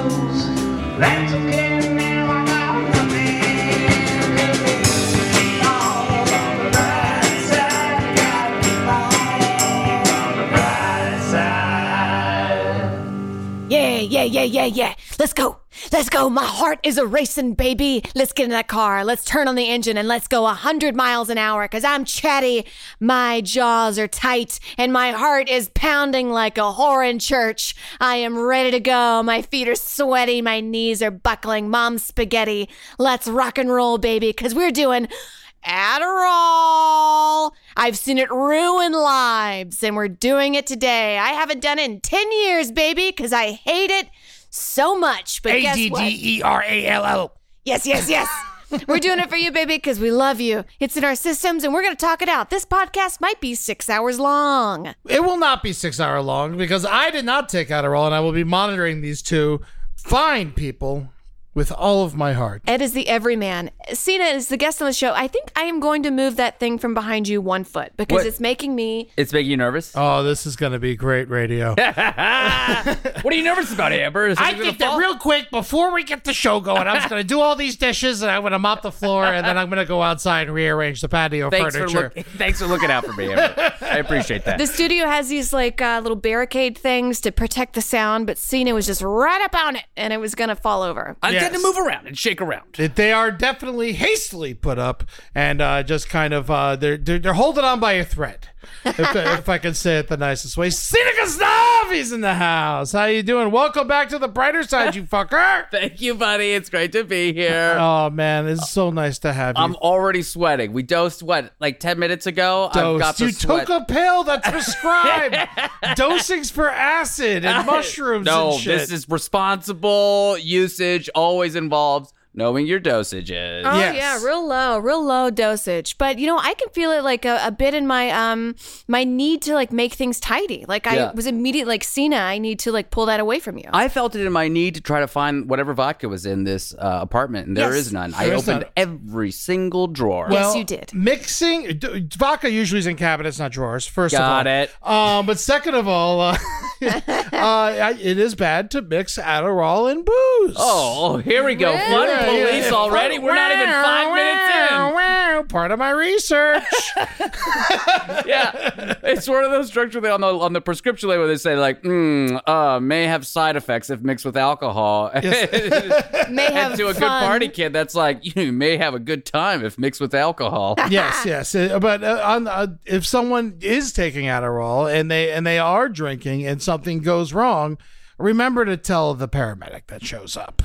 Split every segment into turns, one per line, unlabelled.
That's okay, now I got nothing.
Yeah, yeah, yeah, yeah, yeah. Let's go. Let's go. My heart is a racing, baby. Let's get in that car. Let's turn on the engine and let's go 100 miles an hour because I'm chatty. My jaws are tight and my heart is pounding like a whore in church. I am ready to go. My feet are sweaty. My knees are buckling. Mom's spaghetti. Let's rock and roll, baby, because we're doing. Adderall. I've seen it ruin lives, and we're doing it today. I haven't done it in 10 years, baby, because I hate it so much. But guess what?
E A-D-D-E-R-A-L-L.
Yes, yes, yes. we're doing it for you, baby, because we love you. It's in our systems, and we're going to talk it out. This podcast might be six hours long.
It will not be six hour long because I did not take Adderall and I will be monitoring these two fine people with all of my heart.
Ed is the everyman. Cena is the guest on the show. I think I am going to move that thing from behind you one foot because
What?
it's making me
It's making you nervous.
Oh, this is going to be great radio.
What are you nervous about, Amber? Is
I
something
think
gonna
that
fall?
real quick before we get the show going, I'm just going to do all these dishes and I'm going to mop the floor and then I'm going to go outside and rearrange the patio
Thanks for,
furniture.
look, thanks for looking out for me, Amber. I appreciate that.
The studio has these like uh, little barricade things to protect the sound, but Cena was just right up on it and it was gonna fall over.
I'm
Yes.
going to move around and shake around.
It- They are definitely hastily put up and uh, just kind of uh, they're, they're they're holding on by a thread, if, if I can say it the nicest way. Seneca Snavi's in the house. How you doing? Welcome back to the brighter side, you fucker.
Thank you, buddy. It's great to be here.
Oh man, it's so nice to have you.
I'm already sweating. We dosed what, like ten minutes ago. I've got
Dosed.
the
You
sweat.
took a pill that's prescribed. Dosings for acid and mushrooms
no,
and shit.
this is responsible usage. Always involves knowing your dosages.
Oh
Yes.
yeah, real low, real low dosage. But you know, I can feel it like a, a bit in my um my need to like make things tidy. Like I
Yeah.
was immediately like Cena, I need to like pull that away from you.
I felt it in my need to try to find whatever vodka was in this uh, apartment, and there
Yes.
is none. I
There is
opened
none.
every single drawer.
Yes, you did.
Mixing d- vodka usually is in cabinets, not drawers. First
Got
of all,
it.
Um, but second of all, uh, uh, I- it is bad to mix Adderall and booze.
Oh, oh, here we go. Fun
Yeah, yeah,
police
yeah.
already. We're not even five minutes
Wow, Part of my research.
in. Yeah, it's one of those drugs where they on the on the prescription label they say like, mm, uh, may have side effects if mixed with alcohol.
may have
and to a good
fun.
party kid, that's like you may have a good time if mixed with alcohol.
yes, yes. Uh, But uh, on, uh, if someone is taking Adderall and they and they are drinking and something goes wrong, remember to tell the paramedic that shows up.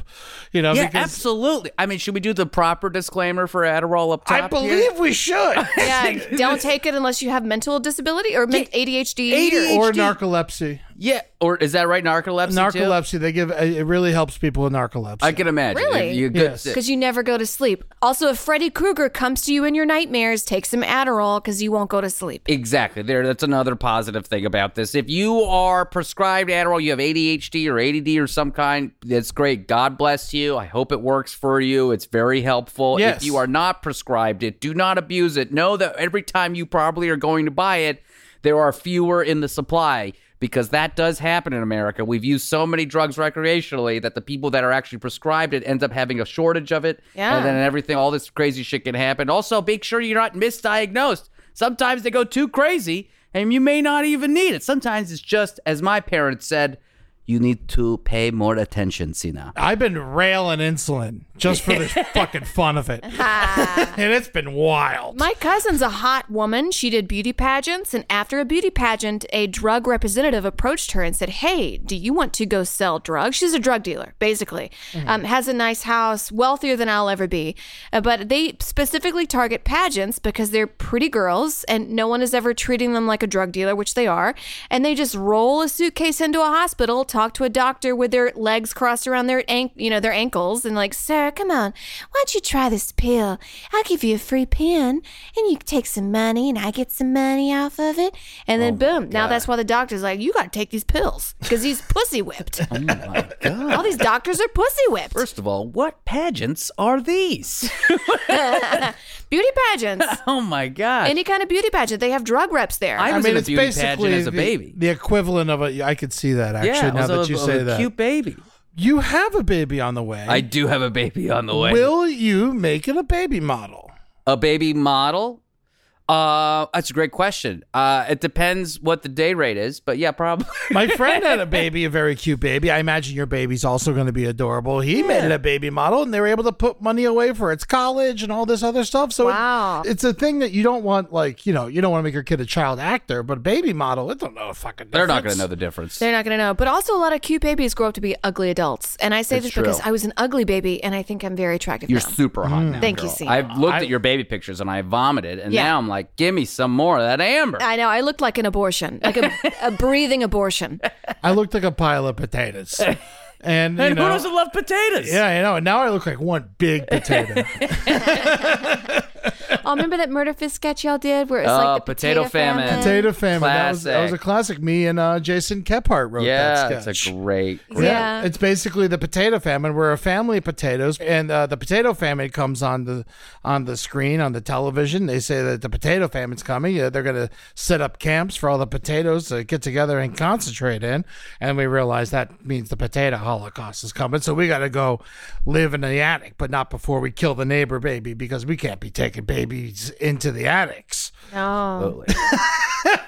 You know,
yeah,
because
absolutely. I mean, should we do the proper disclaimer for Adderall up top?
I
here?
believe we should.
Yeah, don't take it unless you have mental disability or men- ADHD.
or narcolepsy.
Yeah, or is that right? Narcolepsy. too?
Narcolepsy. They give it really helps people with narcolepsy.
I can imagine.
Really?
If you could-
Yes.
Because you never go to sleep. Also, if Freddy Krueger comes to you in your nightmares, take some Adderall because you won't go to sleep.
Exactly. There. That's another positive thing about this. If you are prescribed Adderall, you have ADHD or ADD or some kind. That's great. God bless you. I hope it works for you. It's very helpful.
Yes.
If you are not prescribed it, do not abuse it. Know that every time you probably are going to buy it, there are fewer in the supply because that does happen in America. We've used so many drugs recreationally that the people that are actually prescribed it ends up having a shortage of it.
Yeah.
And then everything, all this crazy shit can happen. Also, make sure you're not misdiagnosed. Sometimes they go too crazy and you may not even need it. Sometimes it's just, as my parents said, you need to pay more attention, Sina.
I've been railing insulin just for the fucking fun of it, and it's been wild.
My cousin's a hot woman. She did beauty pageants, and after a beauty pageant, a drug representative approached her and said, "Hey, do you want to go sell drugs?" She's a drug dealer, basically. Um, has a nice house, wealthier than I'll ever be, Uh, but they specifically target pageants because they're pretty girls, and no one is ever treating them like a drug dealer, which they are. And they just roll a suitcase into a hospital, talk to a doctor with their legs crossed around their an- you know, their ankles, and like, Sarah, come on, why don't you try this pill? I'll give you a free pen, and you take some money, and I get some money off of it. And then boom, now that's why the doctor's like, you got to take these pills because he's pussy whipped.
Oh my God.
All these doctors are pussy whipped.
First of all, what pageants are these?
Beauty pageants,
oh my God.
any kind of beauty pageant, they have drug reps there.
I was in a beauty pageant as a
the,
baby.
the equivalent of a. I could see that actually.
yeah,
now
I was
that
a-
you
a
say that,
cute baby.
you have a baby on the way.
I do have a baby on the way.
Will you make it a baby model?
a baby model? Uh, that's a great question. Uh, it depends what the day rate is, but yeah, probably.
My friend had a baby, a very cute baby. I imagine your baby's also going to be adorable. He made it a baby model, and they were able to put money away for its college and all this other stuff. So it-
Wow.
it's a thing that you don't want, like you know, you don't want to make your kid a child actor, but a baby model, it don't know a fucking.
They're not going
difference.
to know the difference.
They're not going to know. But also, a lot of cute babies grow up to be ugly adults. And I say
That's
this because
true.
I was an ugly baby and I think I'm very attractive
You're
now.
super
Mm.
hot now.
Thank you,
girl.
Sina.
I've looked at your baby pictures and I vomited, and
Yeah.
now I'm like, give me some more of that amber.
I know. I looked like an abortion, like a, a breathing abortion.
I looked like a pile of potatoes, and you
and
know,
who doesn't love potatoes?
yeah, I know. And now I look like one big potato.
Oh, remember that murder fist sketch y'all did where it's
Oh,
like the
potato
potato,
famine.
famine.
potato famine. That was, that was a
Classic.
classic. Me and uh, Jason Kephart wrote
Yeah,
that sketch.
it's a great, great.
Yeah.
It's basically the potato famine, where a family of potatoes, and uh, the potato famine comes on the on the screen on the television. They say that the potato famine's coming. Uh, they're going to set up camps for all the potatoes to get together and concentrate in. And we realize that means the potato holocaust is coming. So we got to go live in the attic, but not before we kill the neighbor baby because we can't be taking babies into the attics.
Oh.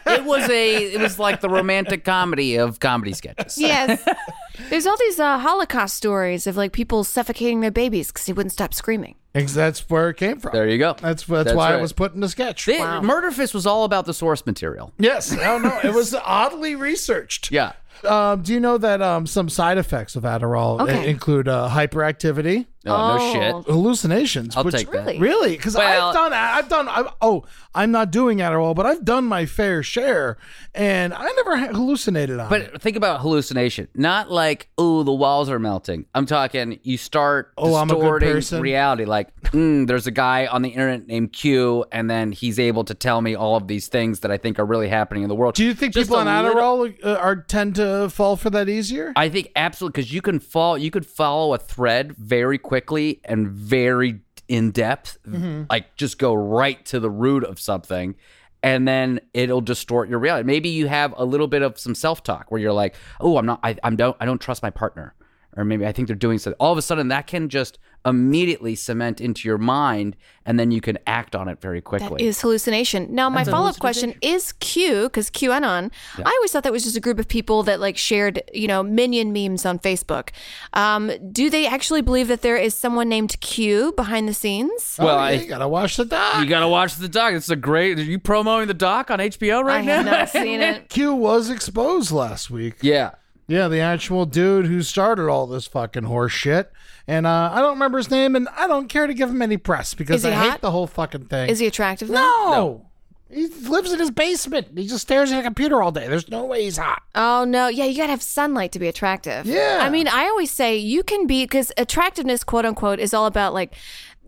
It was a, it was like the romantic comedy of comedy sketches.
Yes. There's all these uh, Holocaust stories of like people suffocating their babies because they wouldn't stop screaming.
And that's where it came from.
There you go.
That's that's,
That's
why
right.
it was put in the sketch.
The- Murder Fist was all about the source material.
Yes, I don't know. It was oddly researched.
Yeah.
Um, do you know that um, some side effects of Adderall i-
Okay.
include uh, hyperactivity,
Oh, no
Oh.
shit.
hallucinations?
I'll
which-
take that.
Really?
Really? Because
Well-
I've done, I've done. I've, oh, I'm not doing Adderall, but I've done my fair share, and I never ha- hallucinated on it.
But think about hallucination. Not like, ooh, the walls are melting. I'm talking, you start
Oh, I'm a good
distorting
person.
reality. Like, mm, there's a guy on the internet named Q, and then he's able to tell me all of these things that I think are really happening in the world.
Do you think
Just
people on
a little-
Adderall uh, are tend to fall for that easier?
I think absolutely because you can fall, you could follow a thread very quickly and very in depth,
Mm-hmm.
like just go right to the root of something, and then it'll distort your reality. Maybe you have a little bit of some self talk where you're like, "Oh, I'm not, I, I'm don't, I don't trust my partner," or maybe I think they're doing something. All of a sudden, that can just immediately cement into your mind, and then you can act on it very quickly.
That is hallucination. Now, my follow up question is Q, because QAnon, I always thought that was just a group of people that like shared, you know, minion memes on Facebook. Um, do they actually believe that there is someone named Q behind the scenes?
well,
Oh,
I-
you gotta watch the doc.
you gotta watch the doc. It's a great. Are you promoting the doc on HBO right
I
now?
have not seen it.
Q was exposed last week.
Yeah.
Yeah, the actual dude who started all this fucking horse shit. And uh, I don't remember his name, and I don't care to give him any press because
Is he
I hate
hot?
the whole fucking thing.
Is he attractive? though?
No! He lives in his basement. He just stares at a computer all day. There's no way he's hot.
Oh no! Yeah, you gotta have sunlight to be attractive.
Yeah.
I mean, I always say you can be because attractiveness, quote unquote, is all about like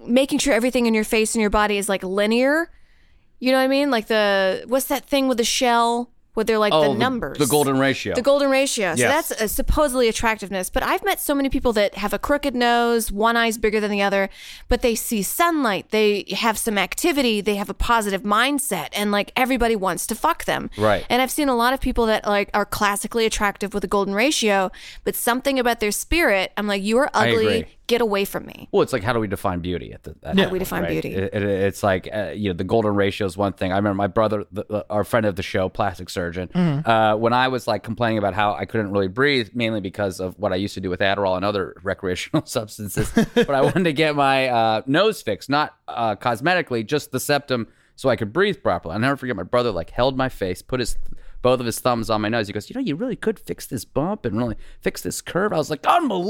making sure everything in your face and your body is like linear. You know what I mean? Like the what's that thing with the shell where they're like the numbers,
Oh, The golden ratio.
the golden ratio. So
Yes.
that's uh supposedly attractiveness. But I've met so many people that have a crooked nose, one eye's bigger than the other, but they see sunlight, they have some activity, they have a positive mindset, and like everybody wants to fuck them.
Right.
And I've seen a lot of people that like are classically attractive with a golden ratio, but something about their spirit, I'm like, you are ugly,
agree.
get away from me.
Well, it's like how do we define beauty at the at
Yeah.
that
we
point,
define
right?
beauty?
It- it- it's like uh, you know the golden ratio is one thing. I remember my brother, the, the- our friend of the show, plastic surgeon,
Mm-hmm.
uh, when I was like complaining about how I couldn't really breathe, mainly because of what I used to do with Adderall and other recreational substances. but I wanted to get my uh, nose fixed, not uh, cosmetically, just the septum, so I could breathe properly. I never forget my brother like held my face, put his both of his thumbs on my nose. He goes, You know, you really could fix this bump and really fix this curve. I was like,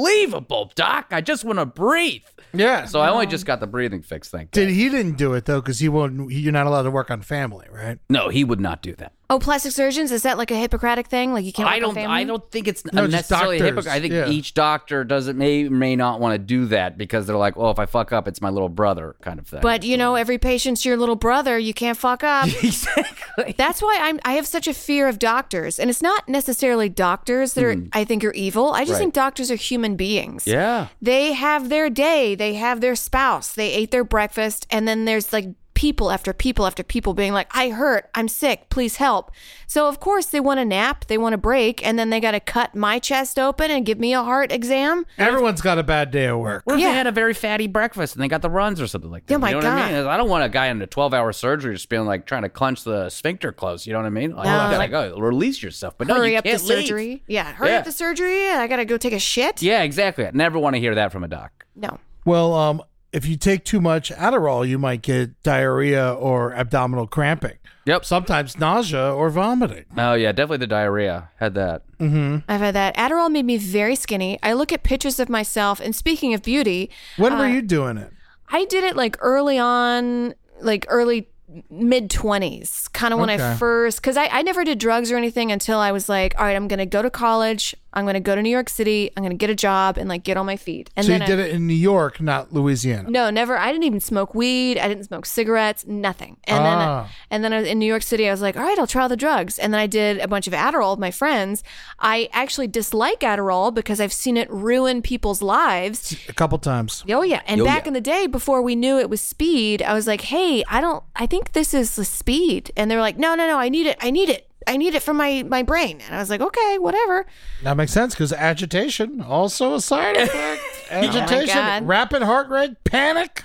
Unbelievable, doc. I just want to breathe.
Yeah. Um,
So I only just got the breathing fix, thank
Did
God.
he didn't do it though? Because he won't. You're not allowed to work on family, right?
No, he would not do that.
Oh, plastic surgeons, is that like a Hippocratic thing? Like you can't work
I
on
don't.
family?
I don't think it's
No, just
necessarily
doctors,
hypocrite. I think
yeah.
each doctor doesn't may may not want to do that because they're like, well, if I fuck up, it's my little brother kind of thing.
But you know, every patient's your little brother. You can't fuck up.
exactly.
That's why I'm I have such a fear of doctors. And it's not necessarily doctors that are I think are evil. I just
Hmm. Right.
think doctors are human beings.
Yeah.
They have their day, they have their spouse, they ate their breakfast, and then there's like people after people after people being like, I hurt, I'm sick, please help. So of course they want a nap, they want a break, and then they gotta cut my chest open and give me a heart exam.
Everyone's got a bad day at work.
What if
Yeah.
they had a very fatty breakfast and they got the runs or something like that?
Oh my
you know What I,
God.
mean? I don't want a guy in a 12 hour surgery just being like trying to clench the sphincter close. You know what I mean? Like,
No.
you gotta go, release yourself. But no,
hurry
you
up the
can't leave.
surgery. Yeah, hurry
Yeah.
up the surgery. I gotta go take a shit.
Yeah, exactly. I never want to hear that from a doc.
No.
Well, um, if you take too much Adderall, you might get diarrhea or abdominal cramping.
Yep.
Sometimes nausea or vomiting.
Oh, yeah, definitely the diarrhea. Had that.
I've had that. Adderall made me very skinny. I look at pictures of myself, and speaking of beauty,
When were you doing it?
I did it like early on, like early mid 20s, kind of when I
Okay.
first, because I, I never did drugs or anything until I was like, all right, I'm going to go to college. I'm going to go to New York City. I'm going to get a job and like get on my feet. And
so you
then
did
I,
it in New York, not Louisiana.
No, never. I didn't even smoke weed. I didn't smoke cigarettes. Nothing. And
Ah.
then, and then I was in New York City, I was like, all right, I'll try all the drugs. And then I did a bunch of Adderall with my friends. I actually dislike Adderall because I've seen it ruin people's lives.
A couple times.
Oh yeah. And
Oh,
back
yeah.
in the day before we knew it was speed, I was like, "Hey, I don't I think this is the speed." And they were like, "No, no, no, I need it. I need it. I need it for my my brain." And I was like, "Okay, whatever."
That makes sense because agitation also a side effect.
Oh
agitation,
God.
rapid heart rate, panic,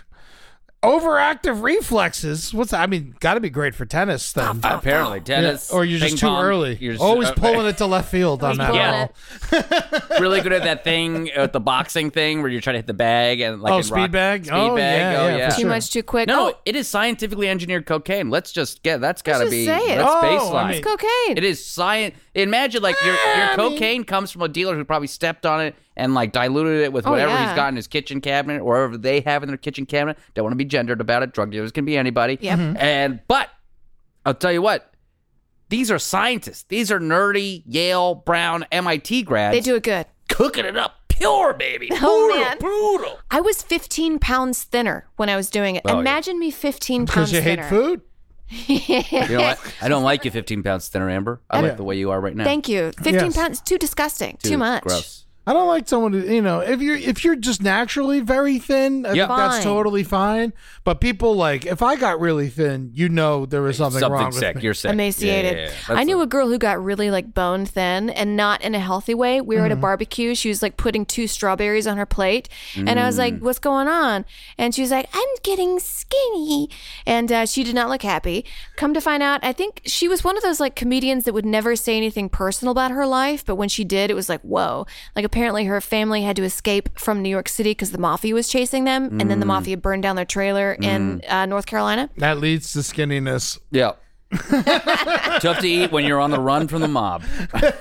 overactive reflexes. What's that? I mean, got to be great for tennis then.
Oh,
Apparently, Ah, tennis.
or you're just
ping
too
pong,
early.
you're just-
Always
uh,
pulling it to left field on that.
pulling
ball.
it.
really good at that thing at the boxing thing where you're trying to hit the bag and like
Oh,
in
speed
rock-
bag?
speed
Oh,
bag.
yeah,
oh
yeah,
yeah.
for
Too
Sure.
much too quick.
No,
oh,
it is scientifically engineered cocaine. Let's just get that's got to
just
be
say it.
that's
Oh,
baseline.
I mean-
cocaine.
It is science. Imagine like your
Ah,
your cocaine comes from a dealer who probably stepped on it and like diluted it with
Oh,
whatever
yeah.
he's got in his kitchen cabinet or whatever they have in their kitchen cabinet. Don't want to be gendered about it. Drug dealers can be anybody.
Yep. Mhm.
And but I'll tell you what. These are scientists. These are nerdy Yale, Brown, MIT grads
They do it good.
cooking it up pure, baby.
Oh, man.
brutal.
I was 15 pounds thinner when I was doing it.
Oh, yeah.
Imagine me 15 pounds
Because you hate
thinner.
food?
You know what? I don't like you 15 pounds thinner, Amber. I
Yeah.
like the way you are right now.
Thank you. 15
Yes.
pounds too disgusting.
Dude,
too much.
Gross.
I don't like someone who, you know, if you're if you're just naturally very thin, I
Yeah.
think that's
Fine.
totally fine. But people like if I got really thin, you know there was something,
Something
wrong
sick.
with me.
You're sick.
emaciated.
Yeah, yeah, yeah. That's
I knew
a-
a girl who got really like bone thin and not in a healthy way. We were at a barbecue. She was like putting two strawberries on her plate, and I was
Mm.
like, "What's going on?" And she was like, "I'm getting skinny," and uh, she did not look happy. Come to find out, I think she was one of those like comedians that would never say anything personal about her life, but when she did, it was like, "Whoa!" Like apparently her family had to escape from New York City because the mafia was chasing them,
Mm.
and then the mafia burned down their trailer in uh, North Carolina.
That leads to skinniness.
Yeah. Tough to eat when you're on the run from the mob.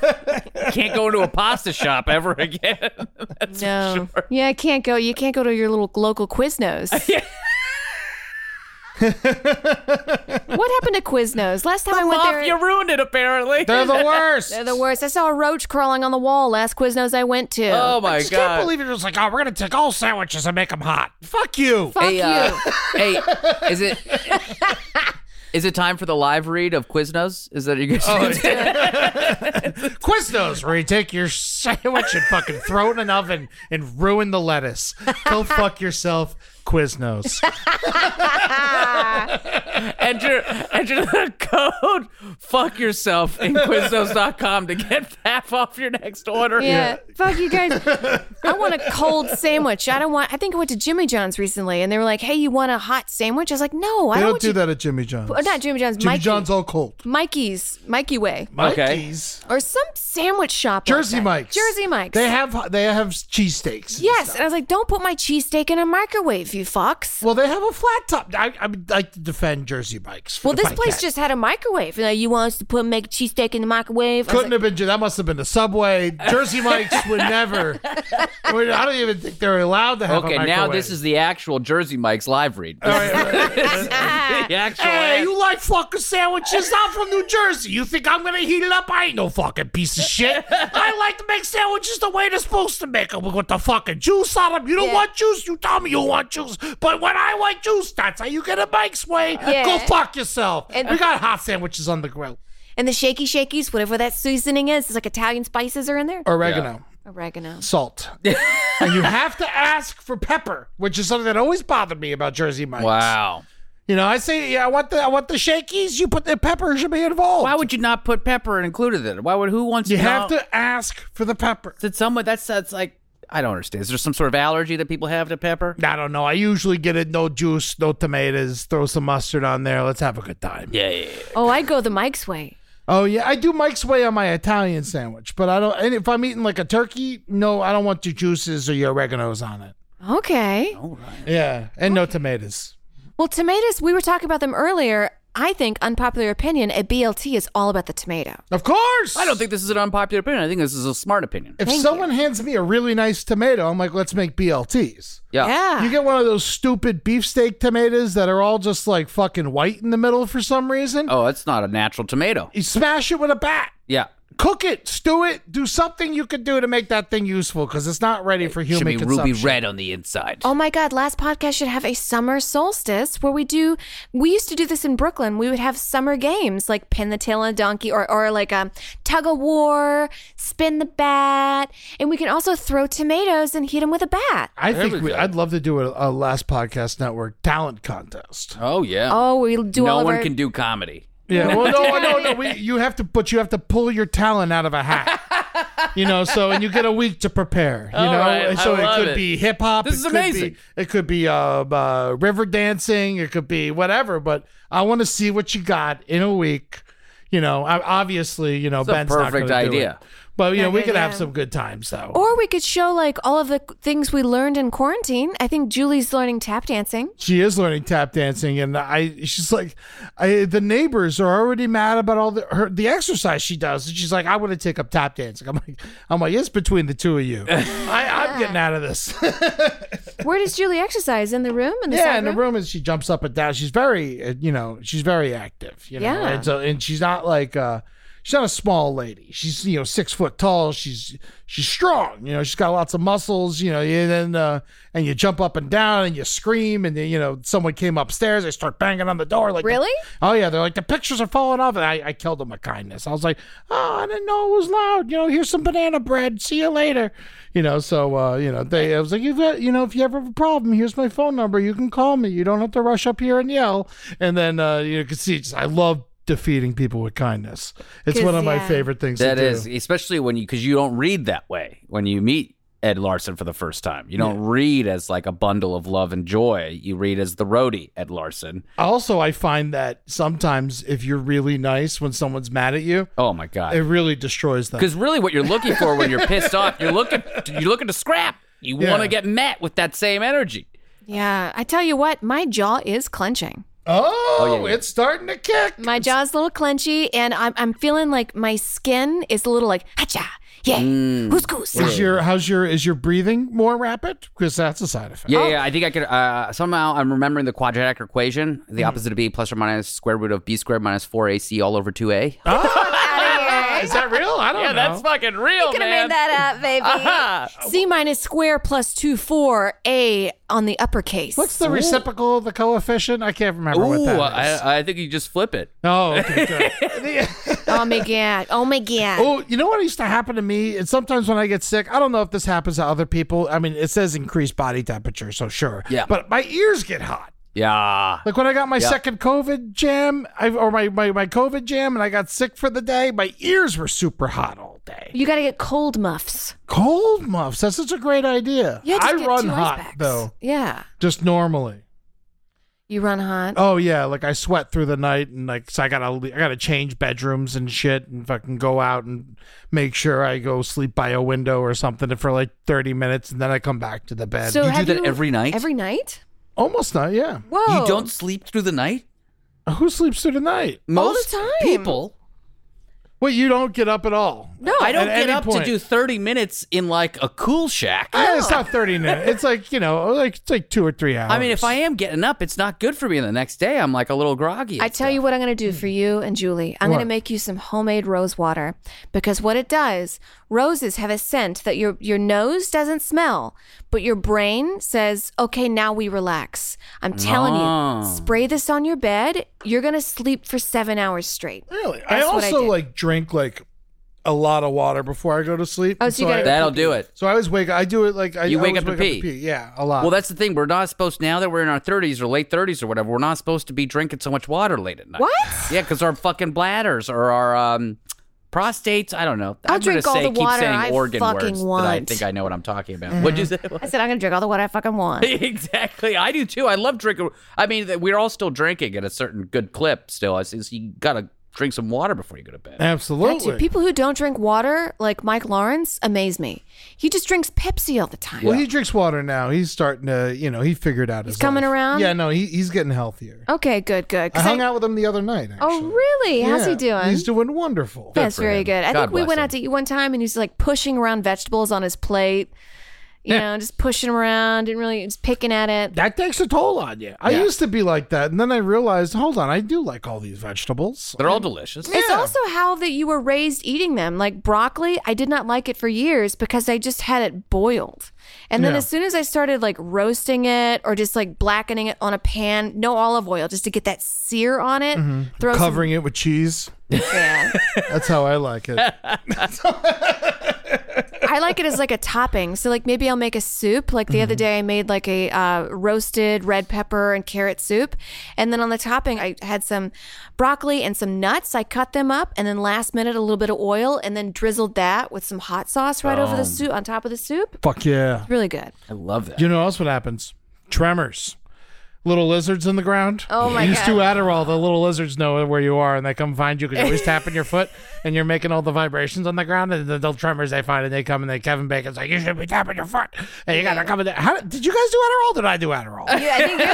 Can't go into a pasta shop ever again.
no. Yeah, I can't go. You can't go to your little local Quiznos. what happened to Quiznos? Last time I went there,
you ruined it, apparently.
They're the worst.
they're the worst. I saw a roach crawling on the wall last Quiznos I went to.
Oh my
I
god!
can't believe you're just like, oh, we're gonna take all sandwiches and make them hot. Fuck you.
Fuck
hey, uh,
you.
hey, is it is it time for the live read of Quiznos? Is that you guys?
Oh,
Quiznos, where you take your sandwich and fucking throw it in an oven and ruin the lettuce. Go fuck yourself, Quiznos.
enter enter the code fuck yourself in Quiznos.com to get half off your next order.
Yeah. Fuck you guys. I want a cold sandwich. I don't want. I think I went to Jimmy John's recently, and they were like, "Hey, you want a hot sandwich?" I was like, "No, I don't
They don't
want
do
you-
that at Jimmy John's.
Oh, not Jimmy John's.
Jimmy
Mikey.
John's all cold.
Mikey's. Mikey Way,
Mikey's.
or some sandwich shop. like
Jersey
that.
Mike's.
Jersey Mike's.
They have they have cheesesteaks. and
Yes,
stuff.
and I was like, "Don't put my cheesesteak in a microwave, you fox."
well, they have a flat top. I, I would like to defend Jersey bikes.
Well,
if
this
I
place
can.
just had a microwave. Like, you want us to put make cheesesteak in the microwave? I was
Couldn't have been. That must have been the subway. Jersey Mike's would never. would- I don't even think they're allowed to have.
Okay,
a
now
microwave.
this is the actual Jersey Mike's live read. This is the actual.
Hey, you like fucking sandwiches? I'm from New Jersey. You think I'm gonna heat it up? I ain't no fucking piece of shit. I like to make sandwiches the way they're supposed to make them with the fucking juice on them. You don't
Yeah.
want juice? You tell me you want juice. But when I want juice, that's how you get a Mike's way. Go fuck yourself. we got hot sandwiches on the grill.
like- and the shaky shakies, whatever that seasoning is, it's like Italian spices are in there.
Oregano.
Oregano.
Salt. and you have to ask for pepper, which is something that always bothered me about Jersey Mike's.
Wow.
You know, I say, yeah, I want the I want the shakies. You put the pepper should be involved.
Why would you not put pepper and include it? in? Why would who wants
You
to
have to ask for the pepper.
Did someone that's that's like I don't understand. Is there some sort of allergy that people have to pepper?
I don't know. I usually get it no juice, no tomatoes, throw some mustard on there. Let's have a good time.
Yeah, yeah, yeah.
Oh, I go the Mike's way.
Oh yeah, I do Mike's way on my Italian sandwich, but I don't. And if I'm eating like a turkey, no, I don't want your juices or your oregano's on it.
Okay.
Yeah. And no tomatoes.
Well, tomatoes, we were talking about them earlier. I think, unpopular opinion, a BLT is all about the tomato.
Of course.
I don't think this is an unpopular opinion. I think this is a smart opinion.
If
Thank
someone hands me a really nice tomato, I'm like, let's make BLTs.
Yeah.
Yeah.
You get one of those stupid beefsteak tomatoes that are all just like fucking white in the middle for some reason.
Oh, it's not a natural tomato.
You smash it with a bat.
Yeah.
Cook it, stew it, do something you can do to make that thing useful because it's not ready for
Should
human
be
consumption.
ruby red on the inside.
Oh my God, last podcast should have a summer solstice where we do, we used to do this in Brooklyn. We would have summer games like pin the tail on a donkey or, or like a tug of war, spin the bat. And we can also throw tomatoes and hit them with a bat.
I think we,
Everything.
I'd love to do a, a last podcast network talent contest.
Oh, yeah.
Oh, we do
no
all of
one
our,
can do comedy.
Yeah, well, no, no, no. We, you have to, but you have to pull your talent out of a hat. You know, so and you get a week to prepare. You
All
know,
right,
and so
I love
it could
it.
be hip hop.
This
it
is
could
amazing.
Be, it could be uh, uh, river dancing. It could be whatever. But I want to see what you got in a week. You know, I, obviously, you know,
a
Ben's not
perfect
gonna do
idea.
it. But you know, we
Okay,
could have
yeah.
some good times though.
Or we could show like all of the things we learned in quarantine. I think Julie's learning tap dancing.
she is learning tap dancing and i she's like I, the neighbors are already mad about all the her the exercise she does and she's like i want to take up tap dancing i'm like i'm like it's between the two of you I, i'm getting out of this
Where does Julie exercise? In the room? In the
yeah
side
in the room and she jumps up and down she's very uh, you know she's very active you know
Yeah.
and so and she's not like uh she's not a small lady she's you know six foot tall she's she's strong you know she's got lots of muscles you know and then uh and you jump up and down and you scream and then you know someone came upstairs they start banging on the door like the-
Really?
oh yeah they're like the pictures are falling off and i, I killed them with kindness i was like oh i didn't know it was loud you know here's some banana bread see you later you know so uh you know they i was like you've got you know if you ever have a problem here's my phone number you can call me you don't have to rush up here and yell and then uh you can see just, i love defeating people with kindness it's
'Cause,
one of my
yeah.
favorite things
That
to do.
is, especially when you, because you don't read that way when you meet Ed Larson for the first time. You don't read as like a bundle of love and joy. You read as the roadie, Ed Larson.
also i find that sometimes if you're really nice when someone's mad at you
Oh, my
it
God.
really destroys them
Because really, what you're looking for when you're pissed off, you're looking, you're looking to scrap. You
Yeah.
want to get met with that same energy.
Yeah. I tell you what, my jaw is clenching.
Oh,
Oh, yeah, yeah.
it's starting to kick.
My jaw's a little clenchy, and I'm, I'm feeling like my skin is a little like, hacha, yeah,
Mm.
who's goose?
Is your how's your is your breathing more rapid? Because that's a side effect.
Yeah, yeah, I think I could. Uh, somehow I'm remembering the quadratic equation, the opposite of b plus or minus square root of b squared minus four ac all over two a.
Is that real? I don't know.
fucking real, Ah.
Could have made that up, baby.
C minus square plus two four A on the uppercase.
What's the reciprocal of the coefficient? I can't remember what
Ooh,
that is.
I, I think you just flip it.
oh, okay, good.
oh my god! Oh my god!
Oh, you know what used to happen to me? And sometimes when I get sick, I don't know if this happens to other people. I mean, it says increased body temperature, so sure.
Yeah.
But my ears get hot.
Yeah.
Like when I got my second COVID jam, I, or my, my, my COVID jam, and I got sick for the day, my ears were super hot all day.
You got to get cold muffs.
Cold muffs. That's such a great idea.
You just
I
get
run
two ice
hot,
packs.
though,
Yeah,
just normally.
you run hot.
Oh yeah, like I sweat through the night, and like so I gotta I gotta change bedrooms and shit, and fucking go out and make sure I go sleep by a window or something for like thirty minutes, and then I come back to the bed.
so
You do
have
that every night?
Every night?
Almost not, yeah.
Whoa!
You don't sleep through the night.
Who sleeps through the night?
All the
Most
time.
people.
Well, you don't get up at all.
No, I don't
at
get
any
up
point.
to do 30 minutes in like a cool shack.
Eh, it's not thirty minutes. It's like you know, like it's like two or three hours.
I mean, if I am getting up, it's not good for me. And the next day, I'm like a little groggy.
I tell you what I'm going to do for you and Julie. I'm going to make you some homemade rose water because what it does, roses have a scent that your your nose doesn't smell, but your brain says, "Okay, now we relax." I'm telling
Ah.
you, spray this on your bed. You're going to sleep for 7 hours straight.
really, I
That's what I
also
did.
like drink like a lot of water before I go to sleep.
Oh, so you
I,
gotta-
That'll do it.
so I always wake. I do it like I
You
I
wake
always
up to pee.
Yeah, a lot.
Well, that's the thing. We're not supposed now that we're in our 30s or late 30s or whatever. We're not supposed to be drinking so much water late at night.
What?
Yeah, because our fucking bladders or our um, prostates. I don't know.
I'll
I'm gonna
drink all
say,
the
keep
water
saying
I
organ
fucking
words that I
want. Mm.
think I know what I'm talking about. What'd you say?
I said I'm going to drink all the water I fucking want.
exactly. I do too. I love drinking. I mean, th- we're all still drinking at a certain good clip. Still, I says you gotta drink some water before you go to bed.
That too.
Absolutely.
People who don't drink water, like Mike Lawrence, amaze me. He just drinks Pepsi all the time.
Well, he drinks water now. He's starting to, you know, he figured out his.
He's coming
life.
around?
Yeah, no, he, he's getting healthier.
Okay, good, good.
I
'Cause
hung out with him the other night. Actually.
Oh, really? How's he
Yeah,
doing?
He's doing wonderful.
That's
for
very
him.
good. I
God
think we
bless
went
him.
out to eat one time and he's like pushing around vegetables on his plate. You know, just pushing around, didn't really just picking at it.
That takes a toll on you. I
Yeah.
used to be like that, and then I realized, hold on, I do like all these vegetables.
They're all delicious.
It's also how that you were raised eating them. Like broccoli, I did not like it for years because I just had it boiled. And then
Yeah.
as soon as I started like roasting it or just like blackening it on a pan, no olive oil, just to get that sear on it,
Mm-hmm.
throw some-
Covering it with cheese.
yeah.
That's how I like it.
I like it as like a topping. So like maybe I'll make a soup. Like the
Mm-hmm.
other day, I made like a uh, roasted red pepper and carrot soup, and then on the topping, I had some broccoli and some nuts. I cut them up, and then last minute, a little bit of oil, and then drizzled that with some hot sauce right
Oh.
over the soup on top of the soup.
Fuck yeah.
Really good.
I love that.
You know what else what happens? Tremors. Little lizards in the ground.
Oh, my
Use
God.
two Adderall. The little lizards know where you are, and they come find you because you're always tapping your foot, and you're making all the vibrations on the ground. And the little tremors they find, and they come, and they Kevin Bacon's like, "You should be tapping your foot, and you gotta come in." There. How, did you guys do Adderall? or Did I do Adderall?
Yeah, I think you're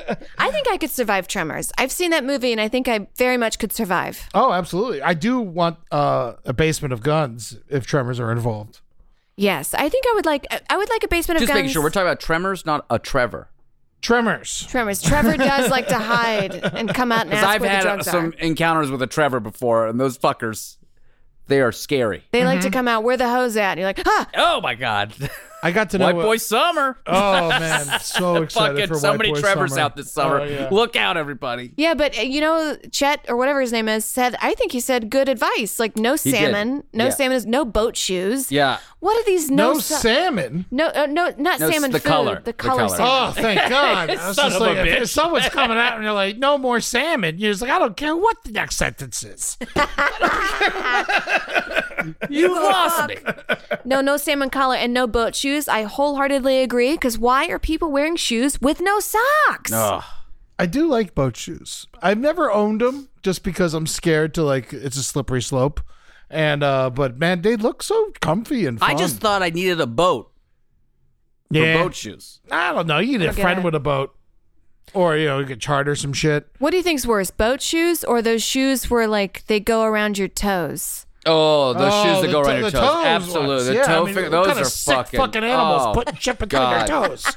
the psyched out. I think I could survive tremors. I've seen that movie, and I think I very much could survive.
oh, absolutely. I do want uh, a basement of guns if tremors are involved.
Yes, I think I would like. I would like a basement
Just
of guns.
making sure we're talking about tremors, not a Trevor.
Tremors.
Tremors. Trevor does like to hide and come out and
Because
ask
I've
where
had
the
uh,
drugs
some
are.
encounters with a Trevor before, and those fuckers, they are scary.
They like to come out where the hose at, and you're like, ah,
Oh my god,
I got to know.
White
what-
Boy Summer.
Oh man, so excited
Fucking
for
so
White
many
Boy
Trevors
Summer.
out this summer.
Oh, yeah.
Look out, everybody.
yeah. But uh, you know, Chet or whatever his name is said. I think he said good advice, like no
did.
salmon, no
Yeah.
salmon, no boat shoes.
Yeah.
What are these? No,
no
sa-
salmon.
No, uh, no, not
No, it's
salmon.
the
food,
color. The
The color.
color.
salmon.
Oh, thank God. I
Son
was just
of a
like, if
bitch.
someone's coming out and they're like, no more salmon, you're just like, I don't care what the next sentence is.
You lost me.
No, no salmon collar and no boat shoes. I wholeheartedly agree. Because why are people wearing shoes with no socks?
I do like boat shoes. I've never owned them just because I'm scared to, like, it's a slippery slope. And, uh, but man, they look so comfy and fun.
I just thought I needed a boat
yeah.
for boat shoes.
I don't know. You need a
Look at
friend
it.
with a boat. Or, you know, you could charter some shit.
What do you think's worse, boat shoes or those shoes where like they go around your toes?
Oh, those
Oh,
shoes that
the
go around
to-
your
the
toes.
toes
Absolutely.
ones.
The
Yeah, I
toe
mean,
finger-
what
Those
kind
are
of sick
fucking,
fucking animals
oh,
putting shit between
God.
their toes.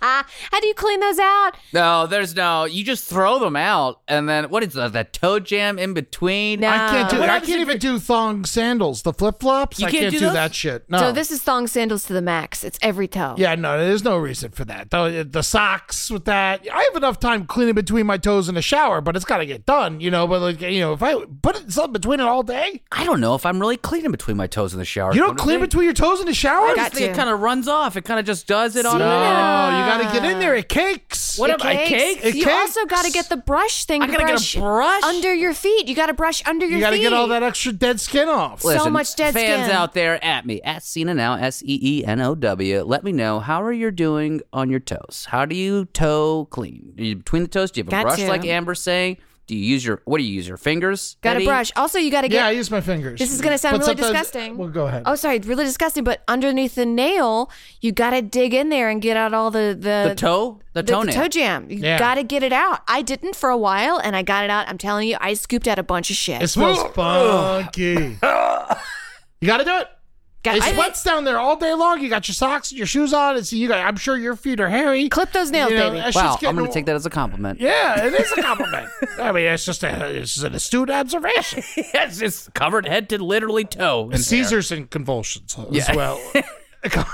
How do you clean those out?
No, there's no. You just throw them out, and then what is that? That toe jam in between?
No.
I can't do
What
that. Um, I
happens
can't
if
even do thong sandals, the flip flops.
You
I
can't
can't
do
do,
those?
that shit. No.
So this is thong sandals to the max. It's every toe.
yeah, no, there's no reason for that. The, the socks with that. I have enough time cleaning between my toes in the shower, but it's got to get done, you know. But, like, you know, if I put something between it all day,
I don't know if I'm really cleaning between my toes in the shower.
you don't clean
What do
between your toes in the shower?
you think? I just think it kind of runs off. It kind of just does it
no,
on.
you got to get in there. It cakes.
What about cakes?
It
you
cakes.
also got to get the brush thing.
I
to
gotta get a
brush
brush?
under your feet. You got to brush under your
You got to
feet.
get all that extra dead skin off.
Listen,
much dead
fans
skin.
out there at me at Cena now S E E N O W. Let me know how are you doing on your toes? How do you toe clean? Do you between the toes? Do you have a
Got
brush
to.
like Amber's saying? Do you use your what do you use your fingers?
Got to
Betty?
brush. Also, you got to get.
yeah, I use my fingers.
This is gonna sound
But
really
sometimes-
disgusting.
Well, go ahead.
Oh, sorry, really disgusting. But underneath the nail, you got to dig in there and get out all the the,
the toe,
Uh,
the,
the, the
toenail.
toe jam. You
Yeah.
got to get it out. I didn't for a while, and I got it out. I'm telling you, I scooped out a bunch of shit.
It smells funky. you got to do it.
Got-
It
I-
sweats down there all day long. You got your socks and your shoes on. It's you. Got, I'm sure your feet are hairy.
Clip those nails,
You know,
baby.
that shit's
wow, I'm
getting-
gonna take that as a compliment.
Yeah, it is a compliment. I mean, it's just a, it's just an astute observation.
it's just covered head to literally toe. in
Caesar's in convulsions as
Yeah.
well.
hair.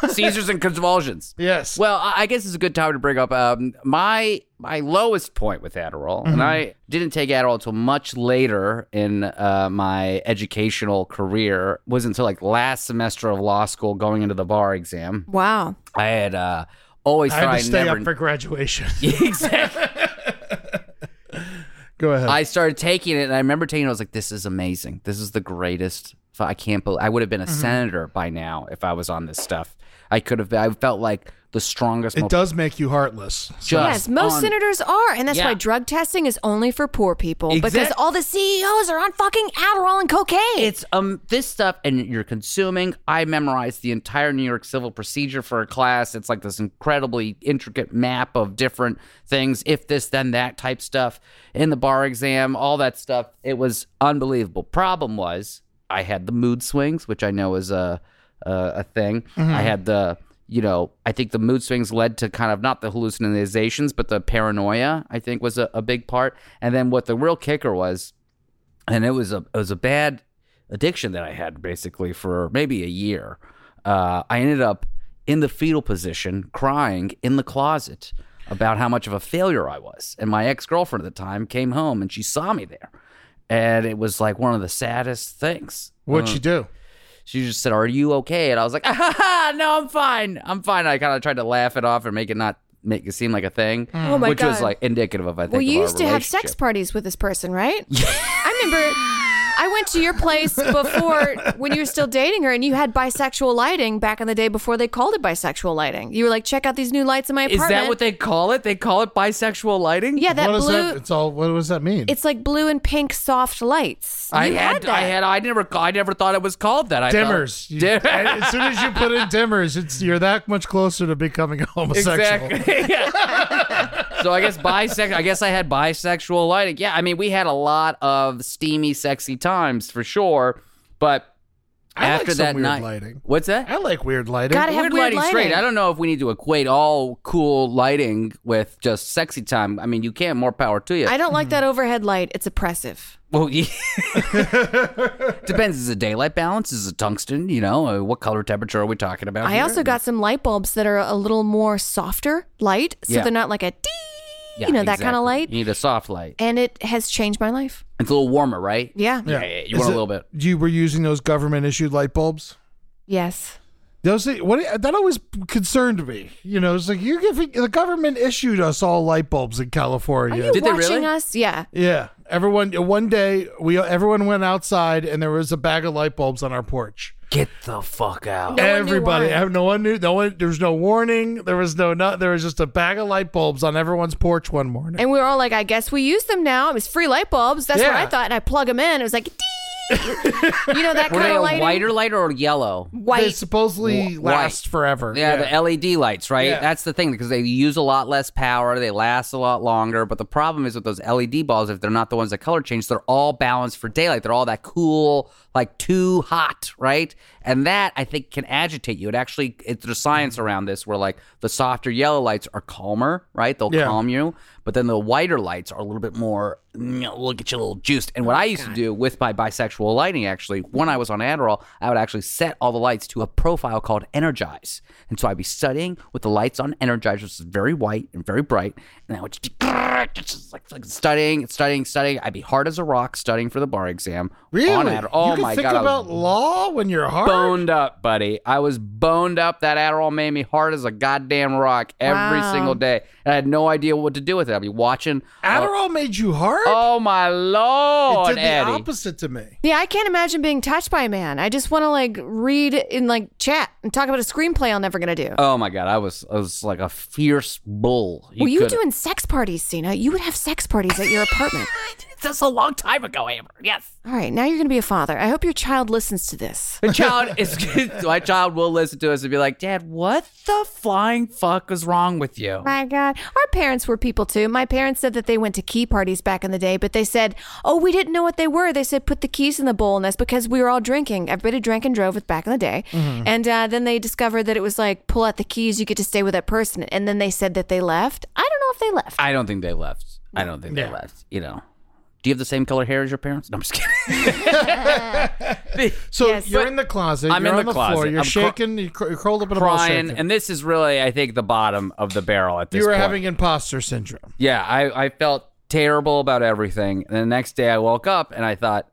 Caesars and convulsions.
yes.
Well, I I guess it's a good time to bring up um, my my lowest point with Adderall,
Mm-hmm.
and I didn't take Adderall until much later in uh, my educational career. was until like last semester of law school, going into the bar exam.
wow.
I had uh, always
I had
tried
to stay
never
up for graduation.
exactly.
Go ahead.
I started taking it, and I remember taking it. I was like, "This is amazing. This is the greatest." F- I can't believe I would have been a
Mm-hmm.
senator by now if I was on this stuff. I could have. been- I felt like the strongest.
it
most-
does make you heartless.
just
Yes, most
on-
senators are, and that's
Yeah.
why drug testing is only for poor people because
Exact-
all the CEOs are on fucking Adderall and cocaine.
It's um this stuff, and you're consuming. I memorized the entire New York civil procedure for a class. It's like this incredibly intricate map of different things, if this, then that type stuff in the bar exam, all that stuff. It was unbelievable. Problem was, I had the mood swings, which I know is a a, a thing. I had the you know, I think the mood swings led to kind of not the hallucinations, but the paranoia. I think was a, a big part. And then what the real kicker was and it was a it was a bad addiction that I had basically for maybe a year. Uh, I ended up in the fetal position, crying in the closet about how much of a failure I was. And my ex girlfriend at the time came home and she saw me there, and it was like one of the saddest things. Uh,
What'd you do?
She just said, "Are you okay?" And I was like, ah, ha, ha, "No, I'm fine. I'm fine." I kind of tried to laugh it off and make it not make it seem like a thing,
Oh my
which was
God.
like indicative of I think.
well,
of
you
our
used to have sex
relationship.
parties with this person, right? I remember I went to your place before when you were still dating her, and you had bisexual lighting back in the day before they called it bisexual lighting. You were like, check out these new lights in my
Is
apartment.
that what they call it? They call it bisexual lighting.
Yeah, that
What is
blue.
that? It's all. What does that mean?
It's like blue and pink soft lights.
I
You
had,
that.
I had I never I never thought it was called that. I
dimmers. You-
Dim-
as soon as you put in dimmers, it's you're that much closer to becoming a homosexual.
Exactly. Yeah. so I guess bisexual. I guess I had bisexual lighting. Yeah, I mean we had a lot of steamy, sexy times for sure. But
I like
after
some
that
weird
night,
lighting.
what's that?
I like weird lighting.
Gotta have weird
lighting's
lighting.
great. I don't know if we need to equate all cool lighting with just sexy time. I mean, you can. More power to you.
I don't like that overhead light. It's oppressive.
Well, yeah. depends. Is it daylight balance? Is it tungsten? You know, uh, what color temperature are we talking about?
I
here?
also got some light bulbs that are a little more softer light, so
Yeah.
they're not like a dee,
Yeah,
you know, that kind
exactly.
of light.
You need a soft light.
And it has changed my life.
It's a little warmer, right?
Yeah.
Yeah, yeah, you want a little bit.
You were using those government issued light bulbs.
Yes.
Those what that always concerned me. You know, it's like you're giving the government issued us all light bulbs in
Are
California.
you
Did they
watching
really?
us? Yeah.
yeah, everyone. One day we everyone went outside and there was a bag of light bulbs on our porch.
Get the fuck out.
No one knew
Everybody,
why.
no one knew. No one. There was no warning. There was no. no there was just a bag of light bulbs on everyone's porch one morning.
And we were all like, I guess we use them now. It was free light bulbs. That's what
Yeah.
I thought. And I plug them in. It was like, dee. You know that
Were
kind
they
of
a
lighting.
whiter light or yellow?
They
White.
supposedly
Wh-
last
white.
forever.
Yeah, the LED lights, right?
Yeah.
That's the thing because they use a lot less power, they last a lot longer. But the problem is with those LED balls, if they're not the ones that color change, they're all balanced for daylight. They're all that cool, like too hot, right? And that I think can agitate you. It actually, it's there's science
Mm-hmm.
around this where like the softer yellow lights are calmer, right? They'll
Yeah.
calm you, but then the whiter lights are a little bit more. You know, we'll get you a little juiced. And what I used to do with my bisexual lighting, actually, when I was on Adderall, I would actually set all the lights to a profile called Energize, and so I'd be studying with the lights on Energize, which is very white and very bright, and I would just, just like, like studying, studying, studying. I'd be hard as a rock studying for the bar exam.
Really?
On Adderall. Oh
you can
my
think
god! I was
about law when you're hard.
boned up, buddy. I was boned up. That Adderall made me hard as a goddamn rock every
Wow.
single day. And I had no idea what to do with it. I'd be watching. uh,
Adderall made you hard.
Oh my lord,
it did the
Eddie.
opposite to me.
Yeah, I can't imagine being touched by a man. I just want to like read in like chat and talk about a screenplay I'm never gonna do.
Oh my god, I was I was like a fierce bull.
Were you
could-
doing sex parties, Cena? You would have sex parties at your apartment.
That's a long time ago, Amber. Yes,
All right, now you're gonna be a father. I hope your child listens to this.
the child is. my child will listen to us and be like, "Dad, what the flying fuck is wrong with you?"
My God, our parents were people too. My parents said that they went to key parties back in the day, but they said, "Oh, we didn't know what they were." They said, "Put the keys in the bowl," and that's because we were all drinking. Everybody drank and drove with back in the day, and uh, then they discovered that it was like pull out the keys, you get to stay with that person, and then they said that they left. I don't know if they left.
I don't think they left. I don't think they left. You know. Do you have the same color hair as your parents? No, I'm just kidding.
So
Yes.
you're
But-
in the closet.
I'm
you're
in
on
the
the, floor.
closet.
You're
I'm cr-
shaking. you're cr- you're curled up in a ball.
crying,
shaking.
and this is really, I think, the bottom of the barrel at this
you were
point.
having imposter syndrome.
yeah, I, I felt terrible about everything. And the next day I woke up and I thought,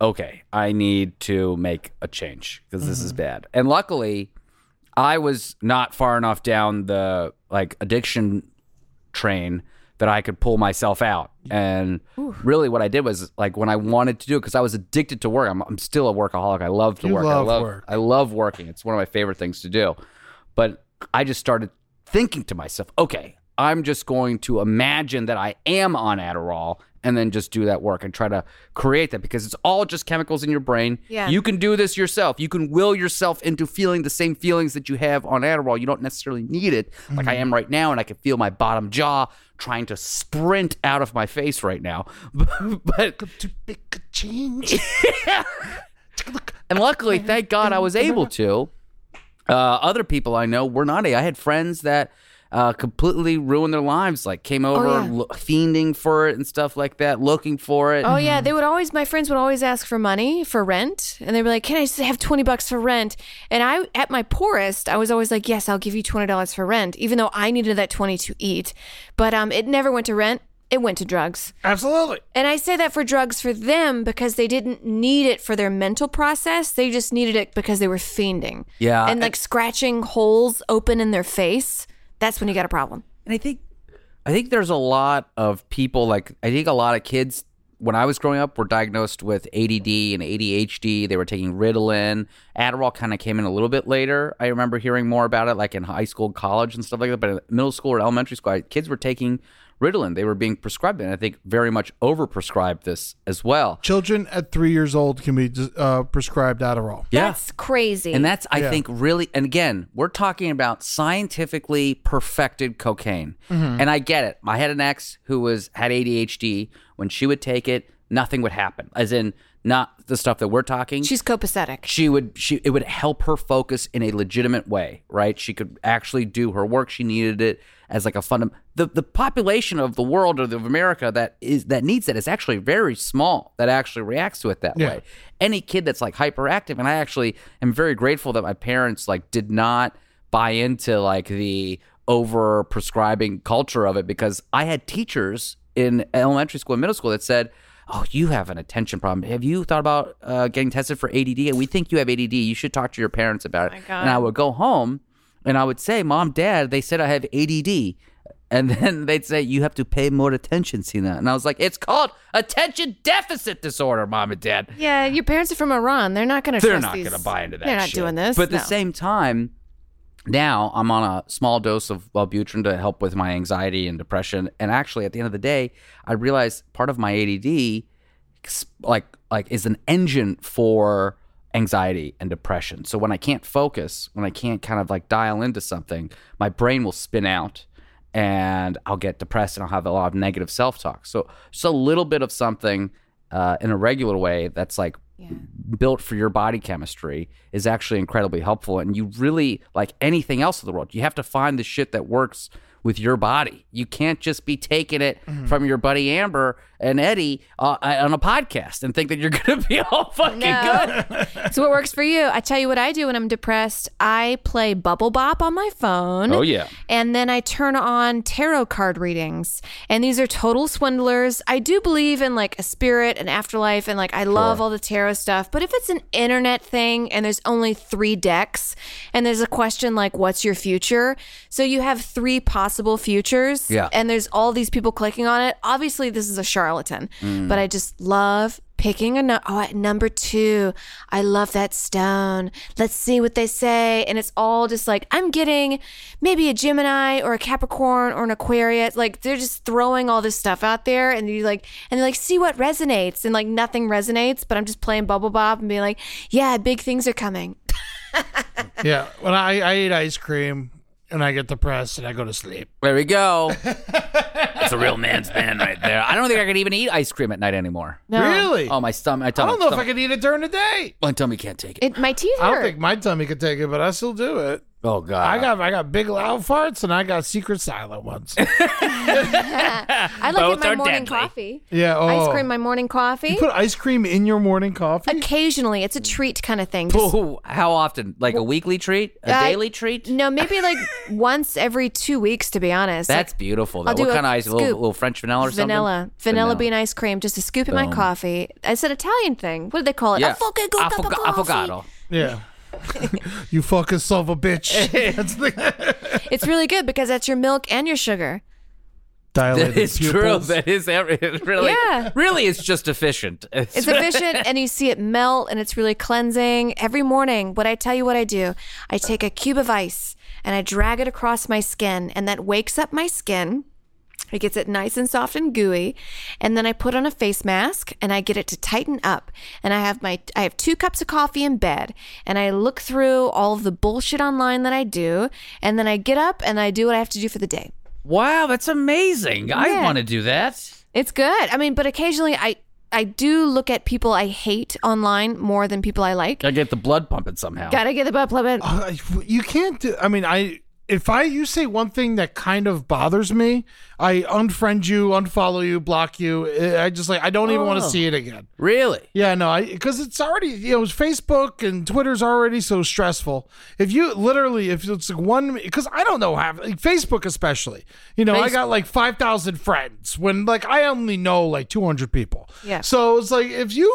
okay, I need to make a change because this
Mm-hmm.
is bad. And luckily, I was not far enough down the like addiction train that I could pull myself out. And really, what I did was like when I wanted to do it because I was addicted to work. I'm, I'm still a workaholic. I love to
You
work.
love
I love
work.
I love working. It's one of my favorite things to do. But I just started thinking to myself, okay, I'm just going to imagine that I am on Adderall and then just do that work and try to create that because it's all just chemicals in your brain.
Yeah.
You can do this yourself. You can will yourself into feeling the same feelings that you have on Adderall. You don't necessarily need it like I
Mm-hmm.
am right now, and I can feel my bottom jaw trying to sprint out of my face right now. but
To make a change.
and luckily, thank God, I was able to. Uh, other people I know were not. I had friends that uh, completely ruined their lives, like came over
yeah.
lo- fiending for it and stuff like that, looking for it.
Oh yeah, they would always. My friends would always ask for money for rent, and they'd be like, "Can I just have twenty bucks for rent?" And I, at my poorest, I was always like, "Yes, I'll give you twenty dollars for rent," even though I needed that twenty to eat. But um, it never went to rent. It went to drugs.
Absolutely.
And I say that for drugs for them because they didn't need it for their mental process. They just needed it because they were fiending.
Yeah,
And like scratching holes open in their face. That's when you got a problem.
And I think I think there's a lot of people like I think a lot of kids when I was growing up were diagnosed with ADD and ADHD. They were taking Ritalin. Adderall kind of came in a little bit later. I remember hearing more about it like in high school, college and stuff like that, but in middle school or elementary school, I- kids were taking Ritalin. They were being prescribed it, and I think very much overprescribed this as well.
Children at three years old can be uh, prescribed Adderall.
That's crazy.
And that's, I
Yeah.
think, really, and again, we're talking about scientifically perfected cocaine.
Mm-hmm.
And I get it. I had an ex who was had ADHD. When she would take it, nothing would happen. As in, not the stuff that we're talking.
She's copacetic.
she would she it would help her focus in a legitimate way, right? She could actually do her work. She needed it as like a fund. The the population of the world or of America that is that needs that is actually very small. That actually reacts to it that
Yeah.
way any kid that's like hyperactive and i actually am very grateful that my parents like did not buy into like the over prescribing culture of it because i had teachers in elementary school and middle school that said oh you have an attention problem have you thought about uh, getting tested for add we think you have add you should talk to your parents about it and i would go home and i would say mom dad they said i have add and then they'd say, You have to pay more attention, Sina. And I was like, It's called attention deficit disorder, mom and dad
Yeah, your parents are from Iran. They're not going to.
they're not going to buy into that.
They're not
shit.
doing this.
But at the
no.
same time, now I'm on a small dose of Wellbutrin to help with my anxiety and depression. And actually, at the end of the day, I realized part of my ADD, ex- like like is an engine for anxiety and depression. So when I can't focus, when I can't kind of like dial into something, my brain will spin out and I'll get depressed and I'll have a lot of negative self-talk. So just a little bit of something uh, in a regular way that's like built for your body chemistry is actually incredibly helpful. And you really, like anything else in the world, you have to find the shit that works with your body. You can't just be taking it
Mm-hmm.
from your buddy Amber and Eddie uh, on a podcast and think that you're going to be all fucking
No.
good.
So what works for you? I tell you what I do when I'm depressed. I play Bubble Bop on my phone.
Oh, yeah.
And then I turn on tarot card readings. And these are total swindlers. I do believe in like a spirit and afterlife and like I love all the tarot stuff, but if it's an internet thing and there's only 3 decks and there's a question like what's your future? So you have 3 possible futures
Yeah.
and there's all these people clicking on it. Obviously this is a charlatan, but I just love picking a nu- oh at number two i love that stone let's see what they say and it's all just like i'm getting maybe a gemini or a capricorn or an aquarius like they're just throwing all this stuff out there and you like and they're like see what resonates and like nothing resonates but i'm just playing bubble bob and being like yeah big things are coming
Yeah, when I, I eat ice cream and I get depressed and I go to sleep.
There we go. That's a real man's man right there. I don't think I can even eat ice cream at night anymore.
Really?
Oh, my stomach. My
I
tummy,
don't know if I
stomach-
could eat it during the day.
My tummy can't take it.
it my teeth
I
hurt
don't think my tummy could take it, but I still do it.
Oh, God.
I got I got big loud farts and I got secret silent ones.
I like it
Both
my
are
morning
deadly.
coffee
yeah, oh.
ice cream my morning coffee
You put ice cream in your morning coffee?
occasionally it's a
Mm.
treat kind of thing Just-
Ooh, how often? Like a weekly treat? A
I-
daily treat?
No, maybe like once every two weeks, to be honest.
That's
Like,
beautiful.
I'll
Though. What
do a
kind of ice? A little,
scoop.
little French vanilla or something?
vanilla. vanilla, bean ice cream, just a scoop in my coffee. It's an Italian thing. What do they call it?
Yeah.
Affogato cup of
Affoga-
coffee.
affogato.
Yeah. you fucking son of a bitch. That's the
It's really good because that's your milk and your sugar.
dilated
That is true.
pupils.
That is every, it really,
Yeah.
really, it's just efficient.
It's efficient and you see it melt and it's really cleansing. Every morning, what I tell you what I do, I take a cube of ice and I drag it across my skin and that wakes up my skin. It gets it nice and soft and gooey, and then I put on a face mask and I get it to tighten up. And I have my I have two cups of coffee in bed, and I look through all of the bullshit online that I do, and then I get up and I do what I have to do for the day.
Wow, that's amazing. I
Yeah.
want to do that.
It's good. I mean, but occasionally I I do look at people I hate online more than people I like.
I get the blood pumping somehow.
Gotta get the butt plug in.
Uh, you can't do I mean I if I you say one thing that kind of bothers me, I unfriend you, unfollow you, block you. I I just like I don't even
Oh.
want to see it again.
Really?
Yeah, no, because it's already you know Facebook and Twitter's already so stressful. If you literally, if it's like one, because I don't know how like Facebook especially, you know, I got like five thousand friends when like I only know like two hundred people.
Yeah.
So it's like if you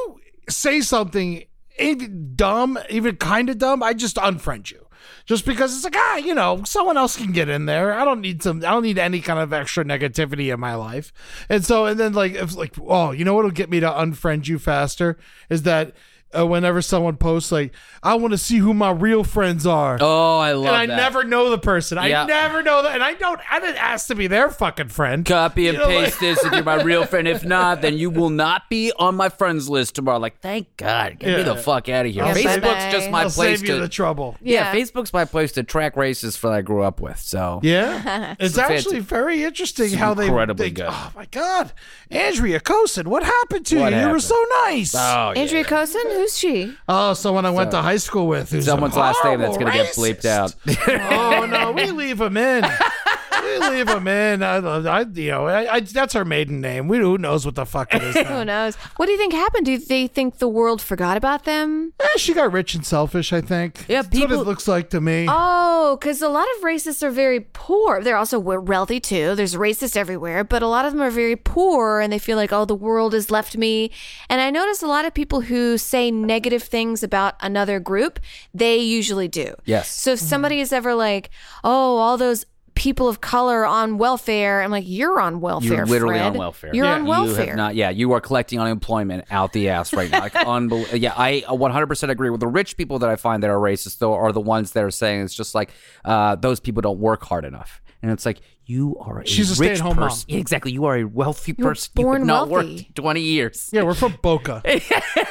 say something even dumb, even kind of dumb, I just unfriend you. Just because it's like ah, you know, someone else can get in there. I don't need some. I don't need any kind of extra negativity in my life. And so, and then like, if like, oh, you know what'll get me to unfriend you faster is that uh, whenever someone posts like, I want to see who my real friends are.
Oh, I love
And I
that.
never know the person. I
Yeah.
never know that, and I don't. I didn't ask to be their fucking friend.
Copy and
You know, like-
paste this if you're my real friend. If not, then you will not be on my friends list tomorrow. Like, thank God. Get me
Yeah.
the fuck out of here.
Yeah,
Facebook's
bye-bye.
just my
I'll
place
save
to.
you the trouble.
yeah.
Yeah.
Facebook's my place to track racists that I grew up with. So
Yeah, it's
fancy-
actually very interesting how they
incredibly
they-
good.
Oh my god, Andrea Cosin, what happened to
What
you? You were
happened?
so nice. Oh,
Oh, yeah.
Andrea Cosin, who's she?
someone I went to high school with. Who's
someone's
a
last name that's
horrible
gonna get
racist.
bleeped out.
oh no, we leave him in. We leave him in. I, I you know, I, I, that's her maiden name. We who knows what the fuck it is.
Who
Now.
knows? What do you think happened? Do they think the world forgot about them?
Eh, she got rich and selfish. I think.
Yeah,
that's what
people-
it looks like to me.
Oh, because a lot of racists are very poor. They're also we- wealthy too. There's racists everywhere, but a lot of them are very poor and they feel like, oh, the world has left me. And I notice a lot of people who say negative things about another group, they usually do.
Yes.
So if somebody is ever like, oh, all those people of color on welfare, I'm like, you're on welfare.
You're literally
Fred.
on welfare.
You're on
You
welfare.
have not. Yeah, you are collecting unemployment out the ass right now. Like, unbel- yeah, I 100% agree with the rich people that I find that are racist though are the ones that are saying it's just like uh, those people don't work hard enough, and it's like you are a
She's a
rich
stay-at-home mom.
person. Yeah, exactly. You are a wealthy
You're
person. You have
born
not
wealthy.
worked 20 years.
Yeah, we're from Boca.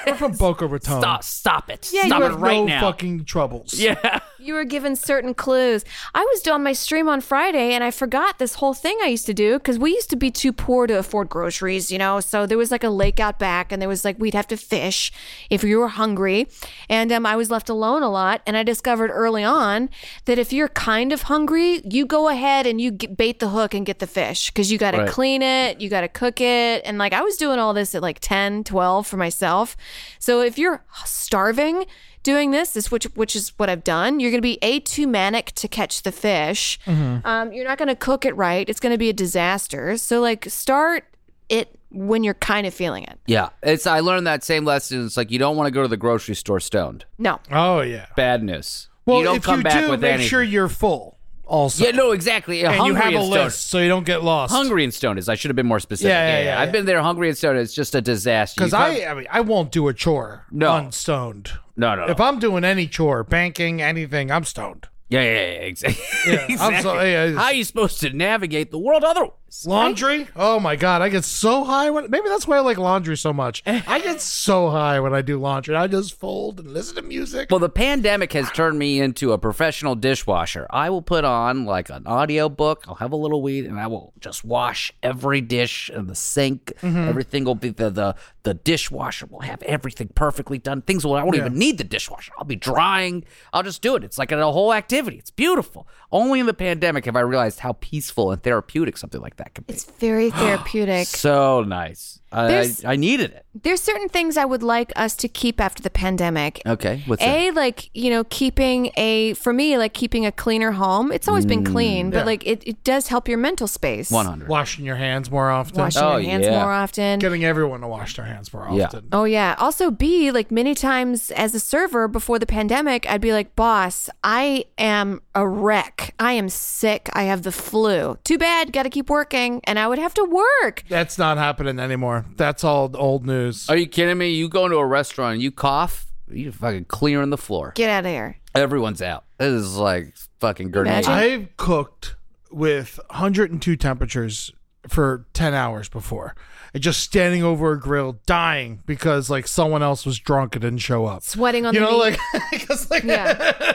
we're from Boca Raton.
Stop, stop it.
Yeah,
stop
you
it
have
right
no
now.
fucking troubles.
yeah.
You were given certain clues. I was doing my stream on Friday and I forgot this whole thing I used to do because we used to be too poor to afford groceries, you know? So there was like a lake out back and there was like, we'd have to fish if you were hungry. And um, I was left alone a lot. And I discovered early on that if you're kind of hungry, you go ahead and you get, bait the hook and get the fish because you got to
Right.
clean it, you got to cook it. And like I was doing all this at like 10, 12 for myself. So if you're starving, doing this is which which is what I've done. You're going to be a too manic to catch the fish. Um, you're not going to cook it right. It's going to be a disaster. So like start it when you're kind of feeling it.
Yeah. It's I learned that same lesson. It's like you don't want to go to the grocery store stoned.
No,
Oh yeah.
Bad news.
Well,
you don't
if
come
you
back
do,
with
make
anything.
sure you're full. Also,
yeah, no, exactly. Yeah,
and you
hungry
have a
and stoned.
list so you don't get lost.
Hungry and stoned is. I should have been more specific.
Yeah, yeah, yeah,
I've
yeah.
been there hungry and stoned. It's just a disaster. You
Because
come-
I, I mean, I won't do a chore
No.
unstoned.
no, no, no.
If I'm doing any chore, banking, anything, I'm stoned.
yeah, yeah, yeah, exactly.
I'm so- yeah, it's-
How are you supposed to navigate the world otherwise?
Laundry? Oh my god, I get so high when maybe that's why I like laundry so much. I get so high when I do laundry. I just fold and listen to music.
Well, the pandemic has turned me into a professional dishwasher. I will put on like an audiobook, I'll have a little weed, and I will just wash every dish in the sink.
Mm-hmm.
Everything will be the, the the dishwasher will have everything perfectly done. Things will I won't even need the dishwasher. I'll be drying. I'll just do it. It's like a whole activity. It's beautiful. Only in the pandemic have I realized how peaceful and therapeutic something like that can be.
it's very therapeutic.
so nice. I, I
There's-
I needed it.
There's certain things I would like us to keep after the pandemic.
Okay. What's that?
a like you know keeping a for me like keeping a cleaner home it's always
Mm,
been clean but like it, it does help your mental space
100.
Washing your hands more often.
washing
Oh,
your hands
yeah.
more often
Getting everyone to wash their hands more
Yeah.
often.
Oh yeah. Also B, like many times as a server before the pandemic, I'd be like, "Boss, I am a wreck. I am sick. I have the flu. Too bad, got to keep working." And I would have to work.
That's not happening anymore. That's all old news.
Are you kidding me? You go into a restaurant and you cough, you fucking clearing the floor.
Get out of here.
Everyone's out. This is like fucking grenade.
Imagine.
I've cooked with 102 temperatures for 10 hours before. And just standing over a grill dying because like someone else was drunk and didn't show up.
Sweating on
you
the
know,
meat.
like, 'cause, like
yeah.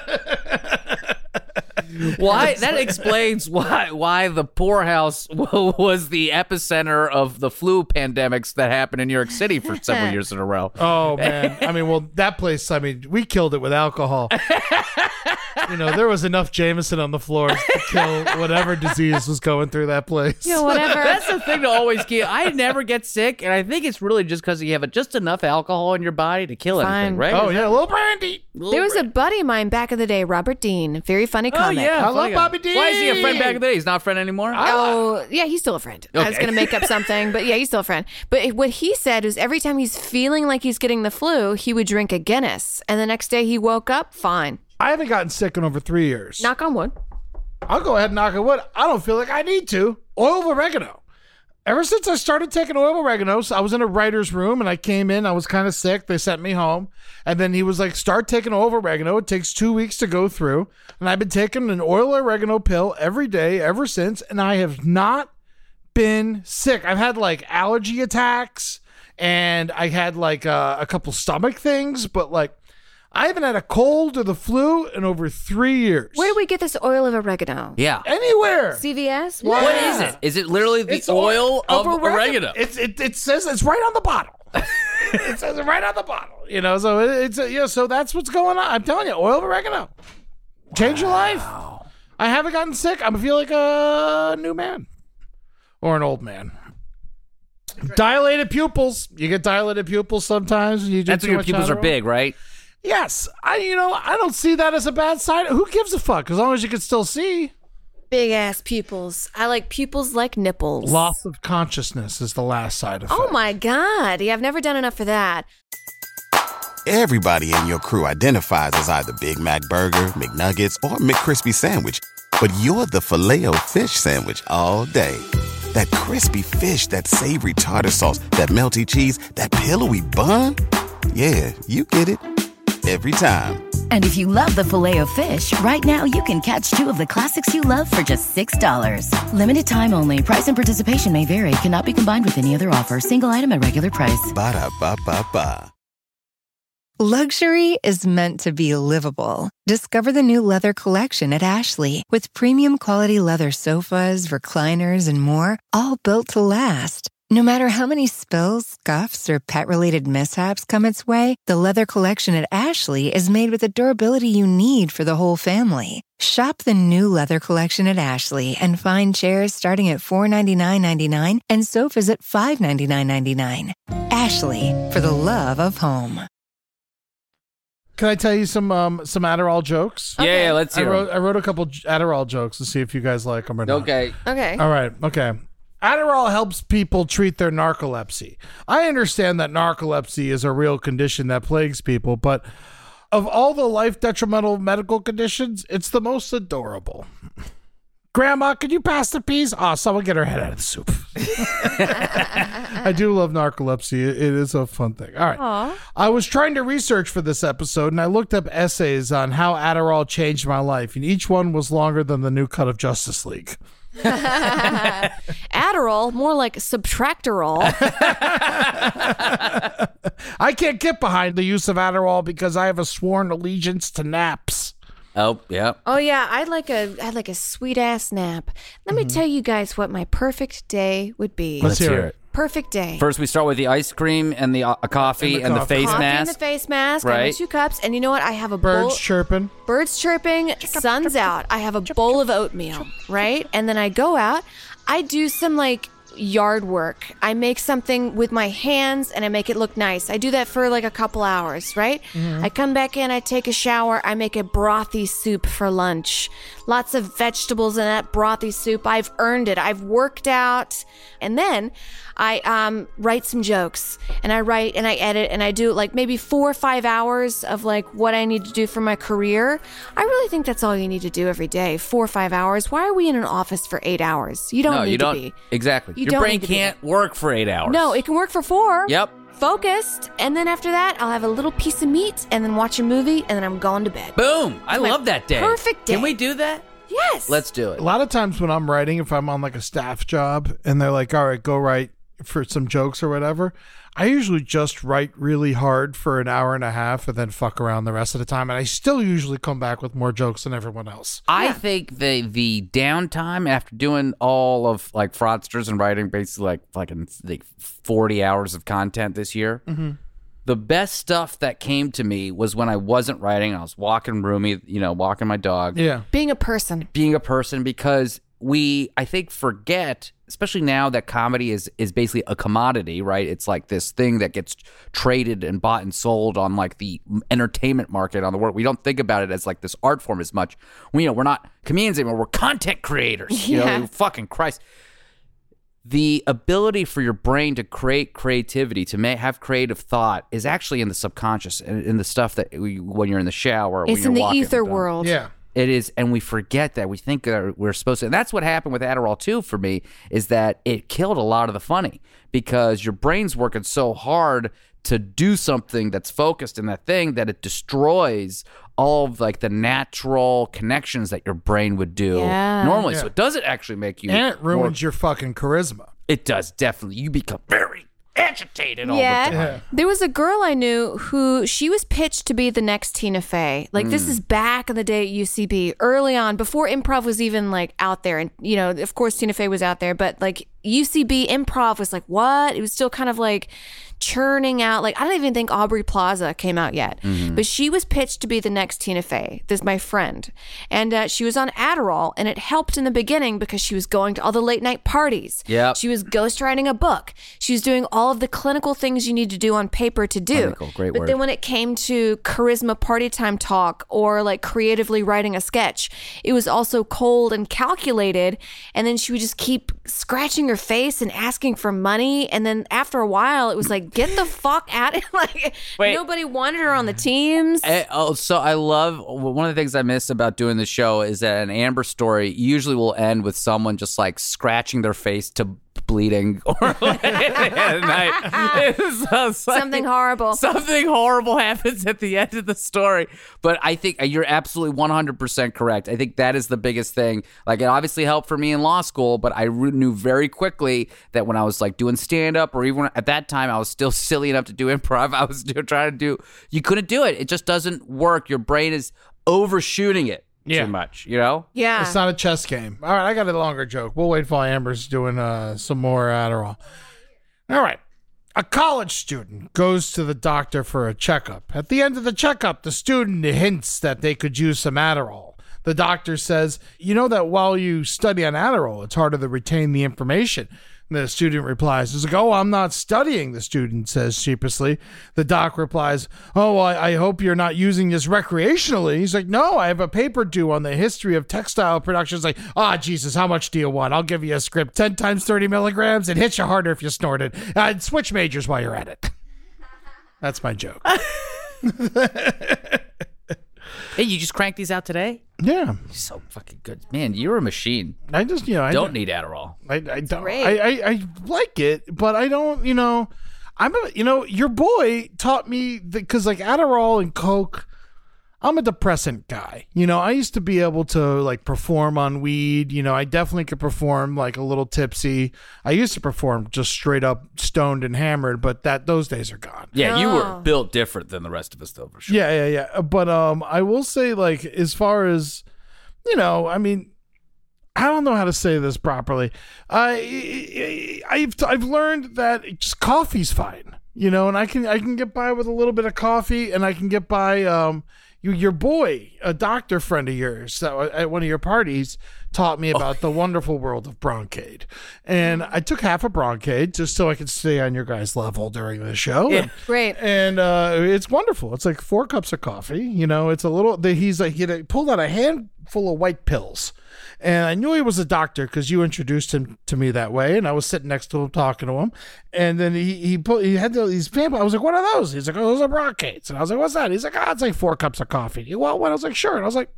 Why? That explains why why the poorhouse was the epicenter of the flu pandemics that happened in New York City for several years in a row.
Oh man! I mean, well, that place. I mean, we killed it with alcohol. you know, there was enough Jameson on the floor to kill whatever disease was going through that place.
You know, whatever.
That's the thing to always keep. I never get sick, and I think it's really just because you have just enough alcohol in your body to kill
Fine.
anything, right?
Oh yeah, a little brandy.
there was a buddy of mine back in the day, Robert Dean, very funny comic.
Oh yeah,
I love Bobby D.
Why is he a friend back then? He's not a friend anymore.
Oh, yeah, he's still a friend. I was
Okay.
going to make up something, but yeah, he's still a friend. But what he said is every time he's feeling like he's getting the flu, he would drink a Guinness. And the next day he woke up fine.
I haven't gotten sick in over three years.
Knock on wood.
I'll go ahead and knock on wood. I don't feel like I need to. Oil of oregano. Ever since I started taking oil of oregano, so I was in a writer's room and I came in. I was kind of sick. They sent me home. And then he was like, start taking oil of oregano. It takes two weeks to go through. And I've been taking an oil of oregano pill every day ever since. And I have not been sick. I've had like allergy attacks and I had like uh, a couple stomach things, but like I haven't had a cold or the flu in over three years.
Where do we get this oil of oregano?
yeah.
Anywhere.
CVS?
What is it? Is it literally the oil of oregano?
It's, it, it says it's right on the bottle. it says it right on the bottle. You know, so it, it's yeah. So that's what's going on. I'm telling you, oil of oregano, change your life. I haven't gotten sick. I'm feel like a new man or an old man. Dilated pupils. You get dilated pupils sometimes. You do
That's
too
when your
much
pupils are
Adderall.
big, right?
Yes, I. You know, I don't see that as a bad sign. Who gives a fuck? As long as you can still see.
Big ass pupils. I like pupils like nipples.
Loss of consciousness is the last side effect.
Oh my God. Yeah, I've never done enough for that.
Everybody in your crew identifies as either Big Mac Burger, McNuggets, or McCrispy Sandwich. But you're the filet fish Sandwich all day. That crispy fish, that savory tartar sauce, that melty cheese, that pillowy bun. Yeah, you get it. Every time.
And if you love the filet of fish, right now you can catch two of the classics you love for just $6. Limited time only. Price and participation may vary. Cannot be combined with any other offer. Single item at regular price.
Ba-da-ba-ba-ba.
Luxury is meant to be livable. Discover the new leather collection at Ashley with premium quality leather sofas, recliners, and more, all built to last. No matter how many spills, scuffs, or pet related mishaps come its way, the leather collection at Ashley is made with the durability you need for the whole family. Shop the new leather collection at Ashley and find chairs starting at $499.99 and sofas at $599.99. Ashley, for the love of home.
Can I tell you some um, some Adderall jokes?
Yeah, yeah, let's
I
hear
wrote,
'em.
I wrote a couple j- Adderall jokes to see if you guys like them or not.
Okay.
Okay.
All right. Okay. Adderall helps people treat their narcolepsy. I understand that narcolepsy is a real condition that plagues people, but of all the life detrimental medical conditions, it's the most adorable. Grandma, can you pass the peas? Ah, someone get her head out of the soup. I do love narcolepsy. It it is a fun thing. All right. I was trying to research for this episode and I looked up essays on how Adderall changed my life, and each one was longer than the new cut of Justice League.
Adderall, more like subtractorol.
I can't get behind the use of Adderall because I have a sworn allegiance to naps.
Oh, yeah.
oh yeah, I'd like a I'd like a sweet ass nap. Let
Mm-hmm.
me tell you guys what my perfect day would be.
Let's, hear,
hear
it.
it.
Perfect day.
First, we start with the ice cream and the uh, a coffee and the,
coffee.
face
Coffee and the
mask.
face mask. I have
Right.
two cups, and you know what? I have a
Birds
bowl.
chirping.
birds chirping, sun's out. I have a bowl of oatmeal, right? And then I go out, I do some like yard work. I make something with my hands and I make it look nice. I do that for like a couple hours, right?
Mm-hmm.
I come back in, I take a shower, I make a brothy soup for lunch. Lots of vegetables in that brothy soup. I've earned it. I've worked out. And then I um, write some jokes and I write and I edit and I do like maybe four or five hours of like what I need to do for my career. I really think that's all you need to do every day four or five hours. Why are we in an office for eight hours? You don't
no,
need
you don't.
to be.
Exactly.
You
Your
don't
brain
need to be
can't work for eight hours.
No, it can work for four.
Yep.
Focused. And then after that, I'll have a little piece of meat and then watch a movie and then I'm going to bed.
Boom. I
It's my
love that day.
perfect day.
Can we do that?
yes.
Let's do it.
A lot of times when I'm writing, if I'm on like a staff job and they're like, all right, go write for some jokes or whatever, I usually just write really hard for an hour and a half and then fuck around the rest of the time. And I still usually come back with more jokes than everyone else.
I think the the downtime after doing all of like fraudsters and writing basically like fucking like forty hours of content this year. The best stuff that came to me was when I wasn't writing. I was walking roomy, you know, walking my dog,
Yeah.
Being a person.
being a person because we I think forget, especially now that comedy is is basically a commodity, right? It's like this thing that gets traded and bought and sold on like the entertainment market on the world. We don't think about it as like this art form as much. We you know we're not comedians anymore. We're content creators. You know, fucking Christ the ability for your brain to create creativity, to ma- have creative thought, is actually in the subconscious and in the stuff that we, when you're in the shower, when
It's
you're
in the
walking,
ether
done.
world.
Yeah.
It is, and we forget that we think that we're supposed to. And that's what happened with Adderall too for me is that it killed a lot of the funny because your brain's working so hard to do something that's focused in that thing that it destroys all of like the natural connections that your brain would do
Yeah.
normally. So it doesn't actually make you.
And it
more-
ruins your fucking charisma.
it does definitely. You become very agitated all
Yeah.
the time.
There was a girl I knew who she was pitched to be the next Tina Fey. Like this
Hmm.
is back in the day at UCB, early on, before improv was even like out there. And you know, of course Tina Fey was out there, but like UCB improv was like what? It was still kind of like churning out. Like I don't even think Aubrey Plaza came out yet,
Mm-hmm.
but she was pitched to be the next Tina Fey. This my friend, and uh, she was on Adderall, and it helped in the beginning because she was going to all the late night parties.
Yep.
she was ghostwriting a book. She was doing all of the clinical things you need to do on paper to do.
Clinical, great
but
word.
then when it came to charisma party time talk or like creatively writing a sketch, it was also cold and calculated. And then she would just keep scratching her face and asking for money. And then after a while, it was like, get the fuck out of like
Wait.
nobody wanted her on the teams.
I, oh, so I love one of the things I miss about doing the show is that an Amber story usually will end with someone just like scratching their face to bleeding or at night. It's just like-
Something horrible.
Something horrible happens at the end of the story. But I think uh, you're absolutely 100% correct. I think that is the biggest thing. Like, it obviously helped for me in law school, but I re- knew very quickly that when I was like doing stand up, or even when- at that time, I was still silly enough to do improv. I was still trying to do, you couldn't do it. It just doesn't work. Your brain is overshooting it
Yeah.
too much, you know?
yeah.
It's not a chess game. All right, I got a longer joke. We'll wait while Amber's doing uh, some more Adderall. All right. A college student goes to the doctor for a checkup. At the end of the checkup, the student hints that they could use some Adderall. The doctor says, You know that while you study on Adderall, it's harder to retain the information. And the student replies, It's like, Oh, I'm not studying, the student says sheepishly. The doc replies, Oh, I, I hope you're not using this recreationally. He's like, No, I have a paper due on the history of textile production. It's like, Ah, Jesus, how much do you want? I'll give you a script 10 times 30 milligrams. It hits you harder if you snort it. Uh, and switch majors while you're at it. That's my joke.
Hey, you just cranked these out today?
yeah.
So fucking good. Man, you're a machine.
I just, you know, I
Don't need Adderall.
I, I don't.
great.
I, I, I like it, but I don't. You know, I'm a. You know, your boy taught me because like Adderall and Coke. I'm a depressant guy. You know, I used to be able to like perform on weed. You know, I definitely could perform like a little tipsy. I used to perform just straight up stoned and hammered, but that those days are gone.
Yeah, you
Oh.
were built different than the rest of us, though, for sure.
Yeah, yeah, yeah. But um, I will say, like, as far as you know, I mean, I don't know how to say this properly. I, I've I've learned that just coffee's fine, you know, and I can I can get by with a little bit of coffee, and I can get by. Um, you, your boy, a doctor friend of yours that wa- at one of your parties taught me about the wonderful world of Broncaid, and I took half a Broncaid just so I could stay on your guys' level during the show. and-
Great.
and uh, it's wonderful. It's like four cups of coffee. You know, it's a little. The, he's like he like, pulled out a handful of white pills, and I knew he was a doctor because you introduced him to me that way, and I was sitting next to him talking to him, and then he he put he had these pamphlet. I was like, what are those? He's like, oh, those are brocates, and I was like, what's that? He's like, ah, it's like four cups of coffee. You want one? I was like, sure, and I was like,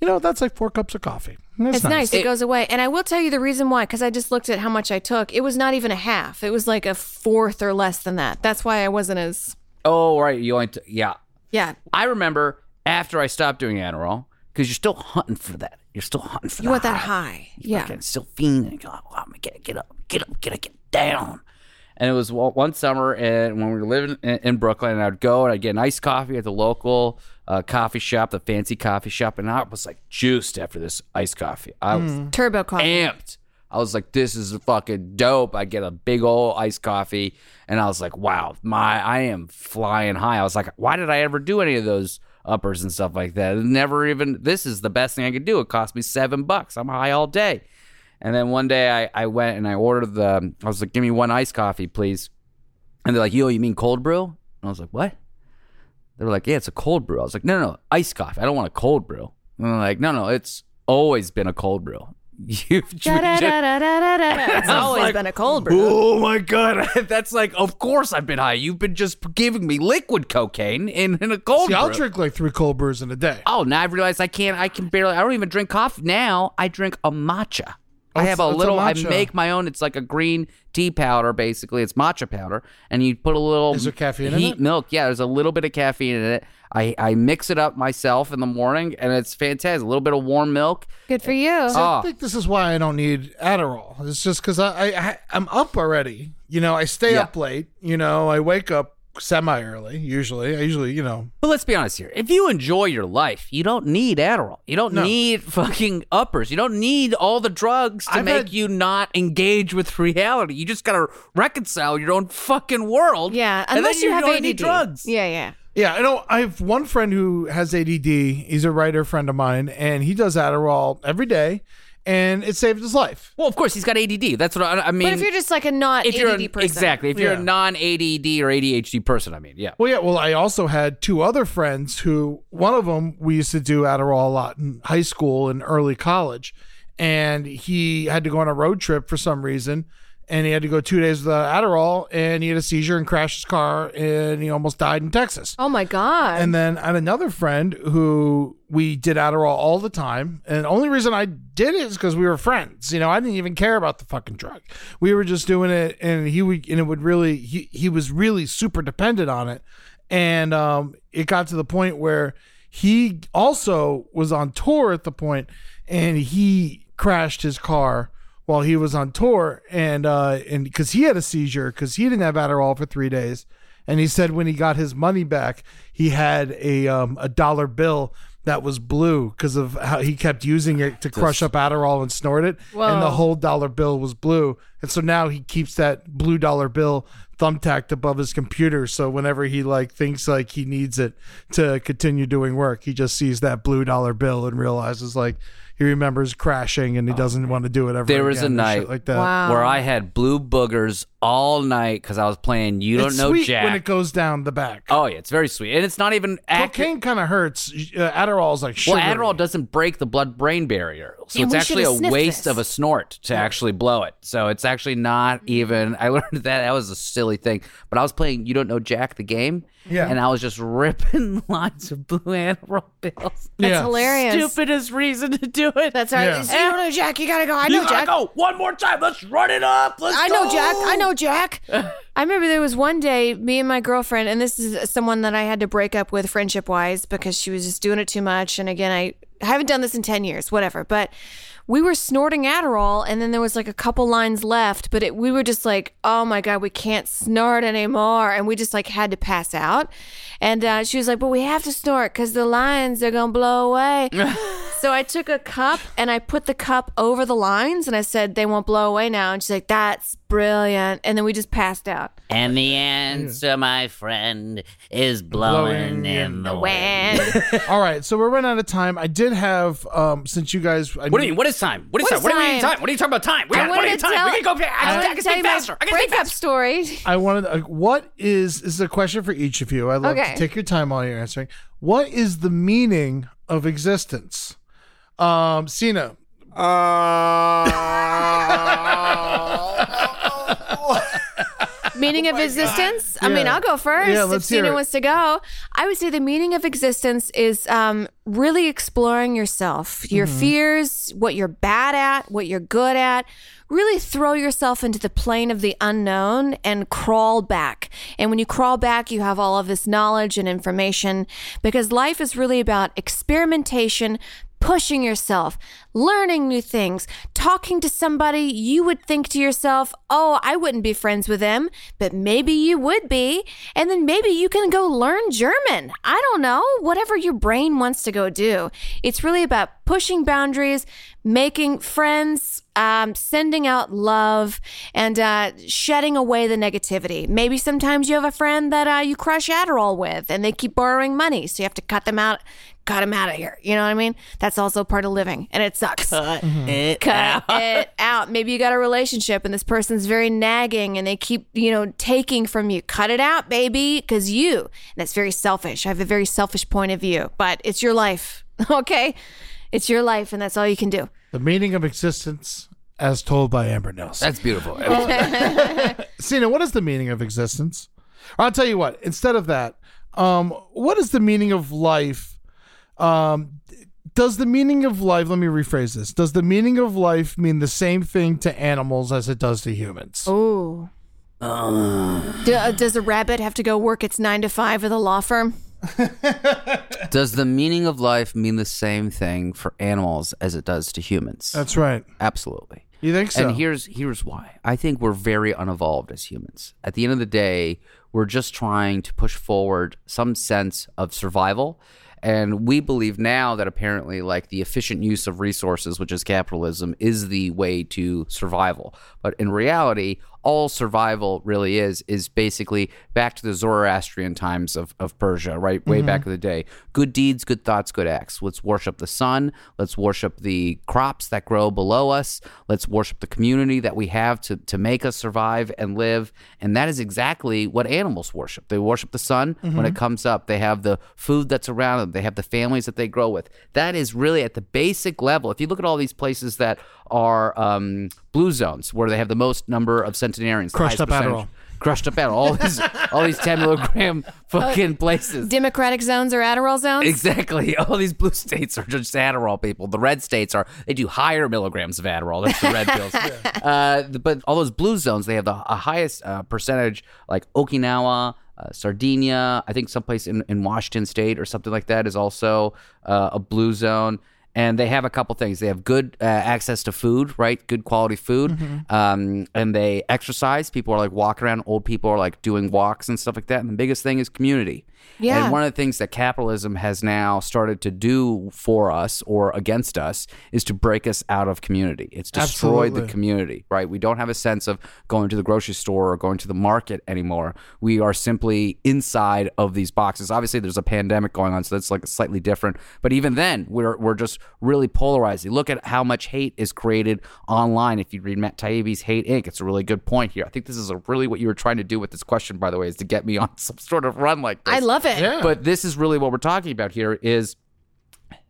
you know, that's like four cups of coffee. And That's
It's nice. It, goes away. And I will tell you the reason why, because I just looked at how much I took. It was not even a half. It was like a fourth or less than that. That's why I wasn't as
Oh, right. You only t- yeah.
yeah.
I remember after I stopped doing Adderall because you're still hunting for that. You're still hunting for
You want that high.
You're
Ah. Yeah.
fucking still fiending. You're like, oh, I'm gonna get get up, get up, get up, get down. And it was one one summer, and when we were living in, in Brooklyn, and I'd go and I'd get an iced coffee at the local uh, coffee shop, the fancy coffee shop, and I was like juiced after this iced coffee. I was
Turbo coffee.
amped. I was like, this is fucking dope. I get a big old iced coffee. And I was like, wow, my I am flying high. I was like, why did I ever do any of those uppers and stuff like that? It never even this is the best thing I could do. It cost me seven bucks. I'm high all day. And then one day I, I went and I ordered the I was like, give me one iced coffee, please. And they're like, yo, you mean cold brew? And I was like, what? They were like, yeah, it's a cold brew. I was like, no, no, no iced coffee. I don't want a cold brew. And they're like, no, no, it's always been a cold brew. You've
Da, da, da, da, da, da, da. It's
I was
always
like,
been a cold brew.
Oh my god, that's like, of course I've been high. You've been just giving me liquid cocaine in, in a cold
See, I'll
brew.
drink like three cold brews in a day.
oh, now I've realized I can't. I can barely. I don't even drink coffee now. I drink a matcha. I
it's-
have a
it's a
little. I
matcha.
make my own. It's like a green tea powder, basically. It's matcha powder, and you put a little.
Is there caffeine in
heat
it?
milk? Yeah, there's a little bit of caffeine in it. I I mix it up myself in the morning, and it's fantastic. A little bit of warm milk.
Good for you.
Ah.
I think this is why I don't need Adderall. It's just because I, I I- I'm up already. You know, I stay
Yeah.
up late. You know, I wake up semi early usually. I usually, you know,
But let's be honest here. If you enjoy your life, you don't need Adderall. You don't
No.
need fucking uppers. You don't need all the drugs to
I've
make
had-
you not engage with reality. You just gotta reconcile your own fucking world.
Yeah.
and
Unless
then
you
you
have
don't
ADD.
need drugs.
Yeah, yeah.
Yeah, I know. I have one friend who has ADD. He's a writer friend of mine, and he does Adderall every day, and it saved his life.
Well, of course he's got ADD. That's what I, I mean.
But if you're just like a not
if you're an-
ADD person.
exactly if you're
Yeah.
a non ADD or ADHD person, I mean, yeah.
Well, yeah. Well, I also had two other friends who, one of them, we used to do Adderall a lot in high school and early college, and he had to go on a road trip for some reason, and he had to go two days without Adderall, and he had a seizure and crashed his car, and he almost died in Texas.
Oh my god.
And then I had another friend who we did Adderall all the time. And the only reason I did it is because we were friends. You know, I didn't even care about the fucking drug. We were just doing it and he would and it would really he, he was really super dependent on it. And um it got to the point where he also was on tour at the point and he crashed his car while he was on tour and uh and because he had a seizure because he didn't have Adderall for three days and he said when he got his money back, he had a um, a dollar bill that was blue because of how he kept using it to crush up Adderall and snort it, and the
Whoa.
whole dollar bill was blue. And so now he keeps that blue dollar bill thumbtacked above his computer. So whenever he like thinks like he needs it to continue doing work, he just sees that blue dollar bill and realizes like he remembers crashing and he doesn't want to do it ever.
Oh. There was
again
a
and shit
night
like that.
Wow.
where I had blue boogers all night because I was playing You Don't
It's
Know
sweet
Jack.
when it goes down the back.
oh yeah, it's very sweet, and it's not even accurate.
Cocaine kind of hurts. Uh, Adderall's like
Well,
sugary.
Adderall doesn't break the blood-brain barrier, so
Damn,
it's
we
actually
should've
a
sniffed
waste
this. Mm-hmm.
of a snort to actually blow it. So it's actually not even. I learned that that was a silly thing, but I was playing You Don't Know Jack the game,
Yeah.
and I was just ripping lines of blue Adderall pills.
That's
Yeah.
hilarious.
Stupidest reason to do it.
That's all right.
Yeah.
See,
You don't know Jack. You gotta go. I
You
know
gotta
Jack.
go one more time. Let's run it up. Let's
I know
go.
Jack. I know Jack.
I remember there was one day, me and my girlfriend, and this is someone that I had to break up with friendship wise because she was just doing it too much. And again, I, I haven't done this in 10 years, whatever. But we were snorting Adderall, and then there was like a couple lines left, but it, we were just like, oh my God, we can't snort anymore. And we just like had to pass out. And uh, she was like, but we have to snort because the lines are going to blow away. So I took a cup and I put the cup over the lines and I said, they won't blow away now. And she's like, that's brilliant. And then we just passed out.
And the answer, my friend, is blowing, in the wind.
When?
All right, so we're running out of time. I did have um since you guys. I
What do you mean? What is time? What is
What
time?
is
What do we need
time?
time? What are you talking about time? We
I
got
wanted
plenty
to
of time.
tell-
we can go. I,
wanted
I,
to
I can
tell you
speak
my
faster. I can speak
breakup
faster.
story.
I wanted. Uh, what is this is a question for each of you? I love
Okay.
to take your time while you're answering. What is the meaning of existence? Um, Cena.
meaning of existence. I mean,
Oh Yeah.
I'll go first
Yeah,
if
let's hear
Cena
it.
wants to go. I would say the meaning of existence is um, really exploring yourself, your
Mm-hmm.
fears, what you're bad at, what you're good at. Really throw yourself into the plane of the unknown and crawl back. And when you crawl back, you have all of this knowledge and information because life is really about experimentation, pushing yourself, learning new things, talking to somebody you would think to yourself, oh, I wouldn't be friends with them, but maybe you would be. And then maybe you can go learn German. I don't know, whatever your brain wants to go do. It's really about pushing boundaries, making friends, um, sending out love, and uh, shedding away the negativity. Maybe sometimes you have a friend that uh, you crush Adderall with and they keep borrowing money, so you have to cut them out cut him out of here. You know what I mean? That's also part of living, and it sucks. Cut it, cut out. it out. Maybe you got a relationship, and this person's very nagging, and they keep you know taking from you. Cut it out, baby, because you. And that's very selfish. I have a very selfish point of view, but it's your life, okay? It's your life, and that's all you can do.
The meaning of existence, as told by Amber Nelson.
That's beautiful.
Cena, what is the meaning of existence? I'll tell you what. Instead of that, um, what is the meaning of life? Um, does the meaning of life? Let me rephrase this. Does the meaning of life mean the same thing to animals as it does to humans?
Ooh.
Oh.
Do- uh, does a rabbit have to go work its nine to five with a law firm?
Does the meaning of life mean the same thing for animals as it does to humans?
That's right.
Absolutely.
You think so?
And here's here's why. I think we're very unevolved as humans. At the end of the day, we're just trying to push forward some sense of survival. And we believe now that apparently like the efficient use of resources, which is capitalism, is the way to survival. But in reality, all survival really is is basically back to the Zoroastrian times of, of Persia, right? Way back in the day. Good deeds, good thoughts, good acts. Let's worship the sun. Let's worship the crops that grow below us. Let's worship the community that we have to, to make us survive and live. And that is exactly what animals worship. They worship the sun when
Mm-hmm.
it comes up. They have the food that's around them. They have the families that they grow with. That is really at the basic level. If you look at all these places that are um, blue zones where they have the most number of centenarians. the
Crushed
highest
up
percentage.
Adderall. Uh,
Crushed up at all these all these ten milligram fucking places.
Democratic zones or Adderall zones?
Exactly. All these blue states are just Adderall people. The red states are they do higher milligrams of Adderall. That's the red pills. Uh, th- but all those blue zones, they have the h- highest uh, percentage, like Okinawa. Uh, Sardinia, I think someplace in, in Washington State or something like that is also uh, a blue zone. And they have a couple things. They have good uh, access to food, right? Good quality food. Um, and they exercise. People are like walking around. Old people are like doing walks and stuff like that. And the biggest thing is community.
Yeah.
And one of the things that capitalism has now started to do for us or against us is to break us out of community. It's destroyed the community, right? We don't have a sense of going to the grocery store or going to the market anymore. We are simply inside of these boxes. Obviously, there's a pandemic going on, so that's like slightly different. But even then, we're, we're just really polarizing. Look at how much hate is created online. If you read Matt Taibbi's Hate Inc., it's a really good point here. I think this is a really what you were trying to do with this question, by the way, is to get me on some sort of run like this
I love it.
but this is really what we're talking about here is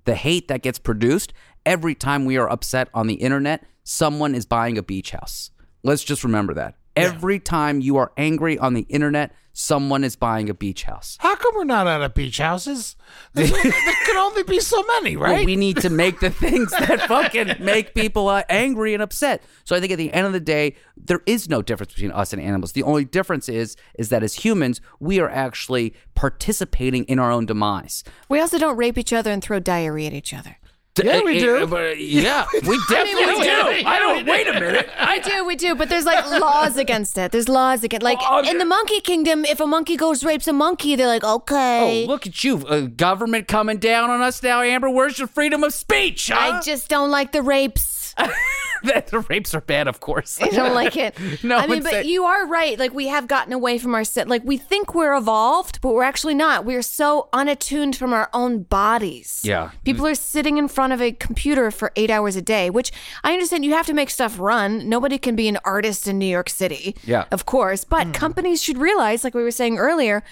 the hate that gets produced every time we are upset on the internet someone is buying a beach house let's just remember that every time you are angry on the internet someone is buying a beach house
How come we're not out of beach houses? There, there can only be so many,
Well,
right?
we need to make the things that fucking make people uh, angry and upset. So I think at the end of the day, there is no difference between us and animals. The only difference is is that as humans, we are actually participating in our own demise.
We also don't rape each other and throw diarrhea at each other.
Yeah, we do. eh, yeah, we definitely
we
do. I don't. Wait a minute.
We do, we do, but there's like laws against it. There's laws against, like in the monkey kingdom, if a monkey goes rapes a monkey, they're like,
Oh,
okay.
look at you, uh, government coming down on us now, Amber. Where's your freedom of speech? Huh?
I just don't like the rapes.
the rapes are bad, of course.
I don't like it.
No
I mean,
one's
but
saying-
you are right. Like we have gotten away from our set. Like we think we're evolved, but we're actually not. We're so unattuned from our own bodies.
Yeah.
People are sitting in front of a computer for eight hours a day, which I understand you have to make stuff run. Nobody can be an artist in New York City.
Yeah.
Of course. But companies should realize, like we were saying earlier,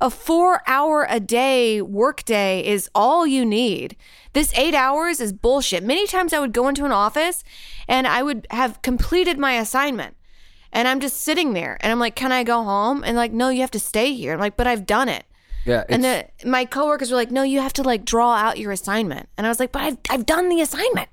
a four hour a day workday is all you need. This eight hours is bullshit. Many times I would go into an office and I would have completed my assignment. And I'm just sitting there and I'm like, can I go home? And like, no, you have to stay here. I'm like, but I've done it.
Yeah,
And the, my coworkers were like, no, you have to like draw out your assignment. And I was like, but I've, I've done the assignment.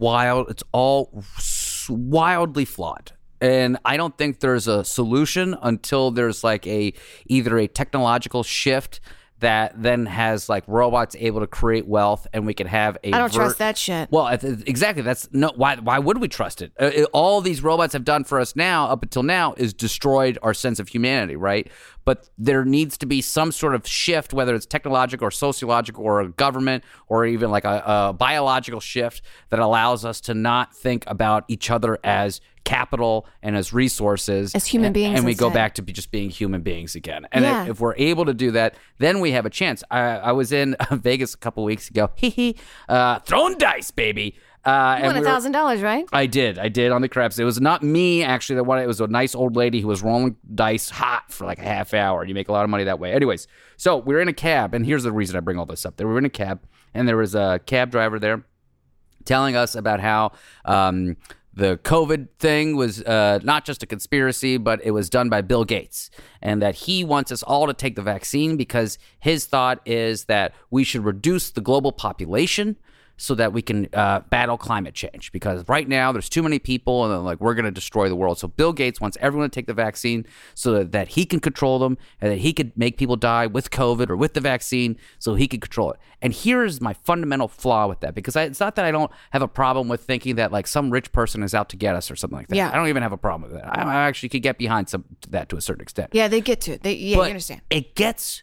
wild. It's all s- wildly flawed. And I don't think there's a solution until there's like a either a technological shift that then has like robots able to create wealth and we can have a
I don't
ver-
trust that shit.
Well, I th- exactly. That's no. Why? Why would we trust it? Uh, it- all these robots have done for us now, up until now, is destroyed our sense of humanity, right? But there needs to be some sort of shift, whether it's technological or sociological or a government or even like a, a biological shift that allows us to not think about each other as capital and as resources
As human
and-
beings
and we go
instead.
back to be just being human beings again and
Yeah.
if, if we're able to do that then we have a chance i, I was in vegas a couple weeks ago hee hee uh, thrown dice baby uh,
You won
and
a
we were-
thousand dollars, right?
I did. I did on the craps. It was not me actually that won it. It was a nice old lady who was rolling dice hot for like a half hour. You make a lot of money that way. Anyways, so we were in a cab, and here's the reason I bring all this up. There we were in a cab, and there was a cab driver there telling us about how um, the COVID thing was uh, not just a conspiracy, but it was done by Bill Gates, and that he wants us all to take the vaccine because his thought is that we should reduce the global population so that we can uh, battle climate change because right now there's too many people and they're like we're going to destroy the world so bill gates wants everyone to take the vaccine so that, that he can control them and that he could make people die with covid or with the vaccine so he can control it and here is my fundamental flaw with that because I, it's not that i don't have a problem with thinking that like some rich person is out to get us or something like that
Yeah.
i don't even have a problem with that i, I actually could get behind some that to a certain extent
Yeah, they get to it. They, yeah,
but
you understand.
It gets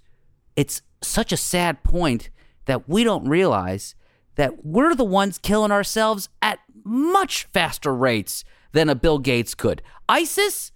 it's such a sad point that we don't realize that we're the ones killing ourselves at much faster rates than a Bill Gates could. ISIS,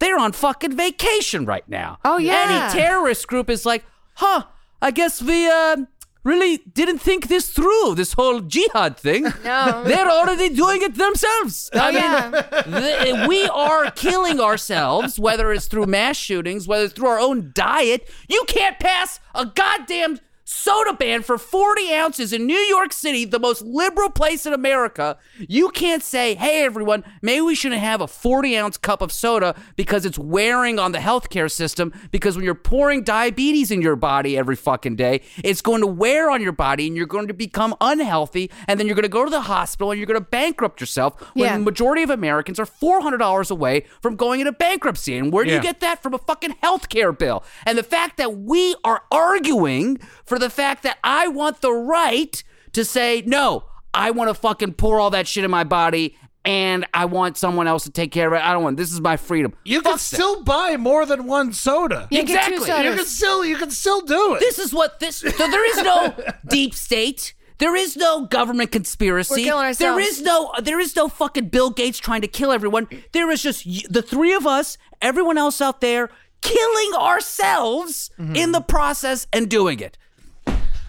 they're on fucking vacation right now.
Oh, yeah.
Any terrorist group is like, huh, I guess we uh, really didn't think this through, this whole jihad thing.
No. Oh,
They're already doing it themselves. I mean,
yeah.
the, we are killing ourselves, whether it's through mass shootings, whether it's through our own diet. You can't pass a goddamn soda ban for 40 ounces in New York City, the most liberal place in America, you can't say, hey, everyone, maybe we shouldn't have a 40 ounce cup of soda because it's wearing on the healthcare system. Because when you're pouring diabetes in your body every fucking day, it's going to wear on your body and you're going to become unhealthy. And then you're going to go to the hospital and you're going to bankrupt yourself when
Yeah.
the majority of Americans are $400 away from going into bankruptcy. And where do you
Yeah.
get that from a fucking healthcare bill? And the fact that we are arguing for the fact that I want the right to say, no, I want to fucking pour all that shit in my body and I want someone else to take care of it. I don't want this is my freedom.
You can
Fuck that.
still buy more than one soda.
You get two
Exactly.
You
sodas.
can still you can still do it.
This is what this so there is no deep state. There is no government conspiracy.
We're killing ourselves.
There is no there is no fucking Bill Gates trying to kill everyone. There is just y- the three of us, everyone else out there killing ourselves
Mm-hmm.
in the process and doing it.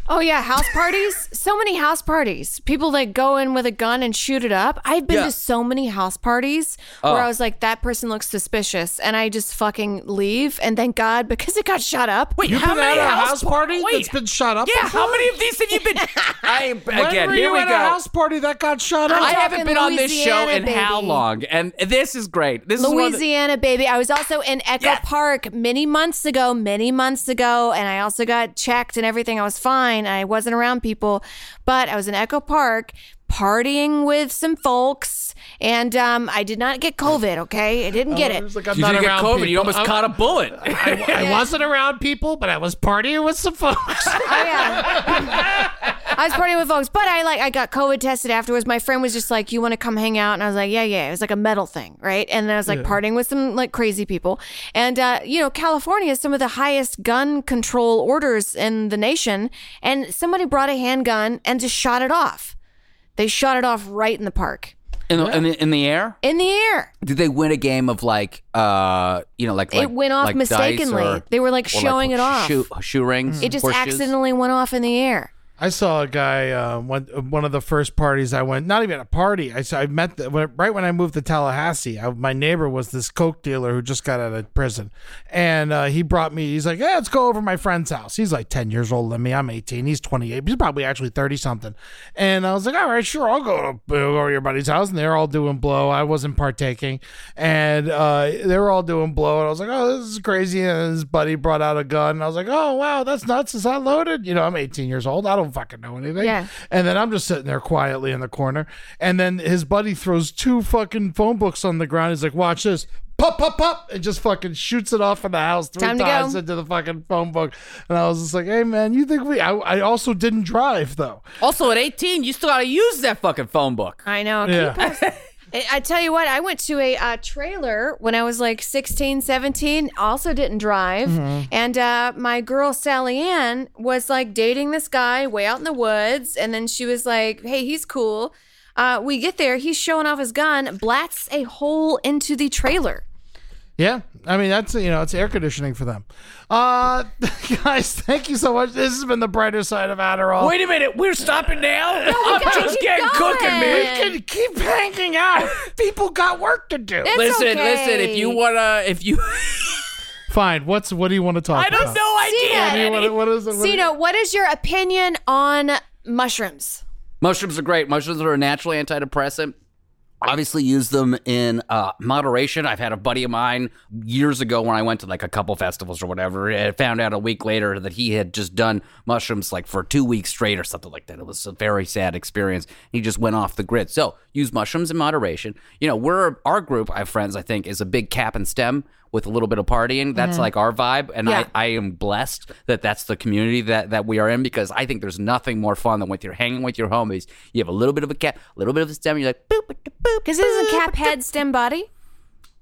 Oh yeah, house parties. so many house parties. People like go in with a gun and shoot it up. I've been
Yeah.
to so many house parties where I was like, that person looks suspicious, and I just fucking leave. And thank God because it got shot up.
Wait,
You've
how
been
many
at a
house,
house party
Wait.
that's been shot up.
Yeah,
before?
how many of these have you been I am
When
again,
were
here
you
we
at
go.
a house party that got shot up?
I
talking
haven't been on this show in
Louisiana,
how
baby.
long? And this is great. This is one of the-
Louisiana, baby. I was also in Echo
Yes.
Park many months ago, many months ago, and I also got checked and everything. I was fine. I wasn't around people, but I was in Echo Park partying with some folks, and um, I did not get COVID. Okay, I
Oh,
didn't get it.
I'm
you
not
didn't get
around
COVID. You
people.
almost
I'm-
caught a bullet.
I wasn't around people, but I was partying with some folks.
Oh, yeah. I was partying with folks, but I like I got COVID tested afterwards. My friend was just like, "You want to come hang out?" And I was like, "Yeah, yeah." It was like a metal thing, right? And then I was like partying with some like crazy people, and uh, you know, California is some of the highest gun control orders in the nation, and somebody brought a handgun and just shot it off. They shot it off right in the park,
in, the, in, the, in the air?
in the air.
Did they win a game of like, uh, you know, like, like
it went off
like dice
mistakenly.
or-
they were like
or
showing it off.
Shoe, shoe rings.
It just
horseshoes?
accidentally went off in the air.
I saw a guy uh, one one of the first parties I went. Not even a party. I saw, I met the, when, right when I moved to Tallahassee. I, my neighbor was this coke dealer who just got out of prison, and uh, he brought me. He's like, "Yeah, let's go over to my friend's house." He's like ten years older than me. I'm eighteen. He's twenty eight. He's probably actually thirty something. And I was like, "All right, sure, I'll go to go over to your buddy's house." And they're all doing blow. I wasn't partaking, and uh, they were all doing blow. And I was like, "Oh, this is crazy." And his buddy brought out a gun, and I was like, "Oh wow, that's nuts. Is that loaded?" You know, I'm eighteen years old. I don't fucking know anything.
Yeah.
And then I'm just sitting there quietly in the corner. And then his buddy throws two fucking phone books on the ground. He's like, watch this. Pop, pop, pop. And just fucking shoots it off in the house three
Time to go.
times into the fucking phone book. And I was just like, hey, man, you think we. I, I also didn't drive, though.
Also, at 18, you still got to use that fucking phone book.
I know.
Yeah.
Keep us. I I tell you what, I went to a uh, trailer when I was like 16, 17, also didn't drive.
Mm-hmm.
And uh, my girl Sally Ann was like dating this guy way out in the woods. And then she was like, hey, he's cool. Uh, we get there, he's showing off his gun, blasts a hole into the trailer.
Yeah, I mean that's you know it's air conditioning for them. Uh, guys, thank you so much. This has been the brighter side of Adderall.
Wait a minute, we're stopping now? I'm
gotta
just
keep
getting cooking,
going.
man.
we can keep hanging out. People got work to do.
It's
listen,
okay.
listen, if you want to, if you,
Fine. What's what do you want to talk
I
about?
don't know
ya.
idea.
What, what is it? what-
Sino, what is your opinion on mushrooms?
Mushrooms are great. Mushrooms are a natural antidepressant. Obviously, use them in uh, moderation. I've had a buddy of mine years ago when I went to like a couple festivals or whatever, and found out a week later that he had just done mushrooms like for two weeks straight or something like that. It was a very sad experience. He just went off the grid. So use mushrooms in moderation. You know, we're our group, I friends, I think, is a big cap and stem with a little bit of partying. That's like our vibe, and
Yeah.
I, I am blessed that that's the community that, that we are in because I think there's nothing more fun than when you're hanging with your homies. You have a little bit of a cap, a little bit of a stem. You're like boop, boop, boop.
Because this
Uh,
is a cap head stem body.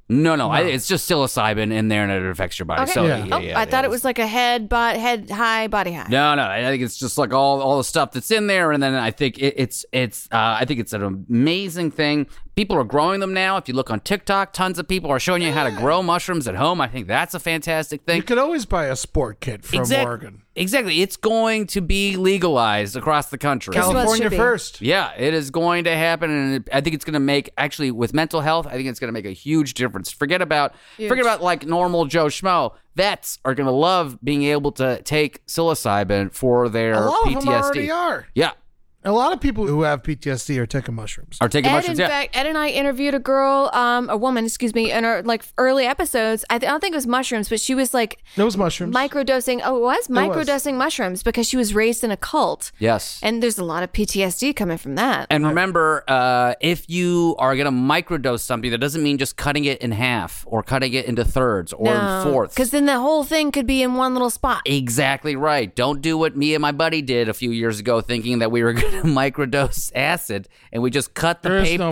No, no, I, it's just psilocybin in there, and it affects your body.
Okay.
So
oh, I thought it was like a head, bot, head high, body high.
No, no, I think it's just like all all the stuff that's in there, and then I think it, it's it's uh, I think it's an amazing thing. People are growing them now. If you look on TikTok, tons of people are showing you how to grow mushrooms at home. I think that's a fantastic thing.
You could always buy a sport kit from
Exact-
Oregon.
Exactly. It's going to be legalized across the country.
California
should be.
first.
Yeah, it is going to happen, and it- I think it's going to make actually with mental health. I think it's going to make a huge difference. Forget about forget about like normal Joe Schmo. Vets are going to love being able to take psilocybin for their
A lot
PTSD.
of them already are.
Yeah,
A lot of people who have PTSD are taking mushrooms.
are taking
Ed,
mushrooms.
in
Yeah.
fact, Ed and I interviewed a girl, um, a woman, excuse me, in our like early episodes. I, th- I don't think it was mushrooms, but she was like
It was mushrooms.
microdosing. Oh, it was
was.
microdosing mushrooms because she was raised in a cult,
yes.
and there's a lot of PTSD coming from that.
And remember, uh, if you are going to microdose something, that doesn't mean just cutting it in half or cutting it into thirds or in fourths.
because then the whole thing could be in one little spot.
Exactly right. Don't do what me and my buddy did a few years ago, thinking that we were going to microdose acid, and we just cut the
There is
paper.
no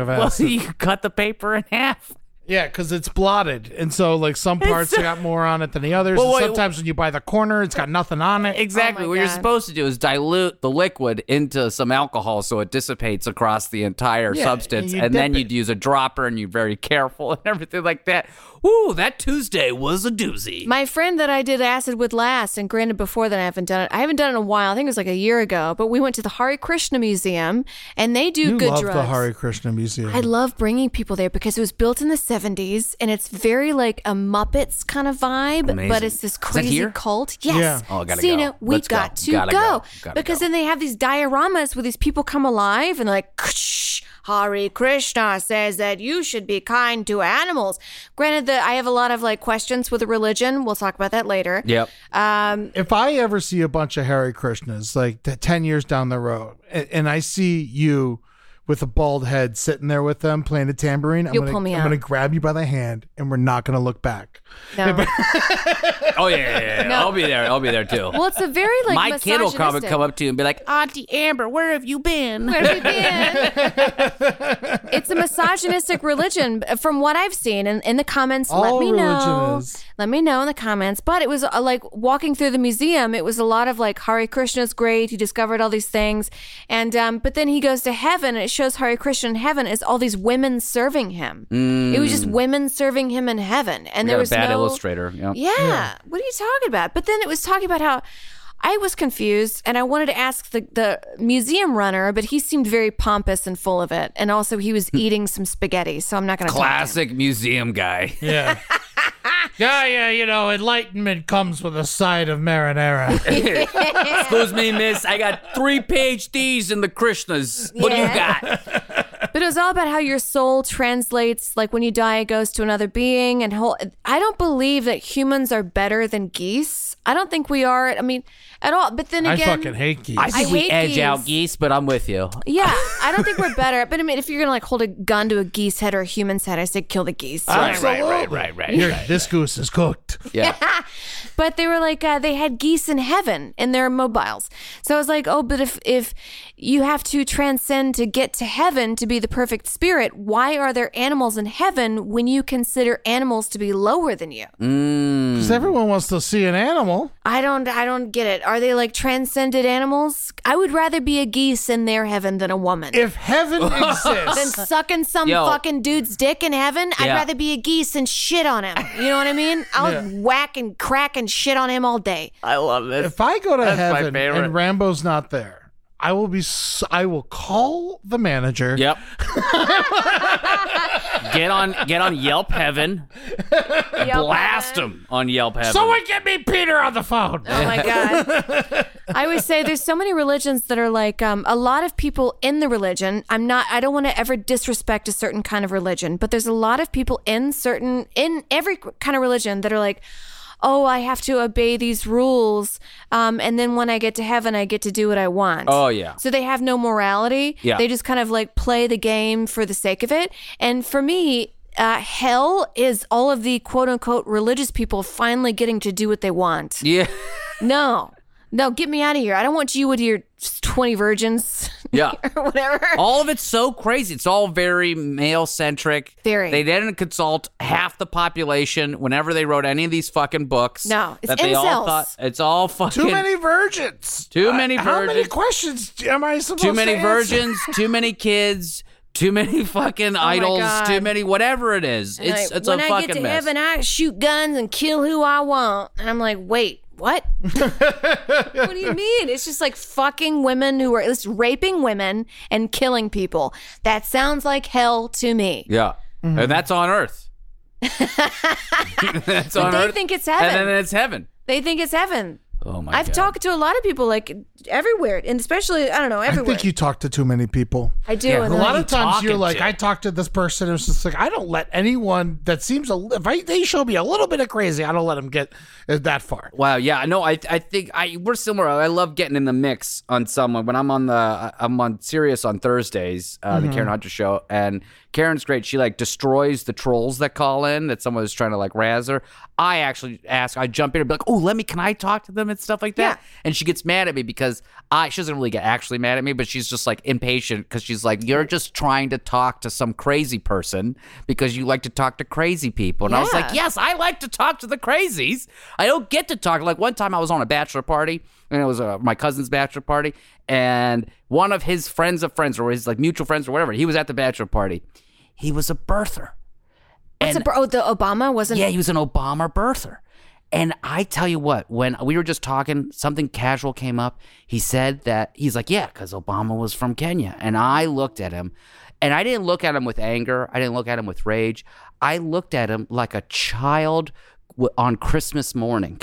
of
well,
acid.
you cut the paper in half.
yeah, because it's blotted, and so like some parts got more on it than the others.
Well,
and
wait-
sometimes when you buy the corner, it's got nothing on it.
Exactly.
Oh my
what you're
God.
supposed to do is dilute the liquid into some alcohol so it dissipates across the entire
Yeah,
substance.
and you
And, then
dip
you'd
it.
use a dropper and you're very careful and everything like that. Woo, that Tuesday was a doozy.
My friend that I did acid with last, and granted before that I haven't done it. I haven't done it in a while. I think it was like a year ago. But we went to the Hare Krishna Museum, and they do
You
good
love
drugs.
the Hare Krishna Museum.
I love bringing people there because it was built in the 70s and it's very like a Muppets kind of vibe, but
Amazing.
it's this
Is that
crazy
here?
cult. Yes.
Yeah.
Oh, I gotta
Cena,
go.
we
Let's go.
got to
Gotta
go.
go. Gotta
Because
go.
then they have these dioramas where these people come alive and like, "Ksh, Hare Krishna says that you should be kind to animals. Granted that I have a lot of like questions with the religion. We'll talk about that later.
Yep.
Um,
if I ever see a bunch of Hare Krishnas, like t- 10 years down the road, and, and I see you with a bald head sitting there with them playing a tambourine, I'm
You'll
gonna,
pull me
I'm
out.
going to grab you by the hand and we're not going to look back.
no.
Oh, yeah, yeah, yeah, yeah. I'll be there. I'll be there too.
well, it's a very like
my kid will come,
misogynistic-
come up to you and be like, Auntie Amber, where have you been?
Where have you been? it's a misogynistic religion, from what I've seen. And in the comments, let
All
me know.
religion is.
Let me know in the comments. But it was uh, like walking through the museum. It was a lot of like Hare Krishna's great. He discovered all these things, and um, but then he goes to heaven, and it shows Hare Krishna in heaven is all these women serving him. It was just women serving him in heaven, and
We
there
got a
was
bad
no
illustrator. Yeah.
yeah. What are you talking about? But then it was talking about how I was confused and I wanted to ask the, the museum runner, but he seemed very pompous and full of it. And also, he was eating some spaghetti. So I'm not going to
Classic museum guy.
Yeah. yeah, yeah, you know, enlightenment comes with a side of marinara.
Excuse me, miss. I got three PhDs in the Krishnas. What do you
Yeah.
got?
But it was all about how your soul translates, like when you die, it goes to another being. And whole. I don't believe that humans are better than geese. I don't think we are. I mean, at all. But then
I
again,
fucking hate geese.
I think
I
we
hate
edge
geese.
out geese, but I'm with you.
Yeah, I don't think we're better. But I mean, if you're gonna like hold a gun to a geese head or a human's head, I say kill the geese.
Absolutely. Right, right, right. Here, this goose is cooked.
Yeah.
but they were like uh, they had geese in heaven in their mobiles so i was like oh but if if you have to transcend to get to heaven to be the perfect spirit why are there animals in heaven when you consider animals to be lower than you
Mm.
Because everyone wants to see an animal.
i don't i don't get it are they like transcended animals i would rather be a geese in their heaven than a woman
If heaven
than
exists,
sucking some
Yo.
fucking dude's dick in heaven, I'd
Yeah.
rather be a geese and shit on him. You know what I mean? I'll whack and crack and shit on him all day.
I love this.
if I go to
That's my
heaven
favorite.
and Rambo's not there, I will be. s I I will call the manager.
Yep. get on get on Yelp Heaven. Blast them on Yelp Heaven.
Someone get me Peter on the phone.
Oh my god! I always say there's so many religions that are like um, a lot of people in the religion. I'm not. I don't want to ever disrespect a certain kind of religion, but there's a lot of people in certain in every kind of religion that are like. Oh, I have to obey these rules, um, and then when I get to heaven, I get to do what I want.
Oh, yeah.
So they have no morality.
Yeah.
They just kind of like play the game for the sake of it. And for me, uh, hell is all of the quote unquote religious people finally getting to do what they want.
yeah.
No, no, get me out of here. I don't want you with your 20 virgins
Yeah.
or whatever.
All of it's so crazy. It's all very male centric.
Very.
They didn't consult half the population whenever they wrote any of these fucking books.
No, it's
that they all
incels.
thought it's all fucking
Too many virgins. Uh,
Too many
How many
virgins.
questions am I supposed
too many
to answer?
virgins, too many kids, Too many fucking
my
idols.
God.
Too many whatever it is.
And
It's
I-
it's
when
a
I
fucking
get to
mess.
heaven, I shoot guns and kill who I want. And I'm like, wait, what?
What do you mean? It's just like fucking women who are it's raping women and killing people. That sounds like hell to me.
yeah,
Mm-hmm.
and that's on Earth. that's on
they
Earth.
think it's
And
heaven.
then it's heaven.
They think it's heaven.
Oh my
I've
god.
talked to a lot of people like everywhere, and especially I don't know
I
everywhere.
think you talk to too many people.
I do.
Yeah,
and
A
then
lot
I-
of times
talking
you're like,
to?
I talked to this person. It's just like I don't let anyone that seems a li- if I, they show me a little bit of crazy, I don't let them get uh, that far.
Wow. Yeah. No. I. I think I. We're similar. I love getting in the mix on someone when I'm on the. uh, I'm on Sirius on Thursdays, uh, the Karen Hunter show, and Karen's great. She like destroys the trolls that call in that someone is trying to like razz her. I actually ask. I jump in and be like, "Oh, let me. Can I talk to them and stuff like that?" And she gets mad at me because I. She doesn't really get actually mad at me, but she's just like impatient because she's like, "You're just trying to talk to some crazy person because you like to talk to crazy people." And I was like,
Yeah.
"Yeah." yes, I like to talk to the crazies. I don't get to talk. Like one time I was on a bachelor party, and it was uh, my cousin's bachelor party, and one of his friends of friends, or his like mutual friends, or whatever, he was at the bachelor party. He was a birther.
What's the, oh, the Obama wasn't.
Yeah, he was an Obama birther. And I tell you what, when we were just talking, something casual came up. He said that he's like, yeah, because Obama was from Kenya. And I looked at him and I didn't look at him with anger. I didn't look at him with rage. I looked at him like a child w- on Christmas morning.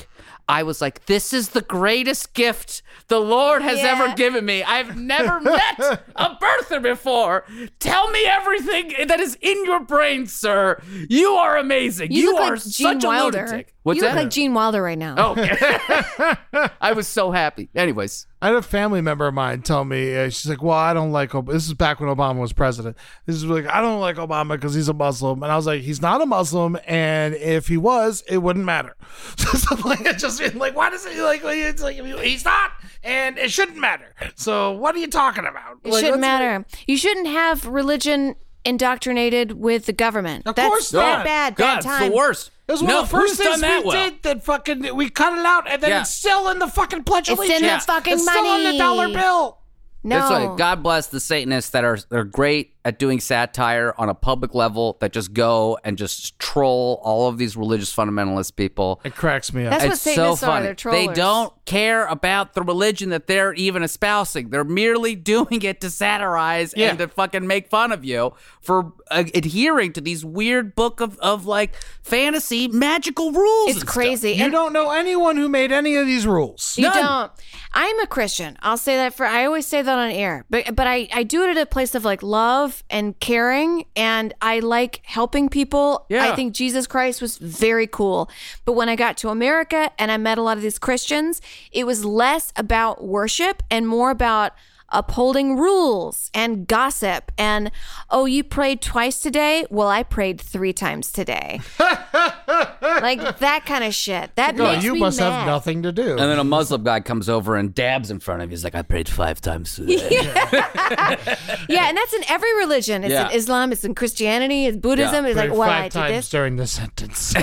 I was like, this is the greatest gift the Lord has ever given me. I've never met a birther before. Tell me everything that is in your brain, sir. You are amazing.
You,
You,
look
are
like Gene
such
Wilder.
a lunatic. What's
you
that?
look like Gene Wilder right now.
oh, I was so happy. Anyways,
I had a family member of mine tell me, uh, she's like, well, I don't like, Ob-. this is back when Obama was president. This is like, I don't like Obama because he's a Muslim. And I was like, he's not a Muslim. And if he was, it wouldn't matter. so I'm like, it's just been like, why does it, like, it's like, he's not, and it shouldn't matter. So what are you talking about?
It
Like,
shouldn't
let's-
matter. You shouldn't have religion indoctrinated with the government.
Of
That's
course
that
not.
bad.
God,
bad
it's
time.
the worst.
It was one
no,
of the
who's
first
done
things
that
we
well?
did that fucking, we cut it out and then
Yeah.
it's still in the fucking Pledge of
It's in
Allegiance.
the fucking
it's still on
money.
the dollar bill.
No.
That's right. God bless the Satanists that are they're great at doing satire on a public level that just go and just troll all of these religious fundamentalist people.
It cracks me up.
That's what
it's so
Satanists
funny.
are. They're
they
trollers.
don't care about the religion that they're even espousing. They're merely doing it to satirize
Yeah.
and to fucking make fun of you for uh, adhering to these weird book of, of like fantasy magical rules.
It's
and
crazy.
you
And-
don't know anyone who made any of these rules.
You
None.
don't. I'm a Christian. I'll say that for I always say that on air. But but I, I do it at a place of like love and caring and I like helping people.
Yeah.
I think Jesus Christ was very cool. But when I got to America and I met a lot of these Christians, it was less about worship and more about upholding rules and gossip and oh you prayed twice today well i prayed three times today like that kind of shit that
No,
makes
you
me
must have
mad.
nothing to do.
And then a Muslim guy comes over and dabs in front of you. He's like, I prayed five times today.
Yeah, and that's in every religion. It's
Yeah.
in Islam, it's in Christianity, it's Buddhism. It's like,
Three-
well, I
five
did
times
this.
during the sentence.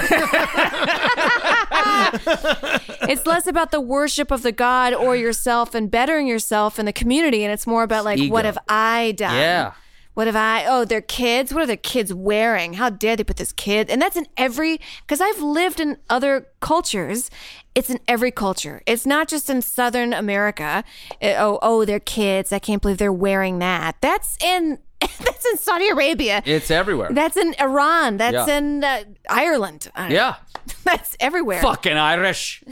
It's less about the worship of the God or yourself and bettering yourself in the community. And it's more about, like,
ego.
what have I done?
Yeah.
What have I? Oh, their kids. What are their kids wearing? How dare they put this kid? And that's in every, because I've lived in other cultures. It's in every culture. It's not just in Southern America. Eh, oh, oh, their kids. I can't believe they're wearing that. That's in. That's in Saudi Arabia.
It's everywhere.
That's in Iran. That's
Yeah.
in uh, Ireland. I don't
yeah.
know. That's everywhere.
Fucking Irish.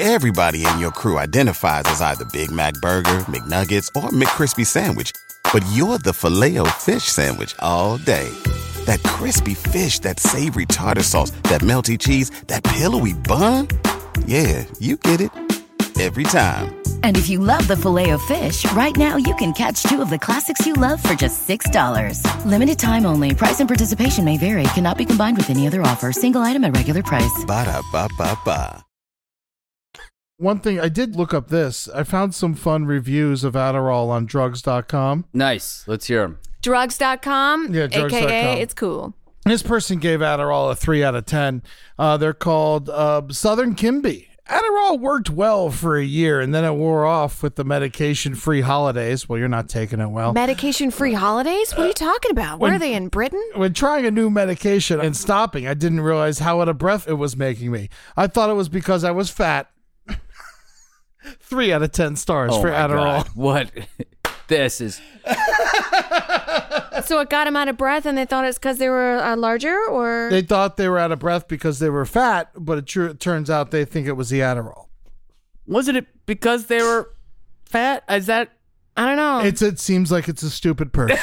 Everybody in your crew identifies as either Big Mac Burger, McNuggets, or McCrispy Sandwich. But you're the filet fish Sandwich all day. That crispy fish, that savory tartar sauce, that melty cheese, that pillowy bun. Yeah, you get it. Every time.
And if you love the filet of fish, right now you can catch two of the classics you love for just $6. Limited time only. Price and participation may vary. Cannot be combined with any other offer. Single item at regular price.
Ba-da-ba-ba-ba.
One thing I did look up this. I found some fun reviews of Adderall on drugs.com.
Nice. Let's hear him.
Drugs.com,
Yeah, drugs.com.
aka it's cool.
This person gave Adderall a 3 out of 10. Uh, they're called uh, Southern Kimby. Adderall worked well for a year and then it wore off with the medication free holidays. Well, you're not taking it well.
Medication free holidays? What are you talking about? Where are they in Britain?
when trying a new medication and stopping, I didn't realize how out of breath it was making me. I thought it was because I was fat. Three out of ten stars
Oh
for
my
Adderall.
God. What? this is
So it got him out of breath, and they thought it's because they were uh, larger, or
They thought they were out of breath because they were fat, but it sure, turns out they think it was the Adderall.
wasn't it because they were fat? Is that
I don't know.
It's, it seems like it's a stupid person.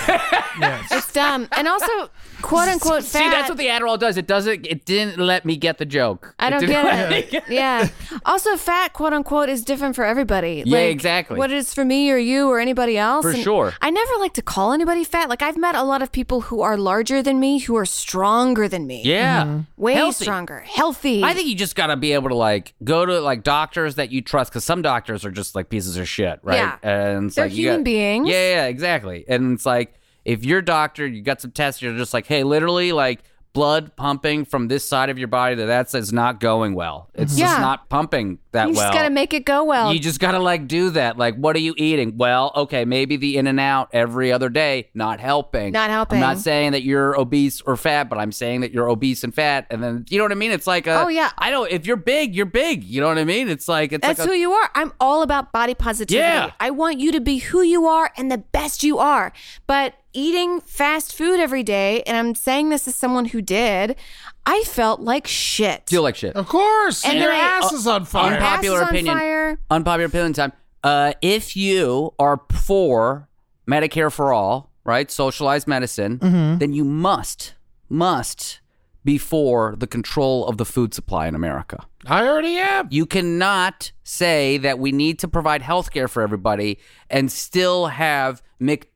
It's dumb, and also quote unquote fat.
See, that's what the Adderall does. It doesn't. It didn't let me get the joke.
I don't
didn't
get
let me
it. yeah. Also, fat quote unquote is different for everybody.
Yeah,
Like,
exactly.
What it is for me or you or anybody else.
For
And
sure.
I never like to call anybody fat. Like I've met a lot of people who are larger than me, who are stronger than me.
Yeah.
Way
Healthy.
stronger, healthy.
I think you just gotta be able to like go to like doctors that you trust because some doctors are just like pieces of shit, right?
Yeah.
and it's
They're
like, you
human
got-
beings.
Yeah, yeah, exactly. And it's like if your doctor, you got some tests, you're just like, hey, literally like blood pumping from this side of your body to that side is not going well. It's just
Yeah.
not pumping that
you
well.
just gotta make it go well.
You just gotta like do that. Like, what are you eating? Well, okay, maybe the in and out every other day, not helping.
Not helping.
I'm not saying that you're obese or fat, but I'm saying that you're obese and fat. And then you know what I mean? It's like a
Oh, yeah.
I don't if you're big, you're big. You know what I mean? It's like it's
That's
like a,
who you are. I'm all about body positivity.
Yeah.
I want you to be who you are and the best you are. But eating fast food every day, and I'm saying this as someone who did, I felt like shit.
feel like shit.
of course.
And
And your
then I-
ass is on fire.
Ass
Unpopular
is on
opinion.
fire.
Unpopular opinion time. Uh if you are for Medicare for all, right? Socialized medicine,
Mm-hmm.
then you must, must be for the control of the food supply in America.
I already am.
You cannot say that we need to provide health care for everybody and still have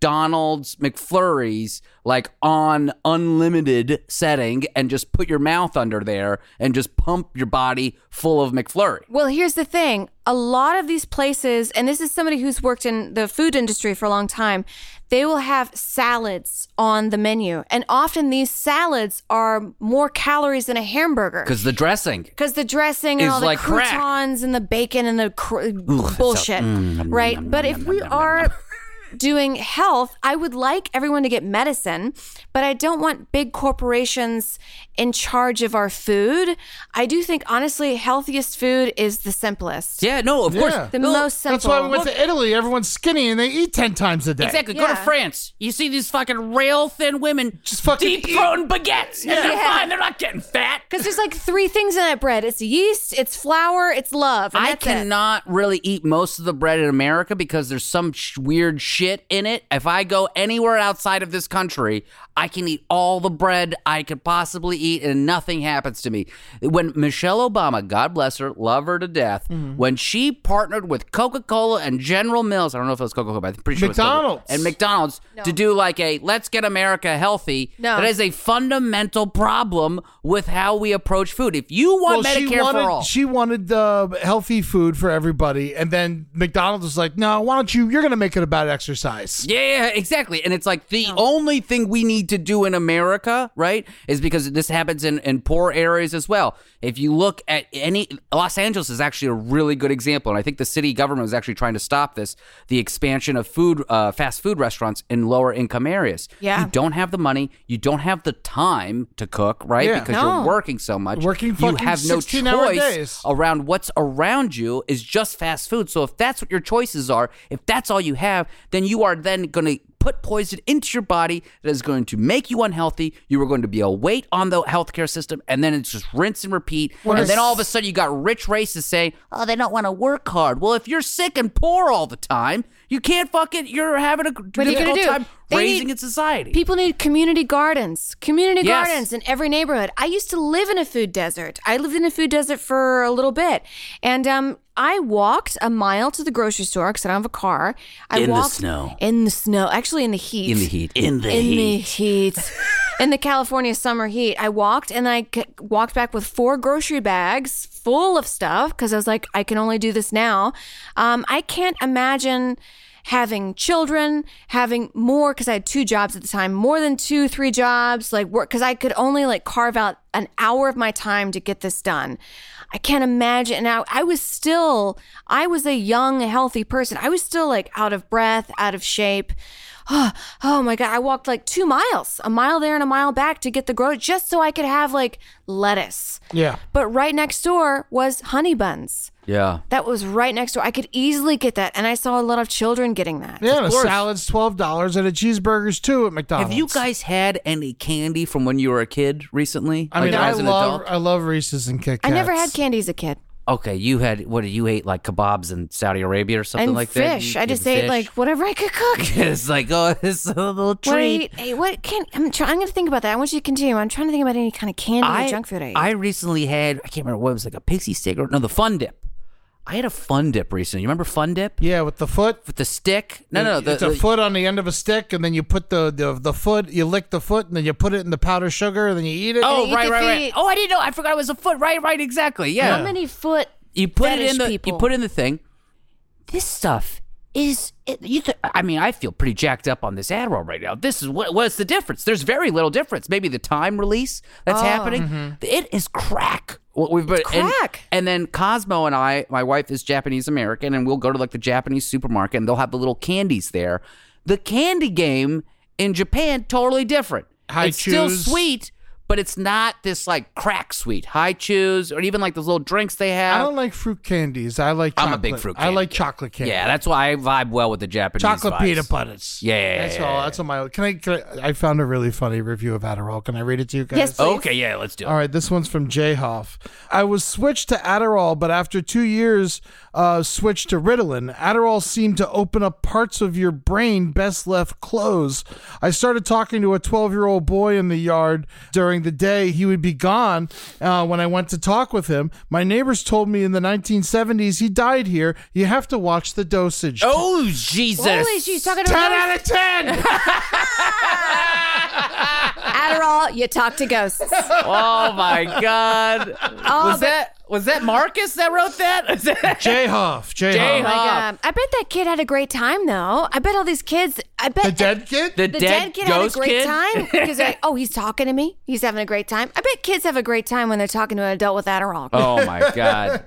McDonald's McFlurries like on unlimited setting and just put your mouth under there and just pump your body full of McFlurry.
Well, here's the thing. A lot of these places, and this is somebody who's worked in the food industry for a long time, they will have salads on the menu. And often these salads are more calories than a hamburger.
Because the dressing.
because the dressing and
Is
all the
like crack.
croutons and the bacon and the cr- bullshit,
Mm,
right? but if we are doing health, I would like everyone to get medicine, but I don't want big corporations in charge of our food. I do think, honestly, healthiest food is the simplest,
Yeah, no, of course.
Yeah.
the most simple.
That's why we went to Italy. Everyone's skinny and they eat 10 times a day.
Exactly. Go to
Yeah.
France. You see these fucking rail thin women just
fucking
deep throating baguettes. And they're
Yeah.
fine. They're not getting fat.
because there's like three things in that bread: it's yeast, it's flour, it's love. and
I
that's it.
cannot really eat most of the bread in America because there's some sh- weird shit in it. If I go anywhere outside of this country, I can eat all the bread I could possibly eat and nothing happens to me. When Michelle Obama, God bless her, love her to death,
Mm-hmm.
when she partnered with Coca Cola and General Mills, I don't know if it was Coca Cola, but I'm pretty sure it was
McDonald's.
Coca-Cola, and McDonald's to do like a let's get America healthy.
No.
That is a fundamental problem with how we approach food. If you want Medicare
she wanted,
for all.
She wanted uh, healthy food for everybody, and then McDonald's was like, "No, why don't you? You're gonna make it about exercise."
Yeah, yeah, exactly. And it's like the only thing we need to do in America, right, is because this happens in, in poor areas as well. If you look at any, Los Angeles is actually a really good example. And I think the city government is actually trying to stop this the expansion of food, uh, fast food restaurants in lower income areas.
Yeah.
You don't have the money, you don't have the time to cook, right?
Yeah.
Because
No.
you're working so much.
Working
you
fucking
have no
16-hour
choice
days.
around what's around you is just fast food. So if that's what your choices are, if that's all you have, then you are then going to put poison into your body that is going to make you unhealthy. You are going to be a weight on the healthcare system, and then it's just rinse and repeat. And then all of a sudden, you got rich racists saying, "Oh, they don't want to work hard." Well, if you're sick and poor all the time, you can't fucking. You're having a
are you
difficult
gonna do?
time
They
raising
need-
in society.
People need community gardens, community
Yes.
gardens in every neighborhood. I used to live in a food desert. I lived in a food desert for a little bit, and um, I walked a mile to the grocery store because I don't have a car. I
In the
walked
snow.
in the snow, actually in the heat,
in the heat. In the
in
heat.
the heat. In the California summer heat, I walked and I c- walked back with four grocery bags full of stuff because I was like, I can only do this now. Um, I can't imagine having children, having more, because I had two jobs at the time, more than two, three jobs, like work, because I could only like carve out an hour of my time to get this done. I can't imagine. And I, I was still, I was a young, healthy person. I was still like out of breath, out of shape. Oh, oh my God. I walked like two miles, a mile there and a mile back to get the grocery just so I could have like lettuce.
Yeah.
But right next door was honey buns.
Yeah.
That was right next door. I could easily get that. And I saw a lot of children getting that.
Yeah, and a salad's twelve dollars and a cheeseburger's two at McDonald's.
Have you guys had any candy from when you were a kid recently?
I mean,
Like,
I
as an
love
adult?
I love Reese's and Kit
I
Kats.
never had candy as a kid.
Okay, you had what did you ate like kebabs in Saudi Arabia or something
and
like that?
fish.
You-
I
you
just
fish?
ate like whatever I could cook.
it's like oh, it's a little
What I
treat.
eat- hey, what can I'm trying? I'm gonna think about that. I want you to continue. I'm trying to think about any kind of candy or junk food I eat.
I recently had I can't remember what it was like a pixie stick or no the fun dip. I had a fun dip recently. You remember fun dip
Yeah, with the foot.
with the stick? No, no, the,
it's a
the-
foot on the end of a stick, and then you put the, the the foot, you lick the foot, and then you put it in the powdered sugar, and then you eat it.
Oh,
eat
right,
the
right, right.
feet.
Oh, I didn't know. I forgot it was a foot. Right, right, exactly. Yeah.
How many foot?
you put it in
fetish
the you
people?
put in the thing. This stuff is it, you. Th- I mean, I feel pretty jacked up on this Adderall right now. This is what what's the difference? There's very little difference. Maybe the time release that's
Oh,
happening. It is crack. What we've been and-
mm-hmm. crack.
And, then Cosmo and I, my wife is Japanese American, and we'll go to like the Japanese supermarket, and they'll have the little candies there. The candy game in Japan totally different.
Hi,
it's still
choose.
sweet. But it's not this like crack sweet, high chews, or even like those little drinks they have.
I don't like fruit candies. I like.
I'm
Chocolate.
a big fruit
I
candy
like
guy.
chocolate candy.
Yeah, that's why I vibe well with the Japanese.
chocolate
vibes.
peanut butters.
Yeah, yeah,
that's
yeah,
all.
yeah.
That's all my. Can I, can I? I found a really funny review of Adderall. Can I read it to you guys?
Yes, please.
Okay, yeah, let's do it.
All right, this one's from Jay Hoff. I was switched to Adderall, but after two years, uh, switched to Ritalin. Adderall seemed to open up parts of your brain best left closed. I started talking to a 12 year old boy in the yard during the day. He would be gone uh, when I went to talk with him. My neighbors told me in the 1970s he died here. You have to watch the dosage.
Oh Jesus!
Holy, she's talking to
10
a
out of 10!
Adderall. You talk to ghosts.
oh my God! was
but-
that was that Marcus that wrote that? Is that-
Jay Hoff. Jay,
Jay
Hoff.
Like,
Hoff.
um, I bet that kid had a great time though. I bet all these kids. I bet
The dead kid?
the,
the dead, kid had a
ghost
great
kid?
time because like, oh, he's talking to me. He's having a great time. I bet kids have a great time when they're talking to an adult with Adderall.
Oh my God!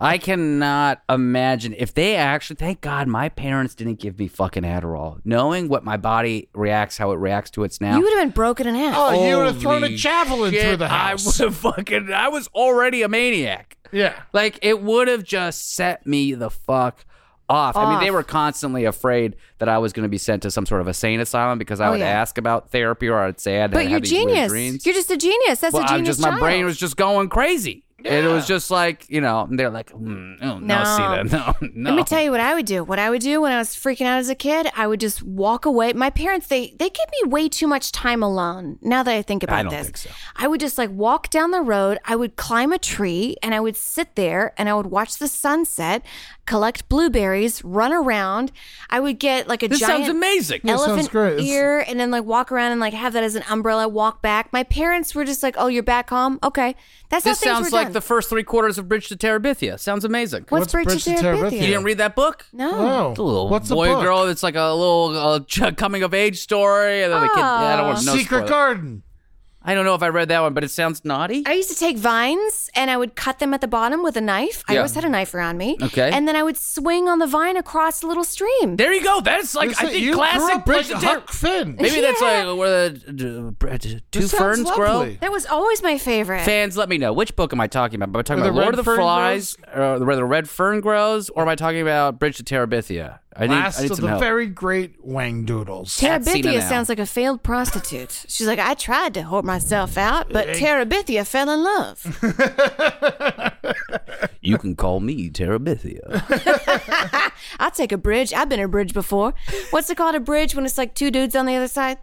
I cannot imagine if they actually. Thank God my parents didn't give me fucking Adderall. Knowing what my body reacts, how it reacts to its now.
You would have been broken in half.
Oh, you would have thrown
Holy
a javelin
shit,
through the house.
I would have fucking. I was already a maniac.
yeah.
Like it would have just set me the fuck off. I mean, they
Off.
were constantly afraid that I was going to be sent to some sort of a sane asylum because I would
Oh, yeah.
ask about therapy or I'd say I'd
but
had
you're
these weird
genius.
dreams.
You're just a genius. That's
well,
a
I
genius
was just my
child.
brain was just going crazy. And it was just like you know, and they're like, mm, oh, no,
No.
Sita, no, no.
Let me tell you what I would do. What I would do when I was freaking out as a kid, I would just walk away. My parents, they they give me way too much time alone. Now that I think about
don't
this,
think so.
I would just like walk down the road. I would climb a tree and I would sit there and I would watch the sunset, collect blueberries, run around. I would get like a
This
giant
sounds amazing.
elephant
great. It's-
ear and then like walk around and like have that as an umbrella. Walk back. My parents were just like, "Oh, you're back home. Okay, that's
This
how things
sounds
were
like
done.
the first three quarters of Bridge to Terabithia. Sounds amazing.
What's,
What's
Bridge to
Bridge to
Terabithia?
Terabithia?
You didn't read that book?
No.
Wow.
It's a little
Oh, What's
boy
the book?
girl. It's like a little uh, ch- coming of age story, and then the kid. I don't want to know.
Ah. Secret
spoiler.
Garden.
I don't know if I read that one, but it sounds naughty.
I used to take vines and I would cut them at the bottom with a knife. I
Yeah.
always had a knife around me.
Okay.
And then I would swing on the vine across a little stream.
there you go. That's like
Listen,
I think
you grew
classic
up like
Bridge to
Huck Finn.
Maybe that's
Yeah.
like where the uh, br- uh, two
This sounds
ferns grow.
lovely.
that was always my favorite.
Fans, let me know which book am I talking about? Am I talking
Where the
about Lord
red
of the
fern
Flies, or where the red fern grows, or am I talking about Bridge to Terabithia? I need,
Last
I need
of
some
the
help.
very great Wang Doodles.
Seen it
Terabithia
now.
sounds like a failed prostitute. She's like, I tried to hope myself out, but Terabithia fell in love.
you can call me Terabithia.
I'll take a bridge. I've been a bridge before. What's it called? A bridge when it's like two dudes on the other side?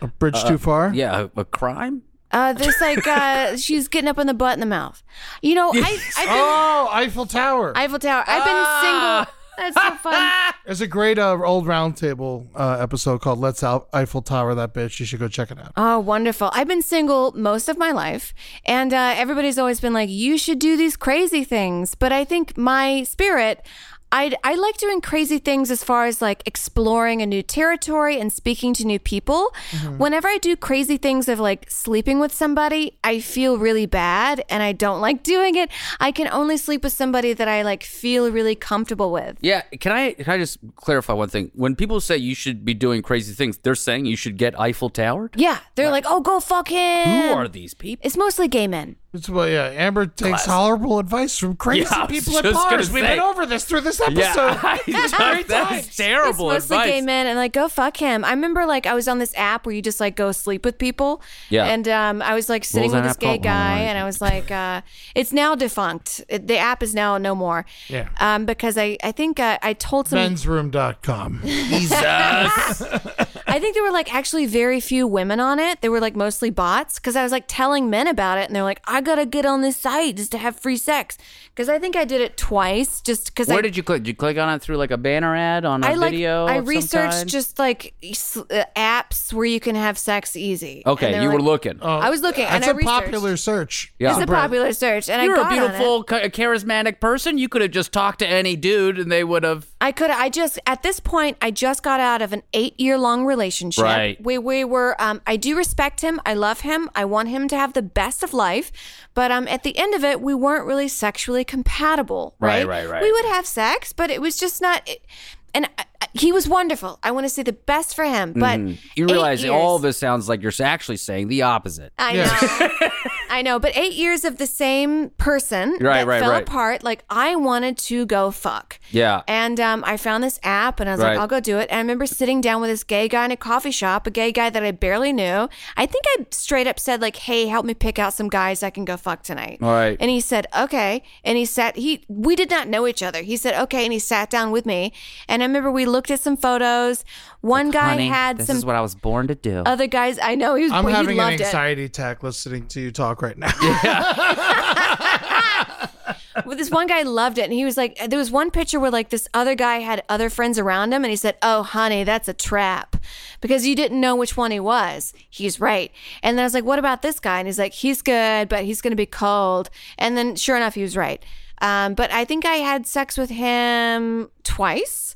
A bridge too far?
yeah, a, a crime.
Uh, there's like, uh, she's getting up in the butt and the mouth. You know, I, I've been,
Oh, Eiffel Tower.
Eiffel Tower, I've been single. That's so fun.
There's a great uh, old roundtable uh, episode called "Let's Out Eiffel Tower." That bitch. You should go check it out.
Oh, wonderful. I've been single most of my life, and uh, everybody's always been like, you should do these crazy things. But I think my spirit, I I like doing crazy things as far as like exploring a new territory and speaking to new people.
Mm-hmm.
Whenever I do crazy things of like sleeping with somebody, I feel really bad and I don't like doing it. I can only sleep with somebody that I like feel really comfortable with.
Yeah, can I can I just clarify one thing? When people say you should be doing crazy things, they're saying you should get Eiffel Towered.
Yeah, they're like, "Oh, go fuck him."
Who are these people?
It's mostly gay men.
It's well, yeah. Amber takes tolerable advice from crazy
Yeah, I was
people at
just gonna
bars. We've been
say.
over this through this episode.
Yeah, that's terrible
it's mostly
advice.
gay men and like go fuck him. I remember like I was on this app where you just like go sleep with people.
Yeah.
And um, I was like sitting
was
with
that
this
app
gay
called?
guy,
Oh,
and I was like, uh, it's now defunct. It- the app is now no more.
Yeah.
Um, because I I think uh, I told some
Mensroom.com.
I think there were like actually very few women on it. They were like mostly bots because I was like telling men about it, and they're like, I gotta get on this site just to have free sex. Because I think I did it twice just because
Where
I
did you click? Did you click on it through like a banner ad on a
I like
video?
I
of some
researched
kind?
just like s- uh, apps where you can have sex easy. And
Okay,
they're
you were
like-
looking.
I was looking and
Oh, That's
I
a
researched.
popular search.
Yeah.
It's a popular search, and I
You're a
got on it.
beautiful, cha- charismatic person. You could have just talked to any dude, and they would have.
I could. I just at this point, I just got out of an eight-year-long relationship.
Right.
We we were. Um, I do respect him. I love him. I want him to have the best of life. But um, at the end of it, we weren't really sexually compatible.
Right,
Right.
right, right.
We would have sex, but it was just not. It, and I, I- he was wonderful. I want to say the best for him. But
Mm-hmm. You
eight
realize all
years-
this sounds like you're actually saying the opposite.
I know. I know, but eight years of the same person
Right,
that
right,
fell
right.
apart. Like I wanted to go fuck.
Yeah.
And um, I found this app, and I was
Right.
like, I'll go do it. And I remember sitting down with this gay guy in a coffee shop, a gay guy that I barely knew. I think I straight up said like, Hey, help me pick out some guys I can go fuck tonight.
All right.
And he said, Okay. And he sat. He we did not know each other. He said, Okay, and he sat down with me. And I remember we looked at some photos. One guy
Honey,
had
this
some.
is what I was born to do.
other guys, I know he was.
I'm
he
having an
loved it.
anxiety attack listening to you talk right now.
Well, this one guy loved it, and he was like, there was one picture where like this other guy had other friends around him, and he said, "Oh, honey, that's a trap," because you didn't know which one he was. He's right, and then I was like, "What about this guy?" And he's like, "He's good, but he's going to be cold." And then, sure enough, he was right. Um, but I think I had sex with him twice.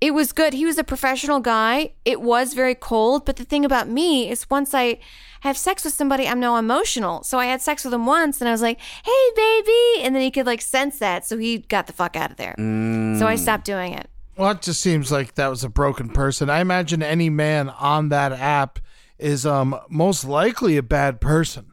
It was good. He was a professional guy. It was very cold, but the thing about me is once I have sex with somebody, I'm now emotional. So I had sex with him once and I was like, hey, baby. And then he could like sense that. So he got the fuck out of there. So I stopped doing it.
Well, it just seems like that was a broken person. I imagine any man on that app is um most likely a bad person.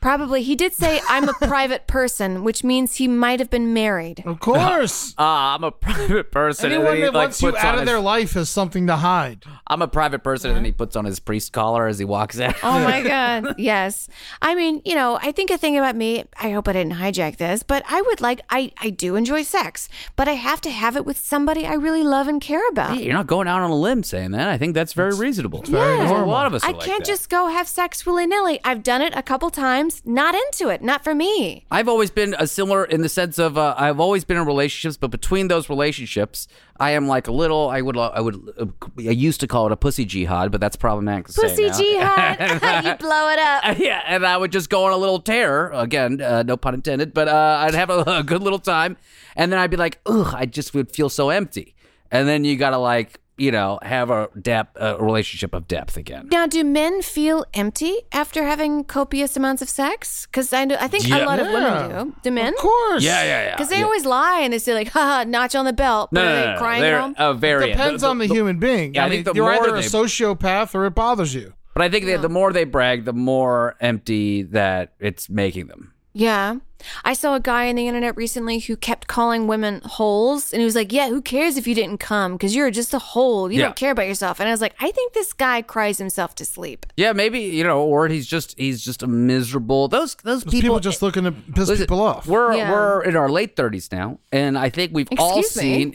Probably he did say, I'm a private person, which means he might have been married.
Of course.
Ah, I'm a private person. and then
Anyone
he,
that
like,
wants you
puts
out
on
of their
his-
life is something to hide.
I'm a private person, and then he puts on his priest collar as he walks out.
Oh my God. Yes. I mean, you know, I think a thing about me, I hope I didn't hijack this, but I would like, I, I do enjoy sex, but I have to have it with somebody I really love and care about.
Hey, you're not going out on a limb saying that. I think that's very reasonable.
very Yeah.
A
normal.
lot of us. Are
I
like
can't
that.
just go have sex willy nilly. I've done it a couple times. Not into it. Not for me.
I've always been a similar in the sense of uh, I've always been in relationships, but between those relationships, I am like a little. I would I would uh, I used to call it a pussy jihad, but that's problematic to say
Pussy
now.
jihad. you blow it up.
yeah, and I would just go on a little tear again, uh, no pun intended. But uh, I'd have a, a good little time, and then I'd be like, ugh, I just would feel so empty. And then you gotta like you know have a depth a relationship of depth again.
Now, do men feel empty after having copious amounts of sex? Because I, know- I think a lot of women do. Do men?
Of course.
Yeah, yeah, yeah.
Because they
yeah.
always lie and they say like, "Haha, notch on the belt."
no,
but
no,
are
no,
they
no,
crying
They're
at home?
a variant.
Depends on the human being.
Yeah, I
I,
think
mean,
the
you're
more
either a
they-
sociopath or it bothers you.
But I think that the more they brag, the more empty that it's making them.
Yeah. I saw a guy on the internet recently who kept calling women holes. And he was like, Yeah, who cares if you didn't come? Because you're just a hole. You
Yeah.
don't care about yourself. And I was like, I think this guy cries himself to sleep.
Yeah, maybe you know, or he's just he's just a miserable. Those those,
Those people, just looking to piss
Listen,
people off.
We're
Yeah.
we're in our late thirties now, and I think we've all
Excuse me.
seen.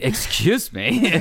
Excuse me.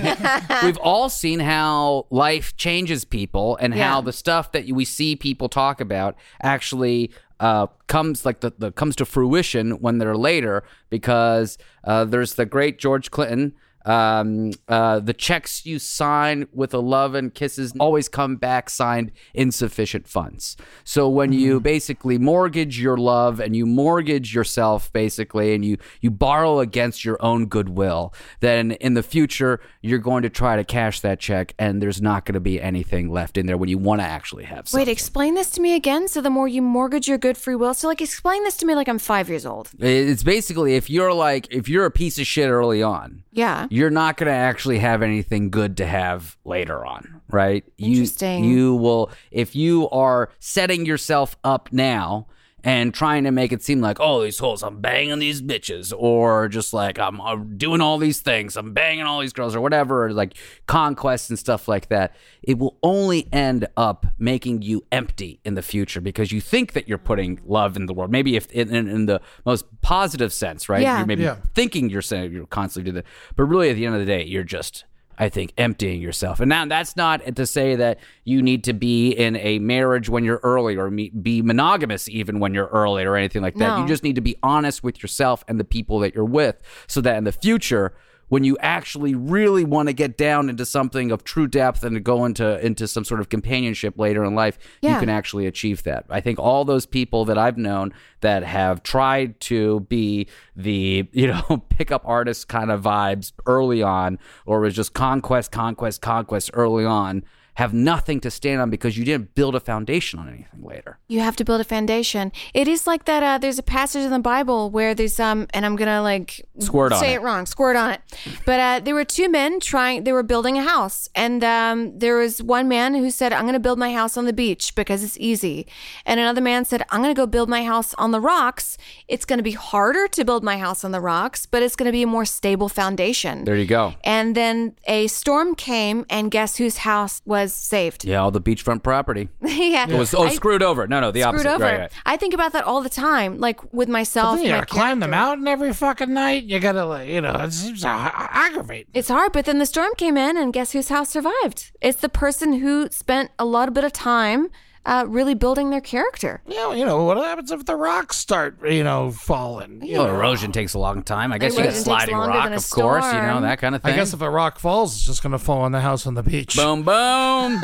we've all seen how life changes people, and how
Yeah.
the stuff that we see people talk about actually uh, comes like the, the comes to fruition when they're later. Because uh, there's the great George Clinton. Um, uh, the checks you sign with a love and kisses always come back signed insufficient funds. So when you basically mortgage your love and you mortgage yourself basically, and you you borrow against your own goodwill, then in the future you're going to try to cash that check, and there's not going to be anything left in there when you want to actually have.
Wait, explain this to me again. So the more you mortgage your good free will, so like explain this to me like I'm five years old.
It's basically if you're like if you're a piece of shit early on,
Yeah.
you're not going to actually have anything good to have later on, right?
Interesting.
You you will if you are setting yourself up now and trying to make it seem like oh these holes I'm banging these bitches or just like I'm, uh doing all these things I'm banging all these girls or whatever or like conquests and stuff like that it will only end up making you empty in the future because you think that you're putting love in the world maybe if in, in, in the most positive sense right
Yeah.
you're maybe
Yeah.
thinking you're saying you're constantly doing that but really at the end of the day you're just I think emptying yourself. And now that's not to say that you need to be in a marriage when you're early or me- be monogamous even when you're early or anything like that. You
No.
just need to be honest with yourself and the people that you're with so that in the future when you actually really want to get down into something of true depth and to go into into some sort of companionship later in life, you
Yeah.
can actually achieve that. I think all those people that I've known that have tried to be the, you know, pickup artist kind of vibes early on, or was just conquest, conquest, conquest early on, have nothing to stand on because you didn't build a foundation on anything later.
You have to build a foundation. It is like that. Uh, there's a passage in the Bible where there's um, and I'm gonna like
Squirt on
say
it.
it wrong, squirt on it. But uh, there were two men trying. They were building a house, and um, there was one man who said, "I'm gonna build my house on the beach because it's easy," and another man said, "I'm gonna go build my house on the rocks. It's gonna be harder to build my house on the rocks, but it's gonna be a more stable foundation."
There you go.
and then a storm came, and guess whose house was saved?
Yeah, all the beachfront property.
yeah,
It was oh
I-
screwed over. No, no, the
screwed
opposite.
over.
Right, right.
I think about that all the time, like with myself.
you
my
gotta climb the
character.
mountain every fucking night. You gotta, like, you know, it seems a- a- aggravating.
It's hard, but then the storm came in, and guess whose house survived? It's the person who spent a lot bit of time uh, really building their character.
You know, you know what happens if the rocks start, you know, falling? You
Well,
know,
erosion takes a long time. I guess you got
Erosion takes
sliding
longer
rock,
than a
of course, you know,
storm.
that kind of
I
thing.
guess if a rock falls, it's just gonna fall on the house on the beach.
Boom, boom.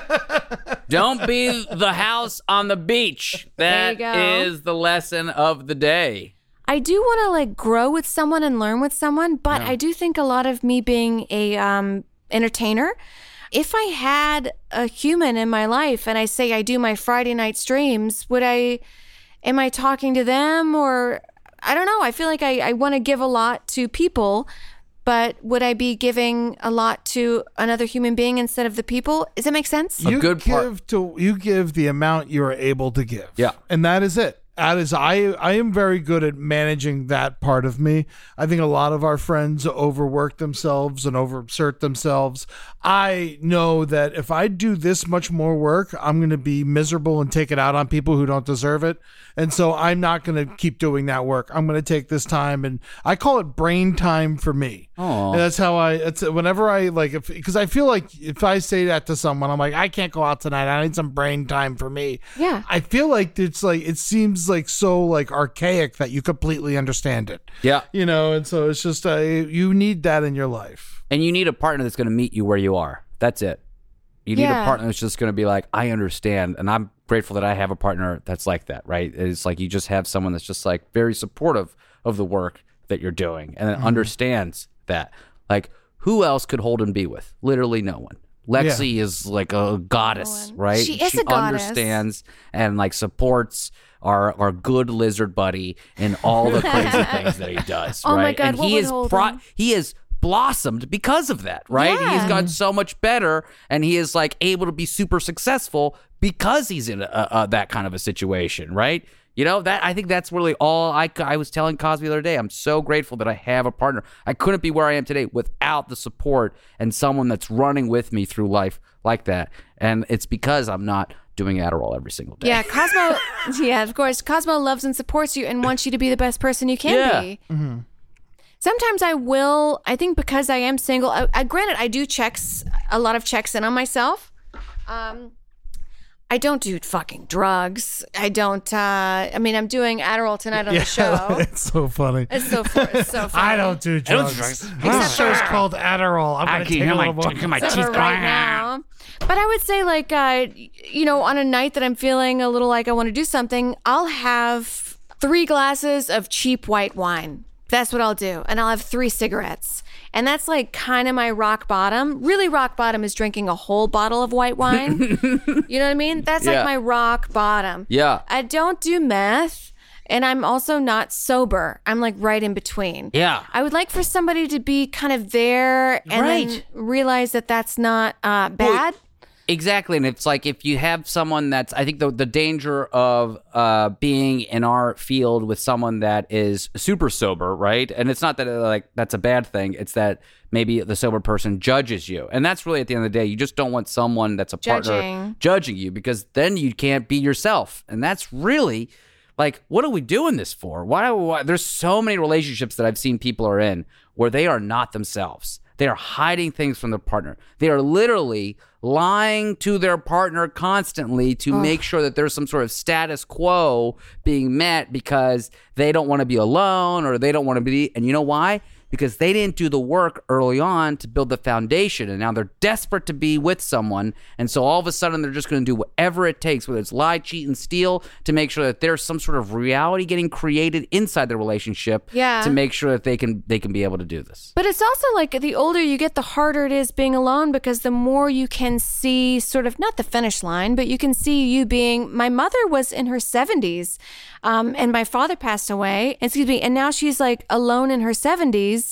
Don't be the house on the beach.
There
That
you
is
go.
the lesson of the day.
I do want to like grow with someone and learn with someone, but I do think a lot of me being a um, entertainer. If I had a human in my life and I say I do my Friday night streams, would I? Am I talking to them or I don't know? I feel like I, I want to give a lot to people, but would I be giving a lot to another human being instead of the people? Does that make sense?
a
you
good
give
part-
to you give the amount you are able to give.
Yeah.
and that is it. That is I. I am very good at managing that part of me. I think a lot of our friends overwork themselves and overexert themselves. I know that if I do this much more work, I'm going to be miserable and take it out on people who don't deserve it. And so I'm not going to keep doing that work. I'm going to take this time and I call it brain time for me. And that's how I. It's whenever I like, because I feel like if I say that to someone, I'm like, I can't go out tonight. I need some brain time for me.
Yeah.
I feel like it's like it seems like so like archaic that you completely understand it.
Yeah.
You know, and so it's just uh, you need that in your life.
And you need a partner that's going to meet you where you are. That's it. You need a
Yeah.
partner that's just going to be like, I understand. And I'm grateful that I have a partner that's like that, right? It's like you just have someone that's just like very supportive of the work that you're doing and
Mm-hmm.
understands that. Like, who else could Holden be with? Literally no one. Lexi is like a goddess,
one.
right?
She is a goddess.
understands and like supports our our good lizard buddy in all the crazy things that he does,
Oh my
right?
God,
and
what
he
would
is
Holden-
pro- he has blossomed because of that, right? He has
Yeah.
gotten so much better, and he is like able to be super successful because he's in a, a, a- that kind of a situation, right? You know that I think that's really all I c- I was telling Cosby the other day. I'm so grateful that I have a partner. I couldn't be where I am today without the support and someone that's running with me through life like that. And it's because I'm not doing Adderall every single day.
Yeah, Cosmo. yeah, of course. Cosmo loves and supports you and wants you to be the best person you can
Yeah.
be.
Mm-hmm.
Sometimes I will. I think because I am single. uh, I, I, granted, I do checks a lot of checks in on myself. Um, I don't do fucking drugs. I don't. Uh, I mean, I'm doing Adderall tonight on the show.
it's so funny.
It's so far, it's so funny.
I don't do drugs.
drugs.
My show's called Adderall. I'm
I
gonna
can
take
hear my,
a little more.
I can hear my
Except
teeth
for right
grind.
now. But I would say, like, uh, you know, on a night that I'm feeling a little like I want to do something, I'll have three glasses of cheap white wine. That's what I'll do. And I'll have three cigarettes. And that's like kind of my rock bottom. Really, rock bottom is drinking a whole bottle of white wine. you know what I mean? That's
Yeah.
like my rock bottom.
Yeah.
I don't do meth. And I'm also not sober. I'm like right in between.
Yeah.
I would like for somebody to be kind of there and then
Right.
realize that that's not uh, bad.
Exactly, and it's like if you have someone that's, I think the the danger of uh, being in our field with someone that is super sober, right? And it's not that uh, like that's a bad thing. It's that maybe the sober person judges you, and that's really at the end of the day, you just don't want someone that's a partner
Judging.
judging you because then you can't be yourself, and that's really like what are we doing this for? Why, why? There's so many relationships that I've seen people are in where they are not themselves. They are hiding things from their partner. They are literally lying to their partner constantly to make sure that there's some sort of status quo being met because they don't want to be alone or they don't want to be. And you know why? Because they didn't do the work early on to build the foundation. And now they're desperate to be with someone. And so all of a sudden, they're just going to do whatever it takes, whether it's lie, cheat, and steal, to make sure that there's some sort of reality getting created inside the relationship
Yeah.
to make sure that they can they can be able to do this.
But it's also like the older you get, the harder it is being alone because the more you can see sort of not the finish line, but you can see you being. My mother was in her 70s um, and my father passed away, excuse me, and now she's like alone in her 70s.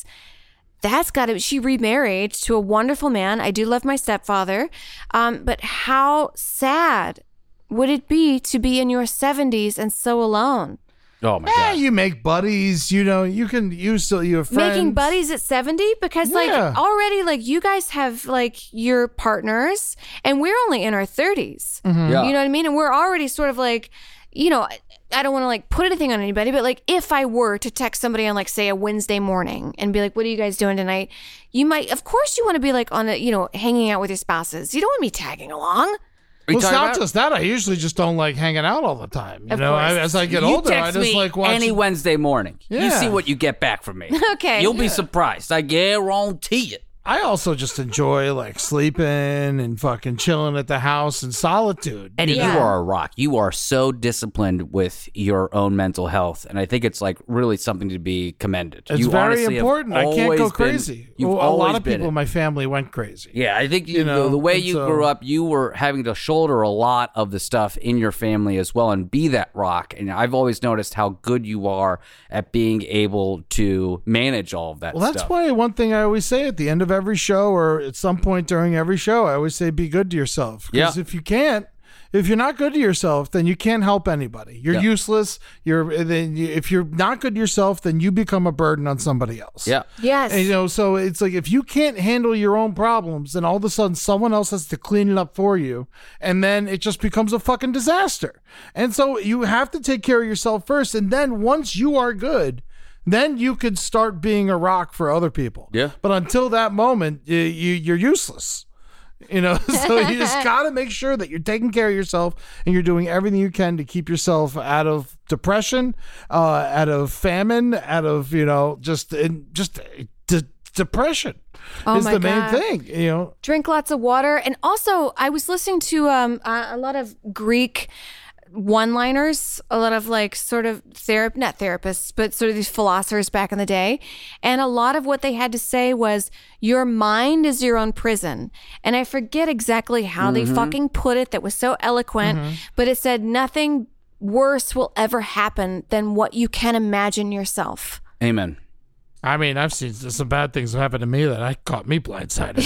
That's got to. She remarried to a wonderful man. I do love my stepfather, um, but how sad would it be to be in your 70s and so alone?
Oh my
Yeah,
god.
you make buddies. You know, you can. You still. You have friends.
making buddies at 70 because
Yeah.
like already like you guys have like your partners and we're only in our 30s
Mm-hmm. Hmm.
Yeah.
you know what i mean and we're already sort of like you know I- i don't want to like put anything on anybody but like if i were to text somebody on like say a wednesday morning and be like what are you guys doing tonight you might of course you want to be like on a you know hanging out with your spouses you don't want me tagging along
Well, it's
talking
not
about-
just that. I usually just don't like hanging out all the time. You
Of
know, I,
course.
as I get
you
older,
text
I just
me
like watching.
any Wednesday morning. You
Yeah.
see what you get back from me.
Okay.
You'll be surprised. I guarantee it.
I also just enjoy like sleeping and fucking chilling at the house in solitude.
Eddie, you
Yeah.
are a rock. You are so disciplined with your own mental health, and I think it's like really something to be commended.
It's
you
very
honestly have
important. I can't
always
go
been-
crazy.
you've
Well, a
always
lot of
been
people
it.
in my family went crazy.
Yeah, I think you,
You know,
the way
and
you
so-
grew up, you were having to shoulder a lot of the stuff in your family as well and be that rock. And I've always noticed how good you are at being able to manage all of that
Well, that's
stuff.
why one thing I always say at the end of every show or at some point during every show, I always say, be good to yourself. Because
Yeah.
if you can't, if you're not good to yourself, then you can't help anybody. You're
Yeah.
useless. You're then you, if you're not good to yourself, then you become a burden on somebody else.
Yeah.
yes
And, you know, so it's like if you can't handle your own problems, then all of a sudden someone else has to clean it up for you, and then it just becomes a fucking disaster. And so you have to take care of yourself first, and then once you are good, then you could start being a rock for other people.
Yeah.
But until that moment, you, you you're useless. You know, so you just got to make sure that you're taking care of yourself and you're doing everything you can to keep yourself out of depression, uh, out of famine, out of you know just in, just uh, de- depression
Oh
is
my
the
God.
main thing. You know,
drink lots of water and also i was listening to um, uh, a lot of greek one liners a lot of like sort of therap not therapists but sort of these philosophers back in the day and a lot of what they had to say was your mind is your own prison and i forget exactly how they fucking put it that was so eloquent but it said nothing worse will ever happen than what you can imagine yourself
Amen.
I mean, I've seen some bad things happen to me that I caught me blindsided.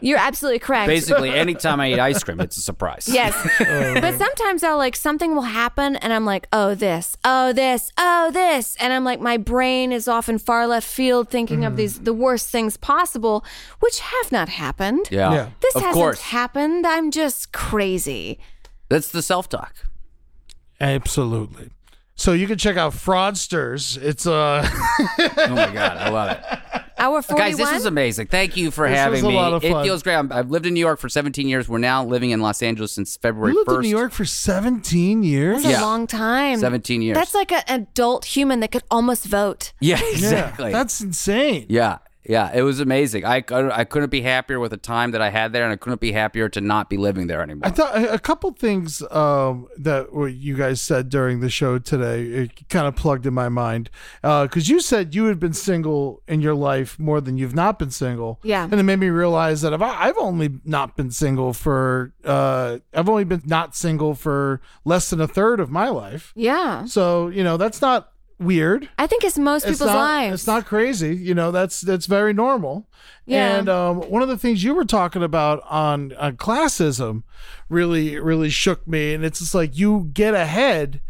you're absolutely correct
Basically, anytime I eat ice cream, it's a surprise.
Yes. but sometimes I'll like something will happen and I'm like, oh, this, oh, this, oh, this. And I'm like, my brain is off in far left field thinking
Mm-hmm.
of these, the worst things possible, which have not happened.
Yeah.
Yeah.
This
of
hasn't
course.
happened. I'm just crazy.
That's the self talk.
Absolutely. So you can check out Fraudsters. It's uh
Oh my God. I love it.
Hour 41?
Guys, this is amazing. Thank you for
This was
having
a
me.
lot of
It
fun.
feels great. I'm- I've lived in New York for 17 years. We're now living in Los Angeles since February
You lived
1st.
in New York for 17 years.
That's
Yeah.
a long time.
17 years.
That's like an adult human that could almost vote.
yeah,
Yeah,
exactly.
that's insane.
yeah, yeah. It was amazing. I, I I couldn't be happier with the time that I had there, and I couldn't be happier to not be living there anymore.
I thought a a couple things um, that what you guys said during the show today it kind of plugged in my mind because you said you had been single in your life more than you've not been single.
Yeah.
and it made me realize that I've I've only not been single for uh, I've only been not single for less than a third of my life.
Yeah.
So you know that's not weird.
I think it's most people's
not,
lives.
It's not crazy, you know. That's that's very normal.
Yeah.
And um, one of the things you were talking about on, on classism really really shook me, and it's just like you get ahead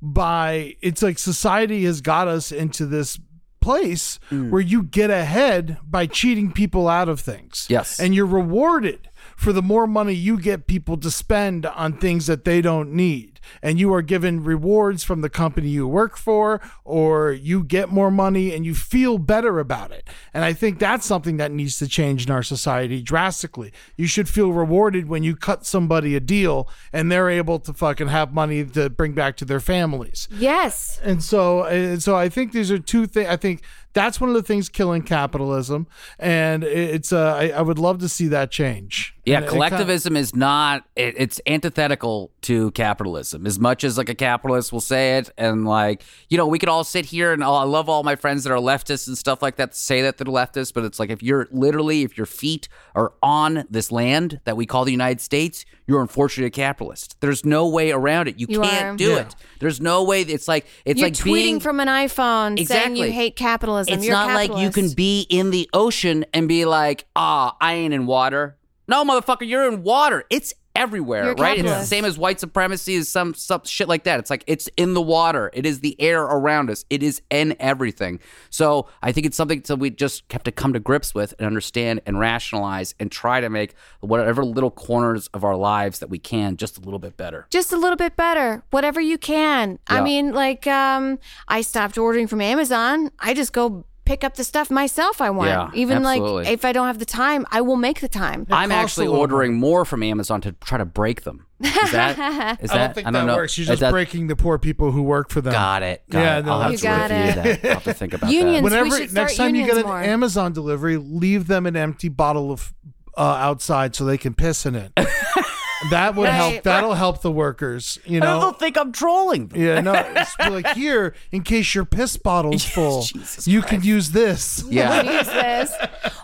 by it's like society has got us into this place where you get ahead by cheating people out of things.
Yes.
And you're rewarded for the more money you get people to spend on things that they don't need. And you are given rewards from the company you work for, or you get more money and you feel better about it. And I think that's something that needs to change in our society drastically. You should feel rewarded when you cut somebody a deal and they're able to fucking have money to bring back to their families.
yes.
And so, and so I think these are two things. I think that's one of the things killing capitalism, and it- it's. Uh, I, I would love to see that change.
Yeah,
And it- it kind of-
collectivism is not. It, it's antithetical to capitalism. As much as like a capitalist will say it, and like you know, we could all sit here and all, I love all my friends that are leftists and stuff like that to say that they're leftists, but it's like if you're literally if your feet are on this land that we call the United States, you're unfortunately a capitalist. There's no way around it. You,
You
can't
are.
do it. There's no way. It's like it's
You're
like
tweeting
being,
from an iPhone saying
Exactly.
you hate capitalism.
it's
You're a
not like you can
capitalist.
be in the ocean and be like, ah, I ain't in water. No, motherfucker, you're in water. It's everywhere,
You're a
right? It's the
capitalist.
same as white supremacy, is some, some shit like that. It's like it's in the water. It is the air around us. It is in everything. So I think it's something that we just have to come to grips with and understand and rationalize and try to make whatever little corners of our lives that we can just a little bit better.
just a little bit better whatever you can i
Yeah.
mean like um i stopped ordering from amazon i just go pick up the stuff myself i want
Yeah,
even
absolutely.
like if i don't have the time i will make the time
I'm actually ordering more from Amazon to try to break them. Is that? Is
I
that?
don't think
I
that
don't know.
works. You're
Is
just
that-
breaking the poor people who work for them.
Got it. Got
Yeah,
it.
no,
I'll have
You
to
got
review
it.
that. I'll have to think about
Unions. we
that.
Whenever
should
next
start
time you get an
unions more.
Amazon delivery, leave them an empty bottle of uh, outside so they can piss in it. that would help.
Right.
That'll help the workers. You know.
I don't think I'm trolling them.
Yeah, no. It's like here, in case your piss bottle's full,
Jesus
you can use this.
Yeah.
use this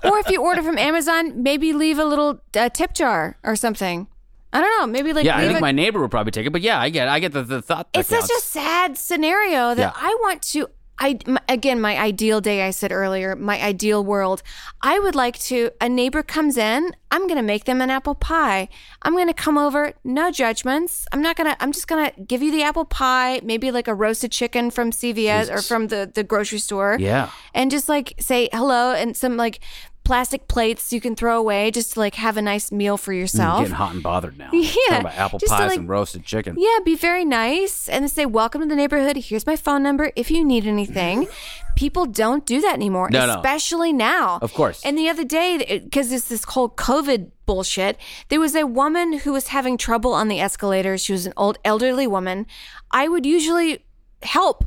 or if you order from amazon maybe leave a little uh, tip jar or something i don't know maybe like
Yeah, I
leave
think
a-
my neighbor would probably take it, but yeah, I get, I get the, the thought. that
it's such a
counts.
sad scenario that
Yeah.
I want to. I m- again, my ideal day. I said earlier, my ideal world. I would like to. A neighbor comes in. I'm gonna make them an apple pie. I'm gonna come over. No judgments. I'm not gonna. I'm just gonna give you the apple pie. Maybe like a roasted chicken from CVS or from the the grocery store.
Yeah.
And just like say hello and some like plastic plates you can throw away just to like have a nice meal for
I'm
yourself.
getting hot and bothered now.
Yeah,
Talking about apple
just to,
pies
like-
and roasted chicken.
Yeah, be very nice and say, Welcome to the neighborhood. Here's my phone number if you need anything. People don't do that anymore,
No, no.
especially now.
Of course.
And the other day, because it's this whole COVID bullshit, there was a woman who was having trouble on the escalator. She was an old elderly woman. I would usually help.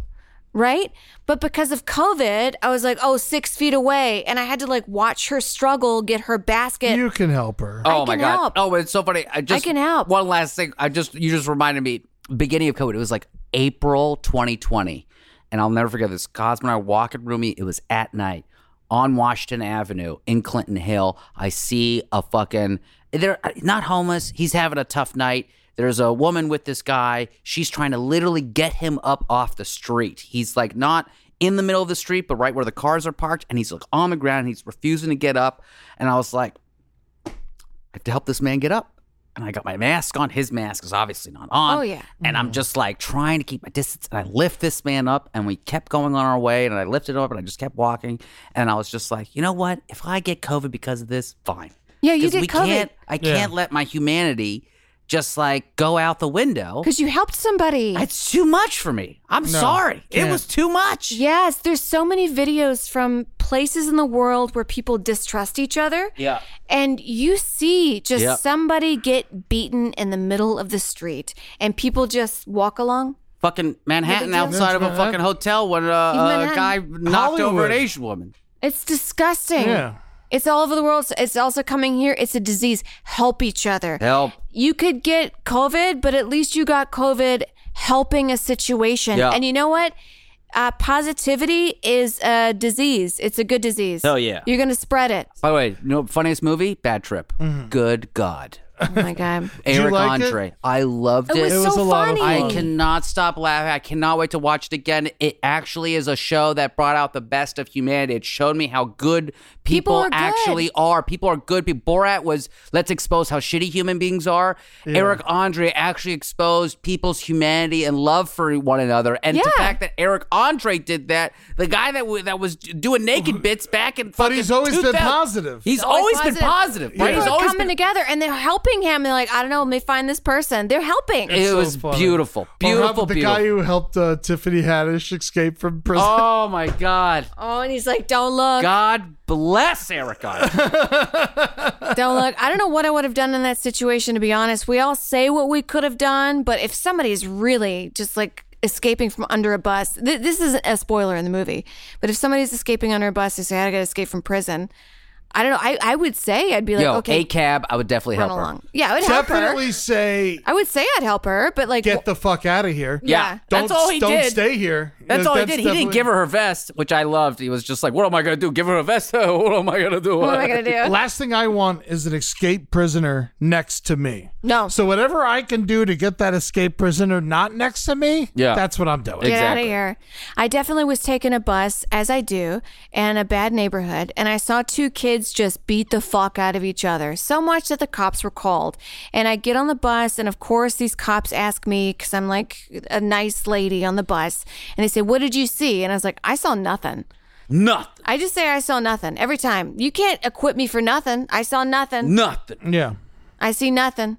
Right. But because of COVID, I was like, oh, six feet away. And I had to like watch her struggle, get her basket.
You can help her.
Oh
I
my
can
god.
help.
Oh, it's so funny. I just
can help.
One last thing. I just you just reminded me. Beginning of COVID, it was like April 2020, and I'll never forget this. Cosmo and I were walking roomy. It was at night on Washington Avenue in Clinton Hill. I see a fucking they're not homeless. He's having a tough night. There's a woman with this guy. She's trying to literally get him up off the street. He's like not in the middle of the street, but right where the cars are parked, and he's like on the ground. And he's refusing to get up, and I was like. I have to help this man get up. And I got my mask on. His mask is obviously not on.
Oh, yeah.
And I'm just like trying to keep my distance. And I lift this man up and we kept going on our way. And I lifted him up and I just kept walking. And I was just like, you know what? If I get COVID because of this, fine.
Yeah, you
'Cause
did
we
COVID.
Can't, I can't let my humanity just like go out the window.
Because you helped somebody.
It's too much for me. I'm sorry. It was too much.
Yes, there's so many videos from places in the world where people distrust each other.
Yeah.
And you see just
Yep.
somebody get beaten in the middle of the street and people just walk along.
Fucking Manhattan
Yeah, but
outside of a
Manhattan.
fucking hotel when a, a
Manhattan.
guy knocked over
Hollywood.
an Asian woman.
It's disgusting.
Yeah.
It's all over the world. It's also coming here. It's a disease. Help each other.
Help.
You could get COVID, but at least you got COVID helping a situation.
Yeah.
And you know what? Uh, positivity is a disease. It's a good disease.
Hell yeah.
You're going to spread it.
By the way, you know funniest movie? Bad Trip. Good God.
Oh my God.
you
Eric
like
Andre. I loved it.
It was,
was
so
a lot of
funny.
I cannot stop laughing. I cannot wait to watch it again. It actually is a show that brought out the best of humanity. It showed me how good
People
people,
are good.
actually are. People are good. People. Borat was let's expose how shitty human beings are. Eric Andre actually exposed people's humanity and love for one another. And the
Yeah.
fact that Eric Andre did that, the guy that w- that was doing naked bits back in
But he's always been
2000
positive.
He's always,
always
been positive,
positive.
right?
People
He's
are
always
coming
been.
together and they're helping him. They're like, I don't know, let me find this person. They're helping.
It was
funny. Oh,
beautiful,
Or
beautiful,
how about the
beautiful.
guy who helped uh, Tiffany Haddish escape from prison.
oh my god.
oh, and he's like, don't look.
God bless Erica.
Don't look. I don't know what I would have done in that situation, to be honest. We all say what we could have done, but if somebody's really just like escaping from under a bus, th- this isn't a spoiler in the movie, but if somebody's escaping under a bus, they say, I gotta escape from prison. I don't know. I, I would say, I'd be like,
Yo,
okay,
a cab. I would definitely
run
help her.
along. Yeah, I would help her.
Definitely say,
I would say I'd help her, but like,
get the fuck out of here.
Yeah,
Yeah.
Don't,
that's all he
don't
did.
stay here.
That's all he did. He didn't
definitely-
give her her vest, which I loved. He was just like, "What am I gonna do? Give her a vest? what am I gonna do?"
what am I gonna do?
Last thing I want is an escape prisoner next to me.
No.
So whatever I can do to get that escape prisoner not next to me,
Yeah.
that's what I'm doing.
Get out
Exactly.
of here. I definitely was taking a bus, as I do, and a bad neighborhood, and I saw two kids just beat the fuck out of each other so much that the cops were called. And I get on the bus, and of course, these cops ask me, because I'm like a nice lady on the bus, and they say, What did you see? And I was like, I saw nothing.
Nothing.
I just say I saw nothing every time. You can't equip me for nothing. I saw nothing.
Nothing.
Yeah.
I see nothing.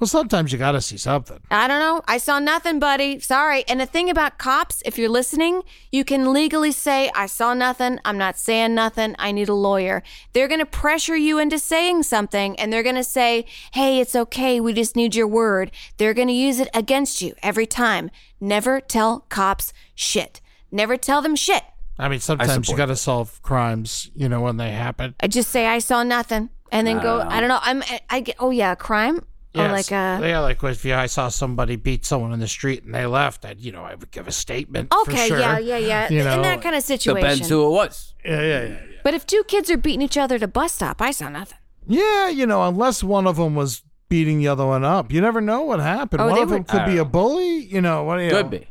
Well, sometimes you got to see something.
I don't know. I saw nothing, buddy. Sorry. And the thing about cops, if you're listening, you can legally say, I saw nothing. I'm not saying nothing. I need a lawyer. They're going to pressure you into saying something and they're going to say, Hey, it's okay. We just need your word. They're going to use it against you every time. Never tell cops shit. Never tell them shit.
I mean, sometimes you
support
got to solve crimes, you know, when they happen.
I just say, I saw nothing. And then go, I don't know. I'm, I, I get, oh yeah, a crime? Or
Yes.
like uh, a,
yeah, like if I saw somebody beat someone in the street and they left, I'd, you know, I would give a statement. for
okay,
sure.
yeah, yeah, yeah.
You know,
In that kind of situation.
Depends who it was.
yeah, yeah, yeah.
But if two kids are beating each other at a bus stop, I saw nothing.
Yeah, you know, unless one of them was beating the other one up, you never know what happened.
Oh,
One
they
of
were-
them could be a bully. You know, what do you know.
Could be.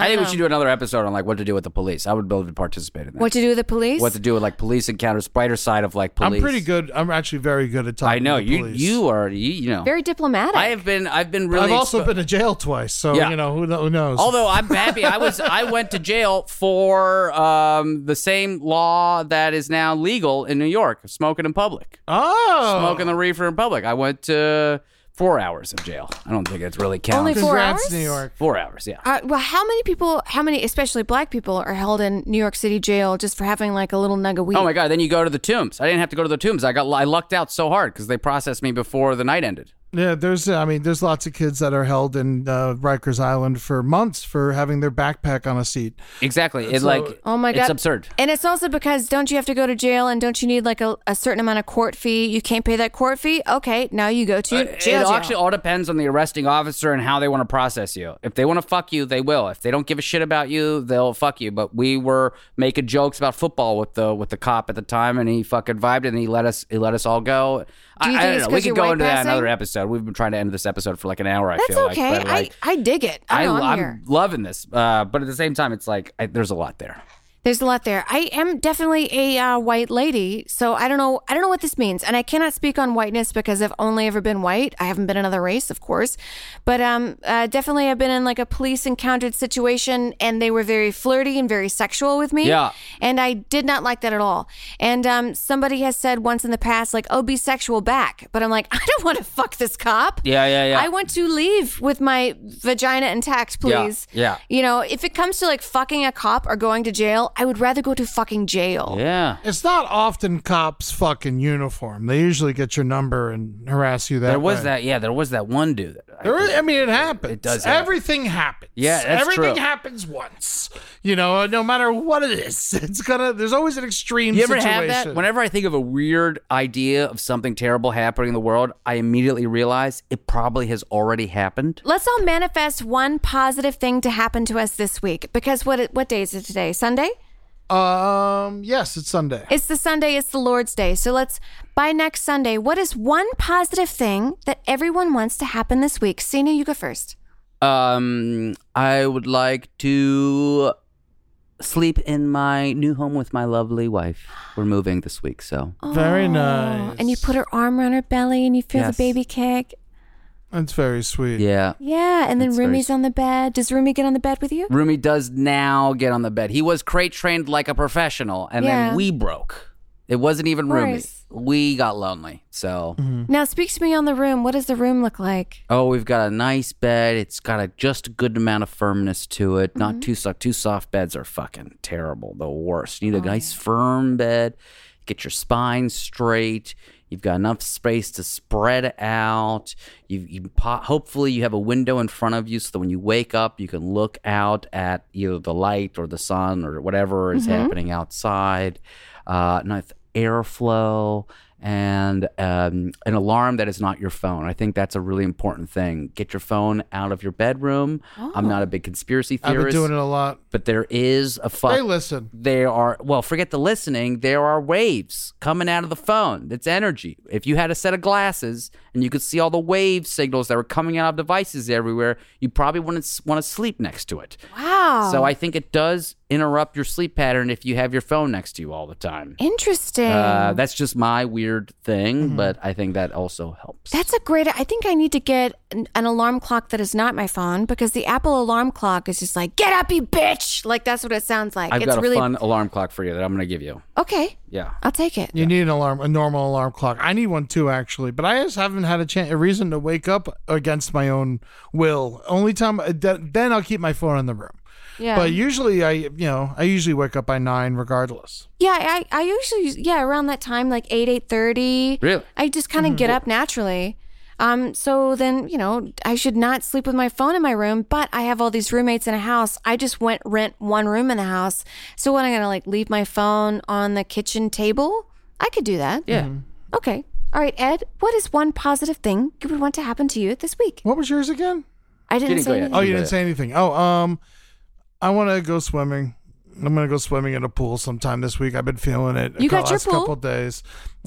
I, think we
know.
should do another episode on like what to do with the police. I would love to participate in that.
What to do with the police?
What to do with like police encounters, brighter side of like police.
I'm pretty good. I'm actually very good at talking.
I know
to the
you.
police.
You are. You, you know.
Very diplomatic.
I have been. I've been really.
I've also
expo-
been to jail twice, so
Yeah.
you know who, kno- who knows.
Although I'm happy, I was I went to jail for um, the same law that is now legal in New York, smoking in public,
oh,
smoking the reefer in public. I went to four hours of jail. I don't think it's really counts.
Only four
Congrats,
hours?
New York.
Four hours, yeah.
Uh, well, how many people, how many, especially black people, are held in New York City jail just for having like a little nug of weed?
Oh my god! Then you go to the tombs. I didn't have to go to the tombs. I got I lucked out so hard because they processed me before the night ended.
Yeah, there's. I mean, there's lots of kids that are held in uh, Rikers Island for months for having their backpack on a seat.
Exactly. It like
Oh my God.
it's absurd.
And it's also because don't you have to go to jail and don't you need like a, a certain amount of court fee? You can't pay that court fee? Okay, now you go to jail.
It
jail.
Uh, actually all depends on the arresting officer and how they want to process you. If they want to fuck you, they will. If they don't give a shit about you, they'll fuck you. But we were making jokes about football with the with the cop at the time, and he fucking vibed, and he let us he let us all go.
Do you
I,
think
I
it's
don't know. We
'cause you're
could go
white
into that
passing?
another episode. We've been trying to end this episode for like an hour. I
That's
feel
okay.
like, but like
I, I dig it. I, don't know, I'm
am
here.
loving this, uh, but at the same time, it's like I, there's a lot there.
There's a lot there. I am definitely a uh, white lady, so I don't know. I don't know what this means, and I cannot speak on whiteness because I've only ever been white. I haven't been another race, of course, but um, uh, definitely I've been in like a police encountered situation, and they were very flirty and very sexual with me.
Yeah.
and I did not like that at all. And um, somebody has said once in the past, like, "Oh, be sexual back," but I'm like, I don't want to fuck this cop.
Yeah, yeah, yeah.
I want to leave with my vagina intact,
Yeah,
please.
yeah.
You know, if it comes to like fucking a cop or going to jail, I would rather go to fucking jail.
yeah.
It's not often cops fucking uniform. They usually get your number and harass you that
There was
way.
that. Yeah, there was that one dude. That
There is, I mean, it happens.
It does happen.
Everything happens.
Yeah, that's
Everything
true.
happens once. You know, no matter what it is, it's gonna. There's always an extreme
You ever
situation.
have that? Whenever I think of a weird idea of something terrible happening in the world, I immediately realize it probably has already happened.
Let's all manifest one positive thing to happen to us this week because what what day is it today? Sunday?
um. Yes, it's Sunday.
It's the Sunday, it's the Lord's Day. So let's by next Sunday, what is one positive thing that everyone wants to happen this week? Sina, you go first.
Um, I would like to sleep in my new home with my lovely wife. We're moving this week, so
Very
Aw.
nice.
And you put her arm around her belly and you feel
Yes.
the baby kick.
That's very sweet.
yeah.
Yeah, and then
That's very
Rumi's
s-
on the bed. Does Rumi get on the bed with you?
Rumi does now get on the bed. He was crate trained like a professional, and
Yeah.
then we broke. It wasn't even
Of
Rumi.
course.
We got lonely, so.
Now, speak to me on the room. What does the room look like?
Oh, we've got a nice bed. It's got a just a good amount of firmness to it. Not too soft. Too soft beds are fucking terrible. The worst. You need a nice firm bed. Get your spine straight. You've got enough space to spread out. You, you po- hopefully you have a window in front of you so that when you wake up, you can look out at either the light or the sun or whatever
Mm-hmm.
is happening outside. Uh, nice airflow and um, an alarm that is not your phone. I think that's a really important thing. Get your phone out of your bedroom. I'm not a big conspiracy
Oh. I've been
theorist,
doing it a lot.
but there is a fuck.
They listen.
There are well, forget the listening. There are waves coming out of the phone. It's energy. If you had a set of glasses and you could see all the wave signals that were coming out of devices everywhere, you probably wouldn't want to sleep next to it.
Wow.
So I think it does interrupt your sleep pattern if you have your phone next to you all the time.
Interesting.
Uh, that's just my weird thing, but I think that also helps.
Mm-hmm. That's a great. I think I need to get an, an alarm clock that is not my phone because the Apple alarm clock is just like, get up, you bitch. Like, that's what it sounds like.
I've
it's
got a
really.
fun alarm clock for you that I'm going to give you.
Okay.
Yeah.
I'll take it.
You need an alarm, a normal alarm clock. I need one too, actually. But I just haven't had a chance, a reason to wake up against my own will. Only time then I'll keep my phone in the room.
Yeah.
But usually, I you know I usually wake up by nine regardless.
yeah. I, I usually, use- yeah, around that time, like 8, 8.30.
Really?
I just
Mm-hmm.
kind of get up naturally. Um, so then, you know, I should not sleep with my phone in my room, but I have all these roommates in a house. I just went rent one room in the house. So what, I'm going to like leave my phone on the kitchen table? I could do that.
Yeah.
Okay. All right, Ed, what is one positive thing you would want to happen to you this week?
What was yours again?
I didn't
Didn't
say
go yet.
anything.
Oh, you
Yeah.
didn't say anything. Oh, um, I want to go swimming. I'm gonna go swimming in a pool sometime this week. I've been feeling it. a
You
cou-
got your
last
pool?
couple days.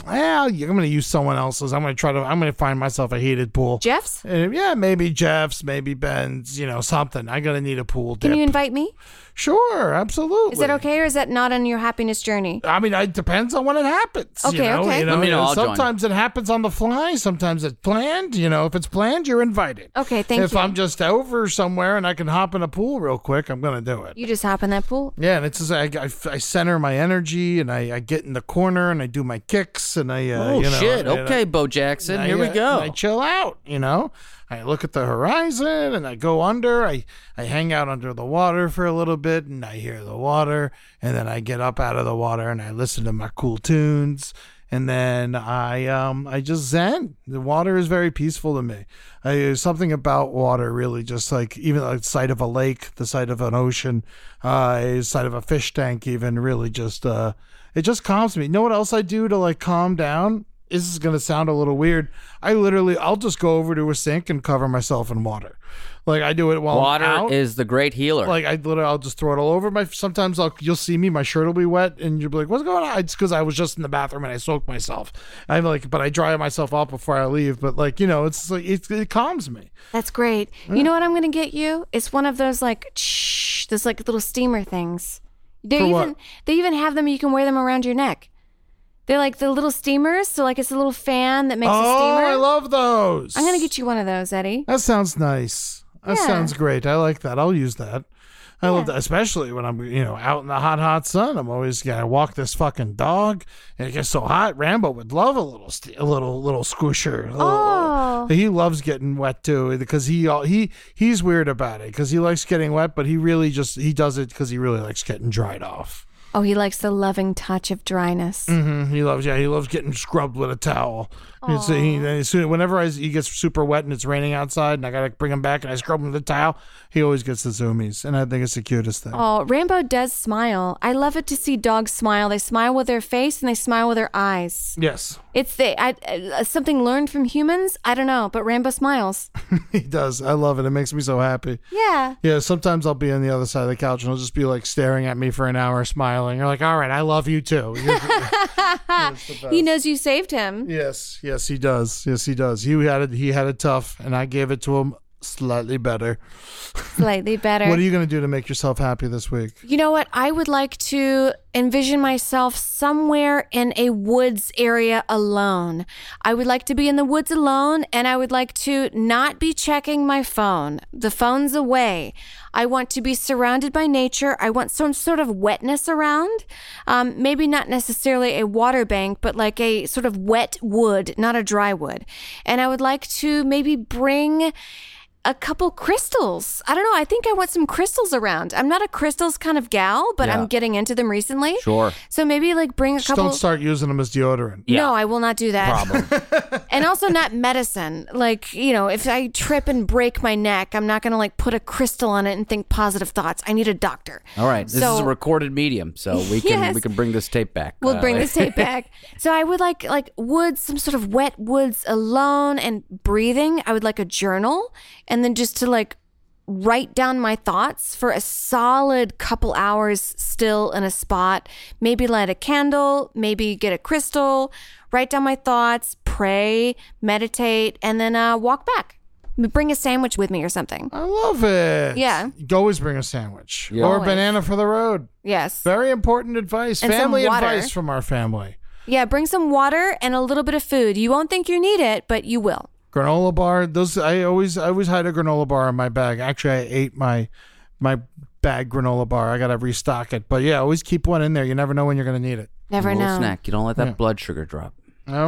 Well, I'm gonna use someone else's. I'm gonna try to. I'm gonna find myself a heated pool.
Jeff's?
Uh, yeah, maybe Jeff's, maybe Ben's. You know, something. I'm gonna need a pool dip.
Can you invite me?
sure, absolutely.
Is that okay or is that not on your happiness journey?
I mean, it depends on when it happens. you
Okay,
know?
okay.
You know,
Let me know, I'll join.
sometimes it happens on the fly. Sometimes it's planned. You know, if it's planned, you're invited.
Okay, thank
if
you.
I'm just over somewhere and I can hop in a pool real quick, I'm gonna do it.
You just hop in that pool?
Yeah, and it's just, I, I, I center my energy and I, I get in the corner and I do my kicks and I uh,
oh,
you know,
shit.
and I-
Okay, Bo Jackson.
and I,
Here we
uh,
go.
and I chill out, you know. I look at the horizon and I go under. I I hang out under the water for a little bit and I hear the water and then I get up out of the water and I listen to my cool tunes and then I um I just zen. The water is very peaceful to me. I, there's something about water really just like even the sight of a lake, the sight of an ocean, uh, the sight of a fish tank even really just uh it just calms me. You know what else I do to like calm down? this is going to sound a little weird. I literally, I'll just go over to a sink and cover myself in water. Like I do it while I'm
Water
out.
is the great healer.
like I literally, I'll just throw it all over my. Sometimes I'll, you'll see me, my shirt will be wet, and you'll be like, "What's going on?" It's because I was just in the bathroom and I soaked myself. I'm like, but I dry myself off before I leave. But like, you know, it's like it, it calms me.
That's great. You know what I'm going to get you? It's one of those like, shh, those like little steamer things. They
For
even
what?
they even have them you can wear them around your neck. They're like the little steamers, so like it's a little fan that makes a
Oh,
steamer.
I love those.
I'm gonna get you one of those, Eddie.
That sounds nice. That
Yeah.
sounds great. I like that. I'll use that. I love that, especially when I'm you know out in the hot, hot sun. I'm always gonna walk this fucking dog, and it gets so hot. Rambo would love a little, st- a little, little squisher. a little-
Oh.
he loves getting wet too because he all he he's weird about it because he likes getting wet, but he really just he does it because he really likes getting dried off.
Oh, he likes the loving touch of dryness.
hmm He loves, yeah, he loves getting scrubbed with a towel. And so he, then as soon, whenever I, he gets super wet and it's raining outside, and I gotta bring him back and I scrub him with a towel, he always gets the zoomies, and I think it's the cutest thing.
Oh, Rambo does smile. I love it to see dogs smile. They smile with their face and they smile with their eyes.
Yes,
It's the, I, uh, something learned from humans. I don't know, but Rambo smiles.
he does. I love it. It makes me so happy.
Yeah.
Yeah, sometimes I'll be on the other side of the couch and he'll just be like staring at me for an hour, smiling. You're like, all right, I love you too. You're-
He knows you saved him.
yes, yes, he does. Yes, he does. He had it. He had it tough, and I gave it to him slightly better.
Slightly better.
What are you gonna do to make yourself happy this week?
You know what? I would like to envision myself somewhere in a woods area alone. I would like to be in the woods alone and I would like to not be checking my phone. The phone's away. I want to be surrounded by nature. I want some sort of wetness around. Um, maybe not necessarily a water bank, but like a sort of wet wood, not a dry wood. And I would like to maybe bring a couple crystals. I don't know. I think I want some crystals around. I'm not a crystals kind of gal, but I'm getting into them recently.
Sure.
So maybe like bring a
Just
couple.
don't start using them as deodorant.
No, I will not do that. and also not medicine. Like, you know, if I trip and break my neck, I'm not going to like put a crystal on it and think positive thoughts. I need a doctor.
All right, this is
So-
a recorded medium, so we can
Yes.
we can bring this tape back.
We'll
uh,
bring
later.
this tape back. So I would like like woods, some sort of wet woods alone and breathing. I would like a journal and then just to like write down my thoughts for a solid couple hours still in a spot. Maybe light a candle, maybe get a crystal, write down my thoughts, pray, meditate, and then uh, walk back. Bring a sandwich with me or something.
I love it.
Yeah.
You can always bring a sandwich
Yeah.
or a
Always.
banana for the road.
Yes.
Very important advice.
And some
family
water.
advice from our family.
Yeah, bring some water and a little bit of food. You won't think you need it, but you will.
Granola bar. Those I always I always hide a granola bar in my bag. Actually, I ate my my bag granola bar. I gotta restock it. But yeah, always keep one in there. You never know when you're gonna need it.
Never
a little
know.
snack. You don't let that blood sugar drop.
All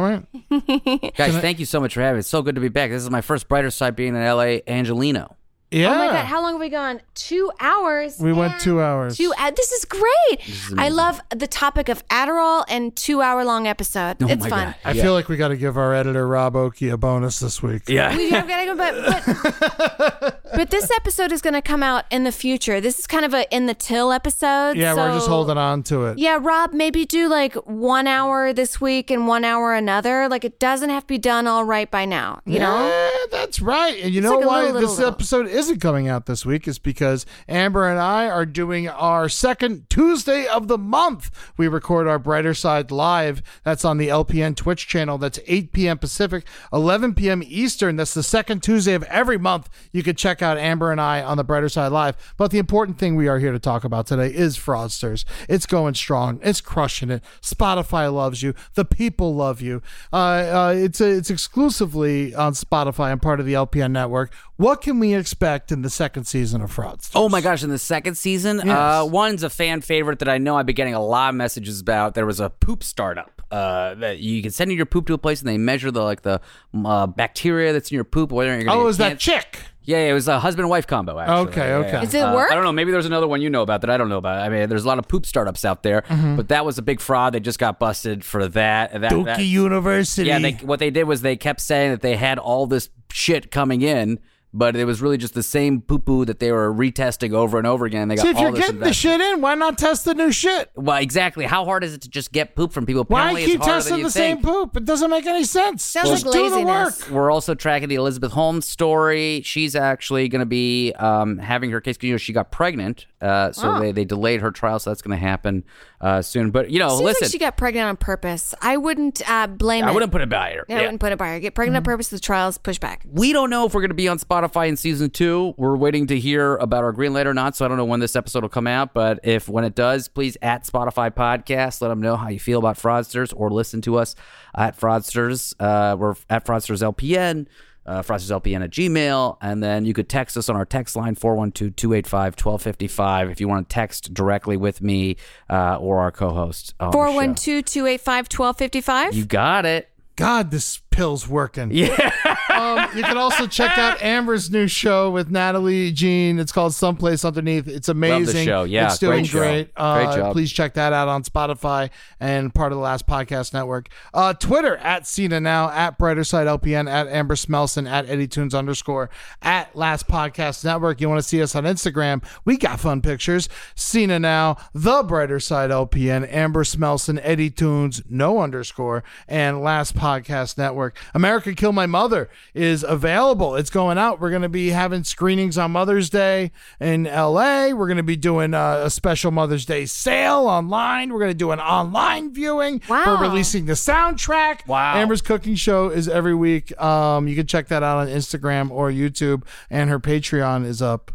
right.
Oh
Guys, thank you so much for having. me. It's so good to be back. This is my first brighter side being in LA, Angelino.
Yeah.
Oh my god, how long have we gone? Two hours.
we went
and-
two hours.
Two. hou- This is great. I love the topic of Adderall and two hour long episode.
Oh
it's
my
fun.
God.
I feel like we got to give our editor Rob Oakey a bonus this week.
Yeah.
We have gotta go, but, but but this episode is gonna come out in the future. This is kind of a in the till episode.
Yeah, we're just
so-
holding on to it.
Yeah, Rob, maybe do like one hour this week and one hour another. Like it doesn't have to be done all right by now. You know.
Yeah, that's right. And you know
like a
why
little, little,
this
little.
episode isn't coming out this week is because Amber and I are doing our second Tuesday of the month. We record our Brighter Side live. That's on the LPN Twitch channel. That's 8 p.m. Pacific, 11 p.m. Eastern. That's the second Tuesday of every month. You can check out Amber and I on the Brighter Side live. But the important thing we are here to talk about today is fraudsters. It's going strong. It's crushing it. Spotify loves you. The people love you. Uh, uh, it's it's exclusively on Spotify and part of the LPN network. What can we expect in the second season of Fraudsters?
Oh my gosh! In the second season, uh, one's a fan favorite that I know I've been getting a lot of messages about. There was a poop startup uh, that you can send in your poop to a place and they measure the like the um, uh, bacteria that's in your poop. Whether you're gonna
Oh,
get
is that
cancer.
chick?
Yeah, it was a husband wife combo. Actually.
Okay,
Yeah,
okay.
yeah.
Does
it
Uh,
work?
I don't know. Maybe there's another one you know about that I don't know about. I mean, there's a lot of poop startups out there, but that was a big fraud. They just got busted for that. that, that-
Mm-hmm. Dookie University.
Yeah, they, what they did was they kept saying that they had all this shit coming in, but it was really just the same poo poo that they were retesting over and over again. They got
See, if
all
you're
this
getting the
investment.
shit in, why not test the new shit?
Well, exactly. How hard is it to just get poop from people?
Why
Apparently,
keep
it's harder than
testing
you
the same
think.
poop? It doesn't make any sense.
Sounds
Just
like
do the work.
laziness.
We're also tracking the Elizabeth Holmes story. She's actually going to be um, having her case. 'cause, You know, she got pregnant, uh, so
Ah.
they, they delayed her trial. So that's going to happen uh, soon. But you know,
Seems
listen,
like she got pregnant on purpose. I wouldn't uh, blame
I
it.
wouldn't put it by her. Oh,
Yeah, I wouldn't put it by her. Get pregnant on purpose. The trials push back.
we don't know if we're going to be on Spotify in season two. We're waiting to hear about our green light or not, so I don't know when this episode will come out. But if when it does, please at Spotify podcast, let them know how you feel about Fraudsters or listen to us at Fraudsters. Uh, we're at Fraudsters LPN. Uh, FrostersLPN at Gmail. And then you could text us on our text line, 412 285 1255, if you want to text directly with me uh, or our co host.
412 285 1255.
You got it.
God, this pill's working.
Yeah.
um, you can also check out Amber's new show with Natalie Jean. It's called Someplace Underneath. It's amazing.
show. Yeah,
it's doing
great show.
great. Uh,
Great job.
Please check that out on Spotify and part of the Last Podcast Network. Uh, Twitter at Cena Now at Brighter Side LPN at Amber Smelson at Eddie Tunes underscore at Last Podcast Network. You want to see us on Instagram? We got fun pictures. Cena Now, the Brighter Side LPN, Amber Smelson, Eddie Tunes, no underscore, and Last Podcast Network. America Kill My Mother is available. It's going out. We're going to be having screenings on Mother's Day in LA. We're going to be doing uh, a special Mother's Day sale online. We're going to do an online viewing.
Wow.
We're releasing the soundtrack. Wow. Amber's cooking show is every week. Um, you can check that out on Instagram or YouTube, and her Patreon is up.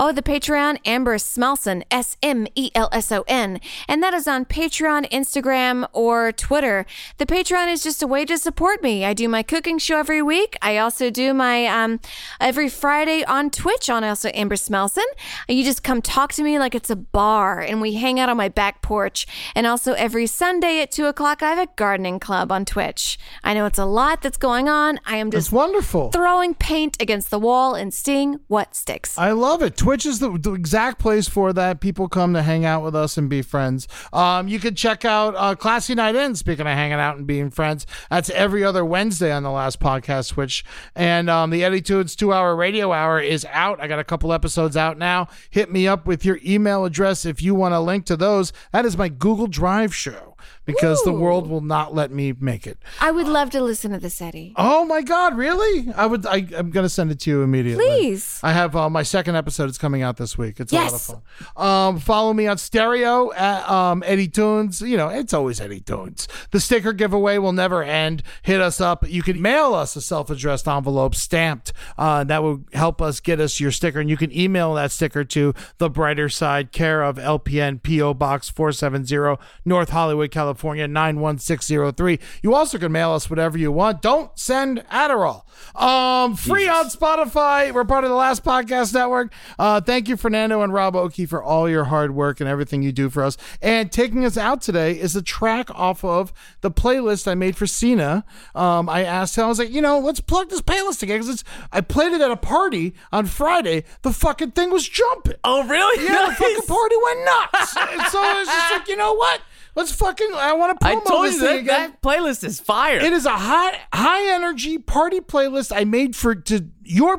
Oh, the Patreon, Amber Smelson, S M E L S O N. And that is on Patreon, Instagram, or Twitter. The Patreon is just a way to support me. I do my cooking show every week. I also do my um, every Friday on Twitch on also Amber Smelson. You just come talk to me like it's a bar, and we hang out on my back porch. And also every Sunday at 2 o'clock, I have a gardening club on Twitch. I know it's a lot that's going on. I am
It's
just
wonderful.
throwing paint against the wall and seeing what sticks.
I love it. Twitch is the, the exact place for that. People come to hang out with us and be friends. Um, you could check out uh, Classy Night In. Speaking of hanging out and being friends, that's every other Wednesday on the Last Podcast Twitch. And um, the Attitudes Two Hour Radio Hour is out. I got a couple episodes out now. Hit me up with your email address if you want a link to those. That is my Google Drive show because the world will not let me make it.
I would love to listen to this, Eddie.
Oh my God! Really? I would. I, I'm gonna send it to you immediately.
Please.
I have uh, my second episode is coming out this week. It's
Yes.
a lot of fun. Um, follow me on Stereo at um, Eddie Tunes. You know, it's always Eddie Tunes. The sticker giveaway will never end. Hit us up. You can mail us a self-addressed envelope stamped. Uh, that will help us get us your sticker, and you can email that sticker to the Brighter Side Care of LPN PO Box 470 North Hollywood, California 91603. You also can mail us whatever you want. Don't send Adderall. Um, free on Spotify. We're part of the Last Podcast Network. Uh, thank you, Fernando and Rob Oakey, for all your hard work and everything you do for us. And taking us out today is a track off of the playlist I made for Cena. Um, I asked him, I was like, you know, let's plug this playlist again because I played it at a party on Friday. The fucking thing was jumping.
Oh, really?
Yeah, the fucking party went nuts. and so I was just like, you know what? Let's fucking. I want to
I
promo
told
this
you
thing
that,
again.
that playlist is fire.
It is a hot, high energy party playlist I made for to your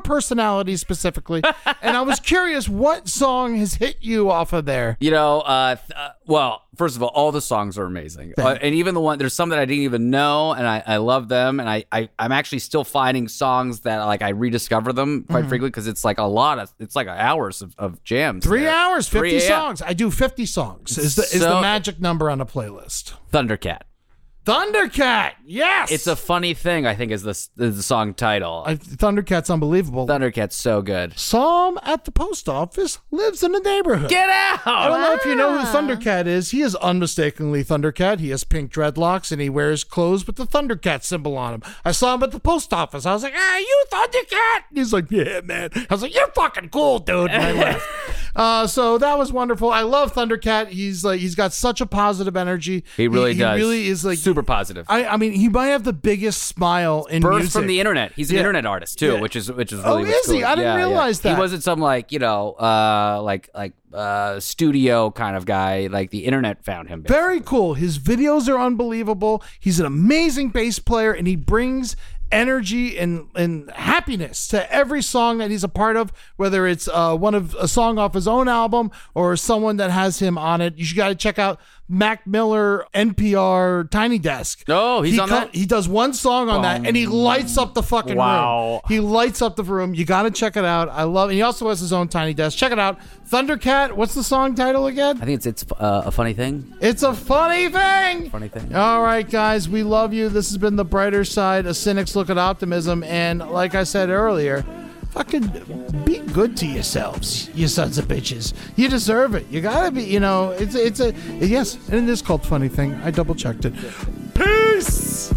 personality specifically, and I was curious what song has hit you off of there.
You know, uh, th- uh, well, first of all, all the songs are amazing, uh, and even the one there's some that I didn't even know, and I, I love them, and I, I I'm actually still finding songs that like I rediscover them quite
Mm-hmm.
frequently because it's like a lot of it's like hours of, of jams.
Three
there.
hours, fifty
Three, yeah.
songs. I do fifty songs. Is the is
So-
the magic number on a playlist?
Thundercat.
Thundercat. Yes,
It's a funny thing, I think, is the s- is the song title.
I, Thundercat's unbelievable.
Thundercat's so good.
Psalm at the post office lives in the neighborhood.
Get out! ah.
I don't know if you know who Thundercat is. He is unmistakably Thundercat. He has pink dreadlocks and he wears clothes with the Thundercat symbol on him. I saw him at the post office. I was like, "Ah, you Thundercat?" He's like, "Yeah, man." I was like, "You're fucking cool, dude." And I left. Uh, so that was wonderful. I love Thundercat. He's like, he's got such a positive energy.
He really does.
He really is like
super positive.
I, I mean, he might have the biggest smile in
Birth
music.
from the internet. He's an
Yeah.
internet artist too,
Yeah.
which is which is
Oh,
really. what's
is he?
cool.
I didn't realize that.
he wasn't some like you know uh like like uh studio kind of guy. Like the internet found him. basically.
Very cool. His videos are unbelievable. He's an amazing bass player, and he brings energy and, and happiness to every song that he's a part of, whether it's uh, one of a song off his own album or someone that has him on it. You got to check out Mac Miller NPR Tiny Desk.
Oh, he's
he
on
co-
that?
He does one song on that, and he lights up the fucking room.
Wow.
He lights up the room. You got to check it out. I love. And he also has his own Tiny Desk. Check it out. Thundercat. What's the song title again?
I think it's it's uh, a funny thing.
It's a funny thing.
Funny thing.
All right, guys, we love you. This has been The Brighter Side, a cynic's look at optimism. And like I said earlier, fucking be good to yourselves, you sons of bitches. You deserve it. You gotta be. You know, it's it's a yes, and it is called funny thing. I double checked it. Peace.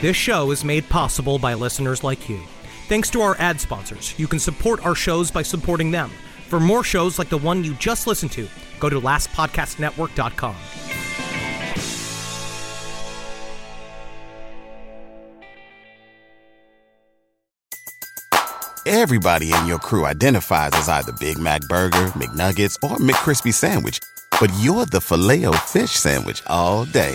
This show is made possible by listeners like you. Thanks to our ad sponsors, you can support our shows by supporting them. For more shows like the one you just listened to, go to lastpodcastnetwork.com.
Everybody in your crew identifies as either Big Mac Burger, McNuggets, or McCrispy Sandwich. But you're the filet fish Sandwich all day.